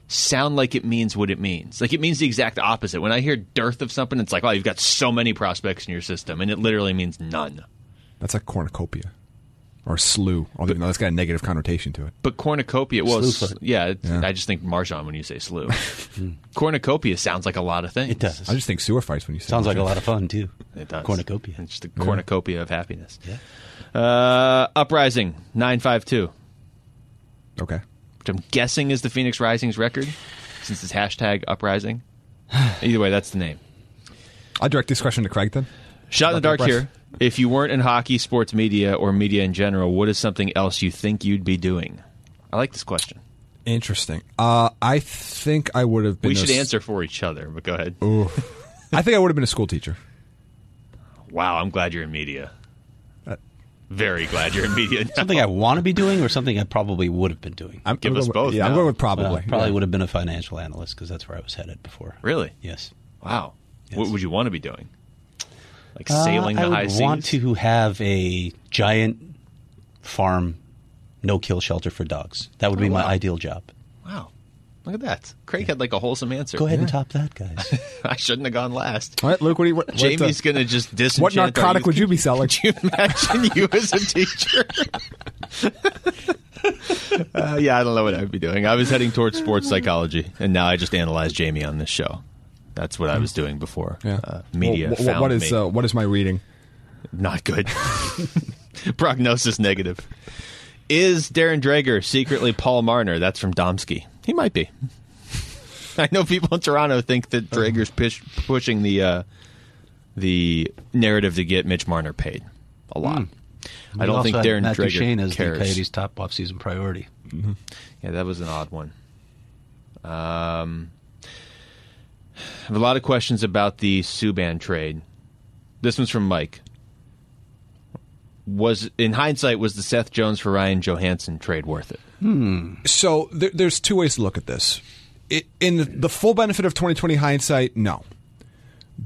Speaker 2: sound like it means what it means. Like it means the exact opposite. When I hear dearth of something, it's like, oh, you've got so many prospects in your system, and it literally means none.
Speaker 3: That's like cornucopia or slew. Although even though that's got a negative connotation to it.
Speaker 2: But cornucopia, well,
Speaker 4: Slewfoot.
Speaker 2: s- yeah, it- I just think Marjan when you say slew. cornucopia sounds like a lot of things.
Speaker 4: Hmm. It does.
Speaker 3: I just think sewer fights when you say
Speaker 4: Sounds
Speaker 3: that.
Speaker 4: like a lot of fun too.
Speaker 2: It does.
Speaker 4: Cornucopia.
Speaker 2: It's just a cornucopia of happiness.
Speaker 4: Yeah.
Speaker 2: Uh, Uprising nine five two,
Speaker 3: okay.
Speaker 2: which I'm guessing is the Phoenix Rising's record, since it's hashtag Uprising. Either way, that's the name.
Speaker 3: I direct this question to Craig then.
Speaker 2: Shot in the
Speaker 3: About
Speaker 2: dark
Speaker 3: the
Speaker 2: here. If you weren't in hockey, sports media, or media in general, what is something else you think you'd be doing? I like this question.
Speaker 3: Interesting. Uh, I think I would have been.
Speaker 2: We
Speaker 3: a
Speaker 2: should
Speaker 3: s-
Speaker 2: answer for each other, but go ahead.
Speaker 3: I think I would have been a school teacher.
Speaker 2: Wow, I'm glad you're in media.
Speaker 4: Uh,
Speaker 2: Very glad you're in media. now.
Speaker 4: Something I want to be doing or something I probably would have been doing.
Speaker 3: I'm,
Speaker 2: Give
Speaker 3: I'm
Speaker 2: us
Speaker 3: going,
Speaker 2: both
Speaker 3: Yeah, I'm
Speaker 2: now. Uh,
Speaker 3: going with probably.
Speaker 4: Well, probably
Speaker 3: Yeah.
Speaker 4: would have been a financial analyst because that's where I was headed before.
Speaker 2: Really?
Speaker 4: Yes.
Speaker 2: Wow. What
Speaker 4: Yes.
Speaker 2: would you want to be doing? Like sailing
Speaker 4: Uh,
Speaker 2: the
Speaker 4: I
Speaker 2: high
Speaker 4: would
Speaker 2: seas.
Speaker 4: want to have a giant farm, no kill shelter for dogs. That would be
Speaker 2: Oh,
Speaker 4: my ideal job.
Speaker 2: Wow. Look at that. Craig had like a wholesome answer.
Speaker 4: Go ahead and top that, guys.
Speaker 2: I shouldn't have gone last.
Speaker 3: All right, Luke, what do you, what, what, uh,
Speaker 2: Jamie's gonna just disenchant.
Speaker 3: what
Speaker 2: our
Speaker 3: narcotic
Speaker 2: youth.
Speaker 3: would you be selling?
Speaker 2: Could you imagine you as a teacher? uh, yeah, I don't know what I'd be doing. I was heading towards sports psychology, and now I just analyze Jamie on this show. That's what I was doing before. Uh, media
Speaker 3: Well, wh-
Speaker 2: found
Speaker 3: what is
Speaker 2: me.
Speaker 3: uh, what is my reading?
Speaker 2: Not good. Prognosis negative. Is Darren Drager secretly Paul Marner? That's from Domsky. He might be. I know people in Toronto think that Drager's pish, pushing the uh, the narrative to get Mitch Marner paid a lot. I don't think Darren
Speaker 4: Matt
Speaker 2: Drager
Speaker 4: Duchene is
Speaker 2: cares.
Speaker 4: the Coyotes' top offseason priority.
Speaker 2: Yeah, that was an odd one. Um, I have a lot of questions about the Subban trade. This one's from Mike. Was in hindsight, was the Seth Jones for Ryan Johansson trade worth it?
Speaker 3: So there, there's two ways to look at this. It, in the, the full benefit of 2020 hindsight, no.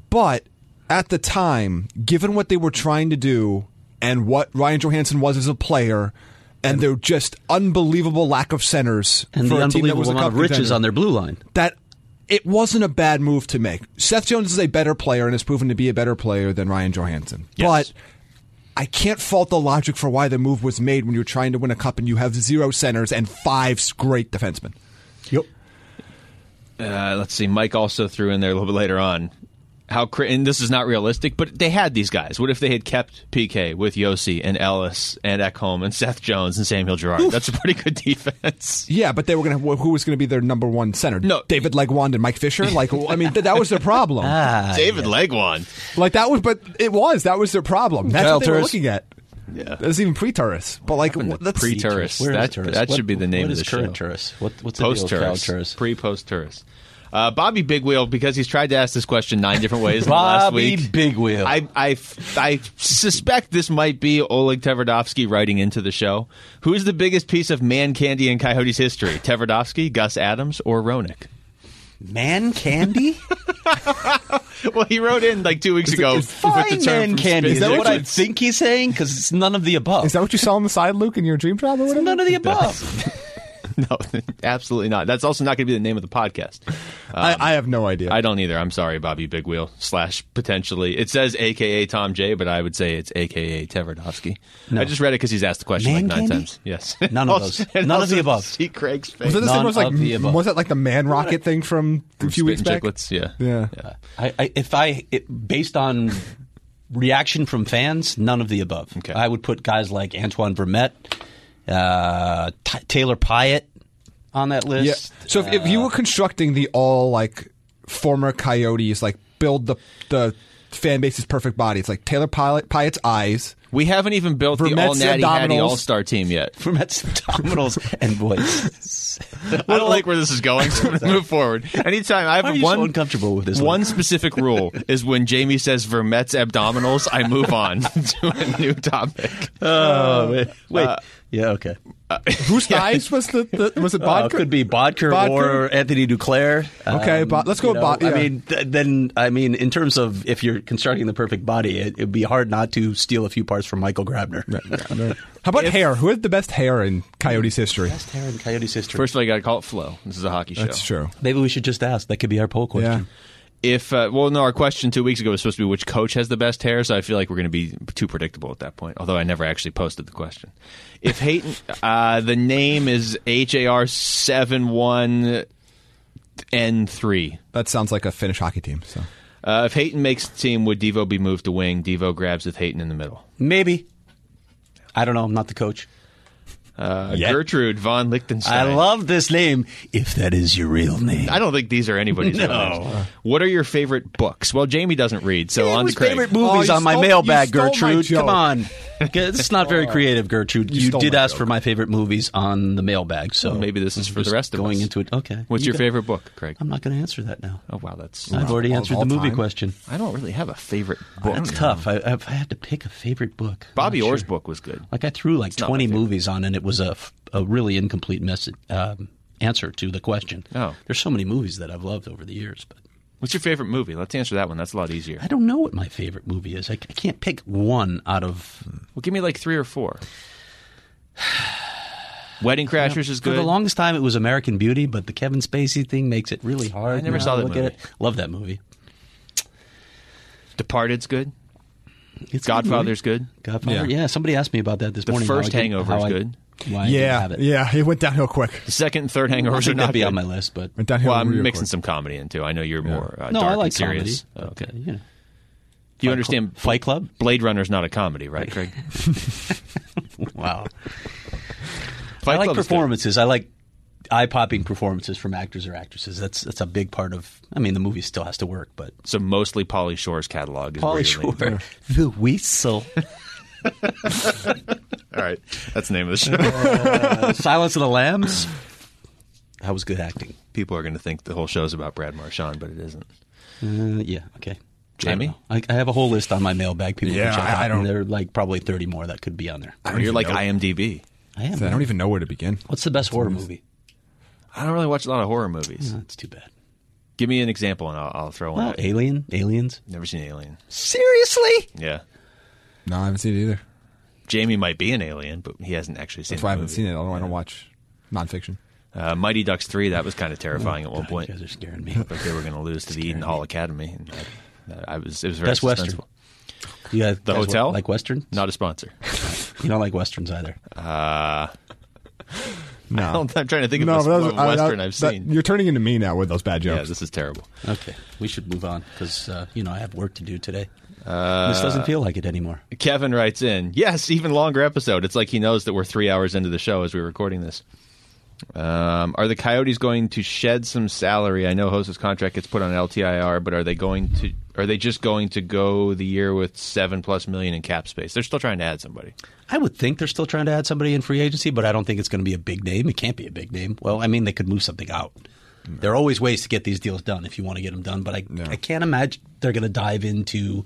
Speaker 3: But at the time, given what they were trying to do and what Ryan Johansson was as a player, and their just unbelievable lack of centers
Speaker 4: And
Speaker 3: for
Speaker 4: the
Speaker 3: a team that
Speaker 4: unbelievable
Speaker 3: was a
Speaker 4: amount
Speaker 3: cup
Speaker 4: of riches
Speaker 3: contender,
Speaker 4: on their blue line.
Speaker 3: that it wasn't a bad move to make. Seth Jones is a better player and has proven to be a better player than Ryan Johansson. But I can't fault the logic for why the move was made when you're trying to win a cup and you have zero centers and five great defensemen. Yep.
Speaker 2: Uh, let's see. Mike also threw in there a little bit later on how cra- and this is not realistic, but they had these guys. What if they had kept PK with Yossi and Ellis and Ekholm and Seth Jones and Samuel Gerard? That's a pretty good defense.
Speaker 3: Yeah, but they were going to. Who was going to be their number one center?
Speaker 2: No.
Speaker 3: David Legwand and Mike Fisher. Like, I mean, th- that was their problem.
Speaker 4: Ah.
Speaker 2: David Legwand.
Speaker 3: Like that was, but it was that was their problem. That's what they were
Speaker 4: Turris.
Speaker 3: looking at.
Speaker 2: Yeah.
Speaker 3: That's even pre-Taurus. But like, wh- that's
Speaker 2: Pre-Taurus.
Speaker 4: Where is
Speaker 2: That,
Speaker 4: Turris?
Speaker 2: that
Speaker 4: What-
Speaker 2: should be the name
Speaker 4: what
Speaker 2: of
Speaker 4: is
Speaker 2: the
Speaker 4: current
Speaker 2: show.
Speaker 4: Turris? What, what's the deal
Speaker 2: Post
Speaker 4: with Cal
Speaker 2: Turris.
Speaker 4: Turris?
Speaker 2: Pre post Turris. Uh, Bobby Big Wheel, because he's tried to ask this question nine different ways in the last
Speaker 4: Bobby
Speaker 2: week.
Speaker 4: Big Wheel.
Speaker 2: I, I, I suspect this might be Oleg Tverdovsky writing into the show. Who's the biggest piece of man candy in Coyotes history? Tverdovsky, Gus Adams, or Ronick?
Speaker 4: Man candy?
Speaker 2: Well, he wrote in like two weeks ago. with the
Speaker 4: Fine
Speaker 2: term
Speaker 4: man
Speaker 2: from
Speaker 4: candy. Is
Speaker 2: Spin
Speaker 4: that what I
Speaker 2: Doctors.
Speaker 4: think he's saying? Because it's none of the above.
Speaker 3: Is that what you saw on the side, Luke, in your dream job or whatever?
Speaker 4: none of the above?
Speaker 2: No, absolutely not. That's also not going to be the name of the podcast.
Speaker 4: Um,
Speaker 3: I, I have no idea.
Speaker 2: I don't either. I'm sorry, Bobby Big Wheel slash potentially. It says AKA Tom J, but I would say it's AKA Teverdovsky. I just read it because he's asked the question
Speaker 4: Man
Speaker 2: like nine
Speaker 4: candy?
Speaker 2: times. Yes,
Speaker 4: None of those.
Speaker 2: and
Speaker 4: None of the
Speaker 2: also
Speaker 4: above.
Speaker 2: See Craig's face.
Speaker 3: was that the same
Speaker 4: None
Speaker 3: was like
Speaker 4: of the above.
Speaker 3: was that like the man rocket thing from a few weeks
Speaker 2: Spitting
Speaker 3: back?
Speaker 2: chicklets. Yeah.
Speaker 3: Yeah.
Speaker 4: I, I, if I, it, based on reaction from fans, none of the above.
Speaker 2: Okay.
Speaker 4: I would put guys like Antoine Vermette, uh, T- Taylor Pyatt on that
Speaker 3: Yeah.
Speaker 4: list.
Speaker 3: So if, if you were constructing the all like former Coyotes, like build the the fan base's perfect body, it's like Taylor Pilot Pyatt's eyes.
Speaker 2: We haven't even built the
Speaker 3: Vermette's
Speaker 2: all natty hatty
Speaker 3: abdominals.
Speaker 2: all star team yet.
Speaker 4: Vermette's abdominals and voice.
Speaker 2: I don't like where this is going. So I'm going to move forward. Anytime I
Speaker 4: Why are
Speaker 2: have
Speaker 4: you
Speaker 2: one
Speaker 4: so uncomfortable with this
Speaker 2: One
Speaker 4: one?
Speaker 2: specific rule is when Jamie says Vermette's abdominals, I move on to a new topic.
Speaker 4: Oh,
Speaker 2: uh,
Speaker 4: wait. wait. yeah, okay.
Speaker 3: Whose eyes was the, the was it
Speaker 4: Uh,
Speaker 3: Bodker?
Speaker 4: could be Bodker,
Speaker 3: Bodker?
Speaker 4: or Anthony Duclair. Um,
Speaker 3: Okay, Bo- let's go
Speaker 4: you
Speaker 3: with Bod-
Speaker 4: I
Speaker 3: yeah.
Speaker 4: mean, th- then I mean, in terms of if you're constructing the perfect body, it, it'd be hard not to steal a few parts from Michael Grabner.
Speaker 3: How about hair? Who had the best hair in Coyotes history?
Speaker 4: Best hair in Coyotes history.
Speaker 2: First of all, you got to call it flow. This is a hockey show.
Speaker 3: That's true.
Speaker 4: Maybe we should just ask. That could be our poll
Speaker 3: Yeah.
Speaker 4: question.
Speaker 2: if uh, well no our question two weeks ago was supposed to be which coach has the best hair so i feel like we're going to be too predictable at that point although i never actually posted the question if hayton uh, the name is har71n3
Speaker 3: That sounds like a Finnish hockey team. So
Speaker 2: uh, if hayton makes the team would devo be moved to wing devo grabs with hayton in the middle
Speaker 4: Maybe. I don't know. I'm not the coach.
Speaker 2: uh, gertrude von lichtenstein
Speaker 4: I love this name. If that is your real name,
Speaker 2: I don't think these are anybody's
Speaker 4: No.
Speaker 2: real names. What are your favorite books? Well, Jamie doesn't read, so
Speaker 4: It
Speaker 2: on
Speaker 4: was
Speaker 2: to Craig.
Speaker 4: favorite movies
Speaker 3: Oh, you
Speaker 4: on my
Speaker 3: stole- you
Speaker 4: mailbag,
Speaker 3: stole my
Speaker 4: Gertrude.
Speaker 3: joke.
Speaker 4: Come on. it's not very creative, Gertrude. You,
Speaker 3: stole
Speaker 4: did
Speaker 3: my
Speaker 4: ask
Speaker 3: joke.
Speaker 4: for my favorite movies on the mailbag, so
Speaker 2: Maybe this is for
Speaker 4: just
Speaker 2: the rest of
Speaker 4: going
Speaker 2: us.
Speaker 4: into it. Okay.
Speaker 2: What's
Speaker 4: You
Speaker 2: your
Speaker 4: go-
Speaker 2: favorite book, Craig?
Speaker 4: I'm not going to answer that now.
Speaker 2: Oh wow, that's
Speaker 4: I've already
Speaker 3: Of
Speaker 4: answered
Speaker 3: all
Speaker 4: the movie
Speaker 3: time?
Speaker 4: question.
Speaker 2: I don't really have a favorite book.
Speaker 4: That's tough. I, if I had to pick a favorite book, I'm
Speaker 2: Bobby
Speaker 4: not
Speaker 2: Orr's
Speaker 4: sure.
Speaker 2: book was good.
Speaker 4: Like I threw like
Speaker 2: not my
Speaker 4: 20
Speaker 2: favorite.
Speaker 4: movies on, and it was a, f- a really incomplete message, um, answer to the question.
Speaker 2: Oh.
Speaker 4: There's so many movies that I've loved over the years, but
Speaker 2: What's your favorite movie? Let's answer that one. That's a lot easier.
Speaker 4: I don't know what my favorite movie is. I, c- I can't pick one out of.
Speaker 2: Well, give me like three or four. Wedding Crashers is
Speaker 4: For
Speaker 2: good.
Speaker 4: the longest time, it was American Beauty, but the Kevin Spacey thing makes it really hard.
Speaker 2: I never
Speaker 4: now
Speaker 2: saw
Speaker 4: to
Speaker 2: that
Speaker 4: look
Speaker 2: movie.
Speaker 4: At it. Love that movie.
Speaker 2: Departed's good.
Speaker 4: It's a good movie.
Speaker 2: Godfather's good.
Speaker 4: Godfather. Yeah. somebody asked me about that this
Speaker 2: The
Speaker 4: morning. how
Speaker 2: first
Speaker 4: I did-
Speaker 2: Hangover
Speaker 4: how
Speaker 2: is
Speaker 4: I-
Speaker 2: good.
Speaker 4: Why I didn't
Speaker 3: Yeah,
Speaker 4: have it.
Speaker 3: yeah, it went downhill quick.
Speaker 2: The second and third
Speaker 4: I
Speaker 2: hangovers
Speaker 4: think
Speaker 2: are not
Speaker 4: that'd be
Speaker 2: good.
Speaker 4: on my list, but
Speaker 3: Went downhill
Speaker 2: Well, I'm
Speaker 3: real
Speaker 2: mixing
Speaker 3: quick.
Speaker 2: some comedy into. I know you're more uh,
Speaker 4: no,
Speaker 2: dark
Speaker 4: I like
Speaker 2: and serious.
Speaker 4: comedy.
Speaker 2: Oh, Okay.
Speaker 4: Okay, yeah.
Speaker 2: You understand
Speaker 4: Cl- Fight Club?
Speaker 2: Blade Runner's not a comedy, right, Craig?
Speaker 4: Wow.
Speaker 2: Fight
Speaker 4: I like
Speaker 2: Club is good.
Speaker 4: performances. I like eye-popping performances from actors or actresses. That's that's a big part of. I mean, the movie still has to work, but
Speaker 2: So mostly Polly Shore's catalog is
Speaker 4: Pauly
Speaker 2: where you're
Speaker 4: Shore,
Speaker 2: leaning.
Speaker 4: the whistle,
Speaker 2: All right, that's the name of the show.
Speaker 4: Silence of the Lambs. That was good acting.
Speaker 2: People are going to think the whole show's about Brad Marchand, but it isn't.
Speaker 4: Uh, yeah. Okay.
Speaker 2: Jamie?
Speaker 4: I, don't know. I, I have a whole list on my mailbag. People
Speaker 3: Yeah,
Speaker 4: can check
Speaker 3: I-
Speaker 4: out.
Speaker 3: I
Speaker 4: and
Speaker 3: don't-
Speaker 4: There are like probably thirty more that could be on there.
Speaker 3: don't
Speaker 2: You're
Speaker 3: even
Speaker 2: like
Speaker 3: know.
Speaker 2: IMDb.
Speaker 4: I am.
Speaker 3: I don't even know where to begin.
Speaker 4: What's the best horror movie?
Speaker 2: I don't really watch a lot of horror movies.
Speaker 4: Oh, that's too bad.
Speaker 2: Give me an example, and I'll, I'll throw one.
Speaker 4: Well,
Speaker 2: at you.
Speaker 4: Alien, Aliens.
Speaker 2: Never seen Alien.
Speaker 4: Seriously?
Speaker 2: Yeah,
Speaker 3: No, I haven't seen it either.
Speaker 2: Jamie might be an alien, but he hasn't actually seen.
Speaker 3: That's why I
Speaker 2: the
Speaker 3: haven't
Speaker 2: movie.
Speaker 3: seen it. Although I don't watch nonfiction.
Speaker 2: Uh, Mighty Ducks three. That was kind of terrifying at one
Speaker 4: You
Speaker 2: point,
Speaker 4: guys are scaring me.
Speaker 2: but they were going to lose to the Eden Hall Academy. And I, I was. It was very
Speaker 4: Best Western.
Speaker 2: suspenseful.
Speaker 4: You guys,
Speaker 2: The
Speaker 4: guys
Speaker 2: hotel?
Speaker 4: like westerns?
Speaker 2: Not a sponsor.
Speaker 4: you don't like westerns either.
Speaker 2: I don't, I'm trying to think of
Speaker 3: No,
Speaker 2: this
Speaker 3: but that was-
Speaker 2: one
Speaker 3: I- that-
Speaker 2: western I've
Speaker 3: that-
Speaker 2: seen.
Speaker 3: You're turning into me now with those bad
Speaker 2: yeah,
Speaker 3: jokes.
Speaker 2: this is terrible.
Speaker 4: Okay, we should move on because uh, you know I have work to do today.
Speaker 3: Uh,
Speaker 4: this doesn't feel like it anymore.
Speaker 2: Kevin writes in, yes, even longer episode. It's like he knows that we're three hours into the show as we're recording this. Um, are the Coyotes going to shed some salary? I know Jose's contract gets put on LTIR, but are they going to? Are they just going to go the year with seven plus million in cap space? They're still trying to add somebody.
Speaker 4: I would think they're still trying to add somebody in free agency, but I don't think it's going to be a big name. It can't be a big name. Well, I mean, they could move something out. There are always ways to get these deals done if you want to get them done, but I, I can't imagine they're going to dive into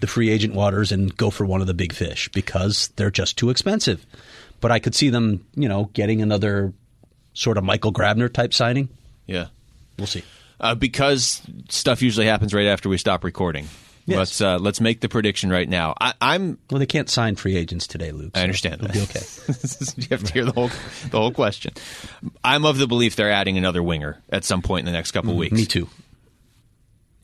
Speaker 4: the free agent waters and go for one of the big fish because they're just too expensive. But I could see them, you know, getting another sort of Michael Grabner type signing.
Speaker 2: Yeah,
Speaker 4: We'll see.
Speaker 2: uh, because stuff usually happens right after we stop recording.
Speaker 4: Yes.
Speaker 2: Let's uh, let's make the prediction right now. I, I'm
Speaker 4: Well, they can't sign free agents today, Luke.
Speaker 2: I
Speaker 4: so
Speaker 2: understand
Speaker 4: It'll
Speaker 2: that.
Speaker 4: be okay.
Speaker 2: you have to hear the whole the whole question. I'm of the belief they're adding another winger at some point in the next couple weeks.
Speaker 4: Me too.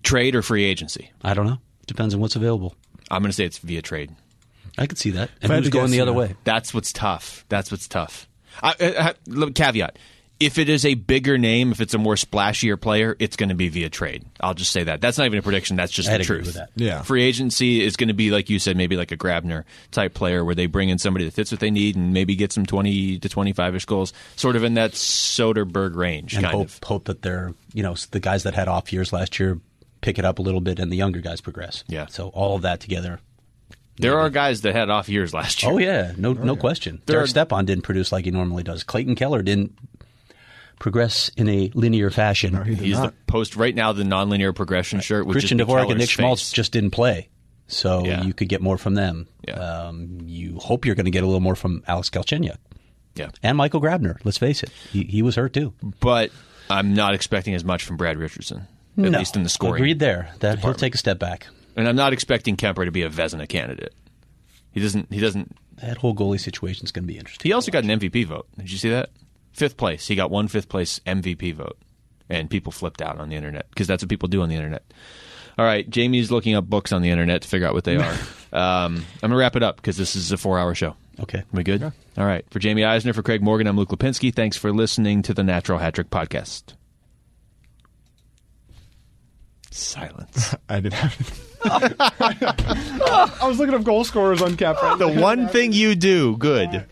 Speaker 2: Trade or free agency?
Speaker 4: I don't know. Depends on what's available.
Speaker 2: I'm going to say it's via trade.
Speaker 4: I could see that. And
Speaker 3: I had
Speaker 4: who's
Speaker 3: to guess,
Speaker 4: going the other
Speaker 3: yeah.
Speaker 4: way?
Speaker 2: That's what's tough. That's what's tough. I, I, I, look, caveat: if it is a bigger name, if it's a more splashier player, it's going to be via trade. I'll just say that. That's not even a prediction. That's just
Speaker 4: I'd
Speaker 2: the
Speaker 4: agree
Speaker 2: truth.
Speaker 4: with that.
Speaker 3: Yeah.
Speaker 2: Free agency is going to be like you said, maybe like a Grabner type player, where they bring in somebody that fits what they need and maybe get some twenty to twenty-five ish goals, sort of in that Soderberg range,
Speaker 4: And
Speaker 2: kind
Speaker 4: hope,
Speaker 2: of.
Speaker 4: hope that they're, you know, the guys that had off years last year pick it up a little bit and the younger guys progress.
Speaker 2: Yeah.
Speaker 4: So all of that together.
Speaker 2: There are guys that had off years last year.
Speaker 4: Oh, yeah. No no question.
Speaker 2: There
Speaker 4: Derek
Speaker 2: are-
Speaker 4: Stepan didn't produce like he normally does. Clayton Keller didn't progress in a linear fashion.
Speaker 2: He's the post right now the nonlinear progression shirt. Which
Speaker 4: Christian
Speaker 2: is
Speaker 4: Dvorak and
Speaker 2: Keller's
Speaker 4: Nick Schmaltz
Speaker 2: face.
Speaker 4: just didn't play. So
Speaker 2: Yeah.
Speaker 4: you could get more from them.
Speaker 2: Yeah.
Speaker 4: Um, you hope you're going to get a little more from Alex Galchenyuk
Speaker 2: Yeah,
Speaker 4: and Michael Grabner. Let's face it, he, he was hurt too.
Speaker 2: but I'm not expecting as much from Brad Richardson, at
Speaker 4: No.
Speaker 2: least in the scoring.
Speaker 4: Agreed there. That he'll take a step back.
Speaker 2: And I'm not expecting Kemper to be a Vezina candidate. He doesn't. He doesn't.
Speaker 4: That whole goalie situation is going to be interesting.
Speaker 2: He also got an MVP vote. Did you see that? Fifth place. He got one fifth place MVP vote, and people flipped out on the internet because that's what people do on the internet. All right, Jamie's looking up books on the internet to figure out what they are. um, I'm gonna wrap it up because this is a four hour show.
Speaker 4: Okay.
Speaker 2: We good? All right. For Jamie Eisner, for Craig Morgan, I'm Luke Lipinski. Thanks for listening to the Natural Hat Trick Podcast. Silence.
Speaker 3: I didn't have it. I was looking up goal scorers on cap.
Speaker 2: the one thing you do good.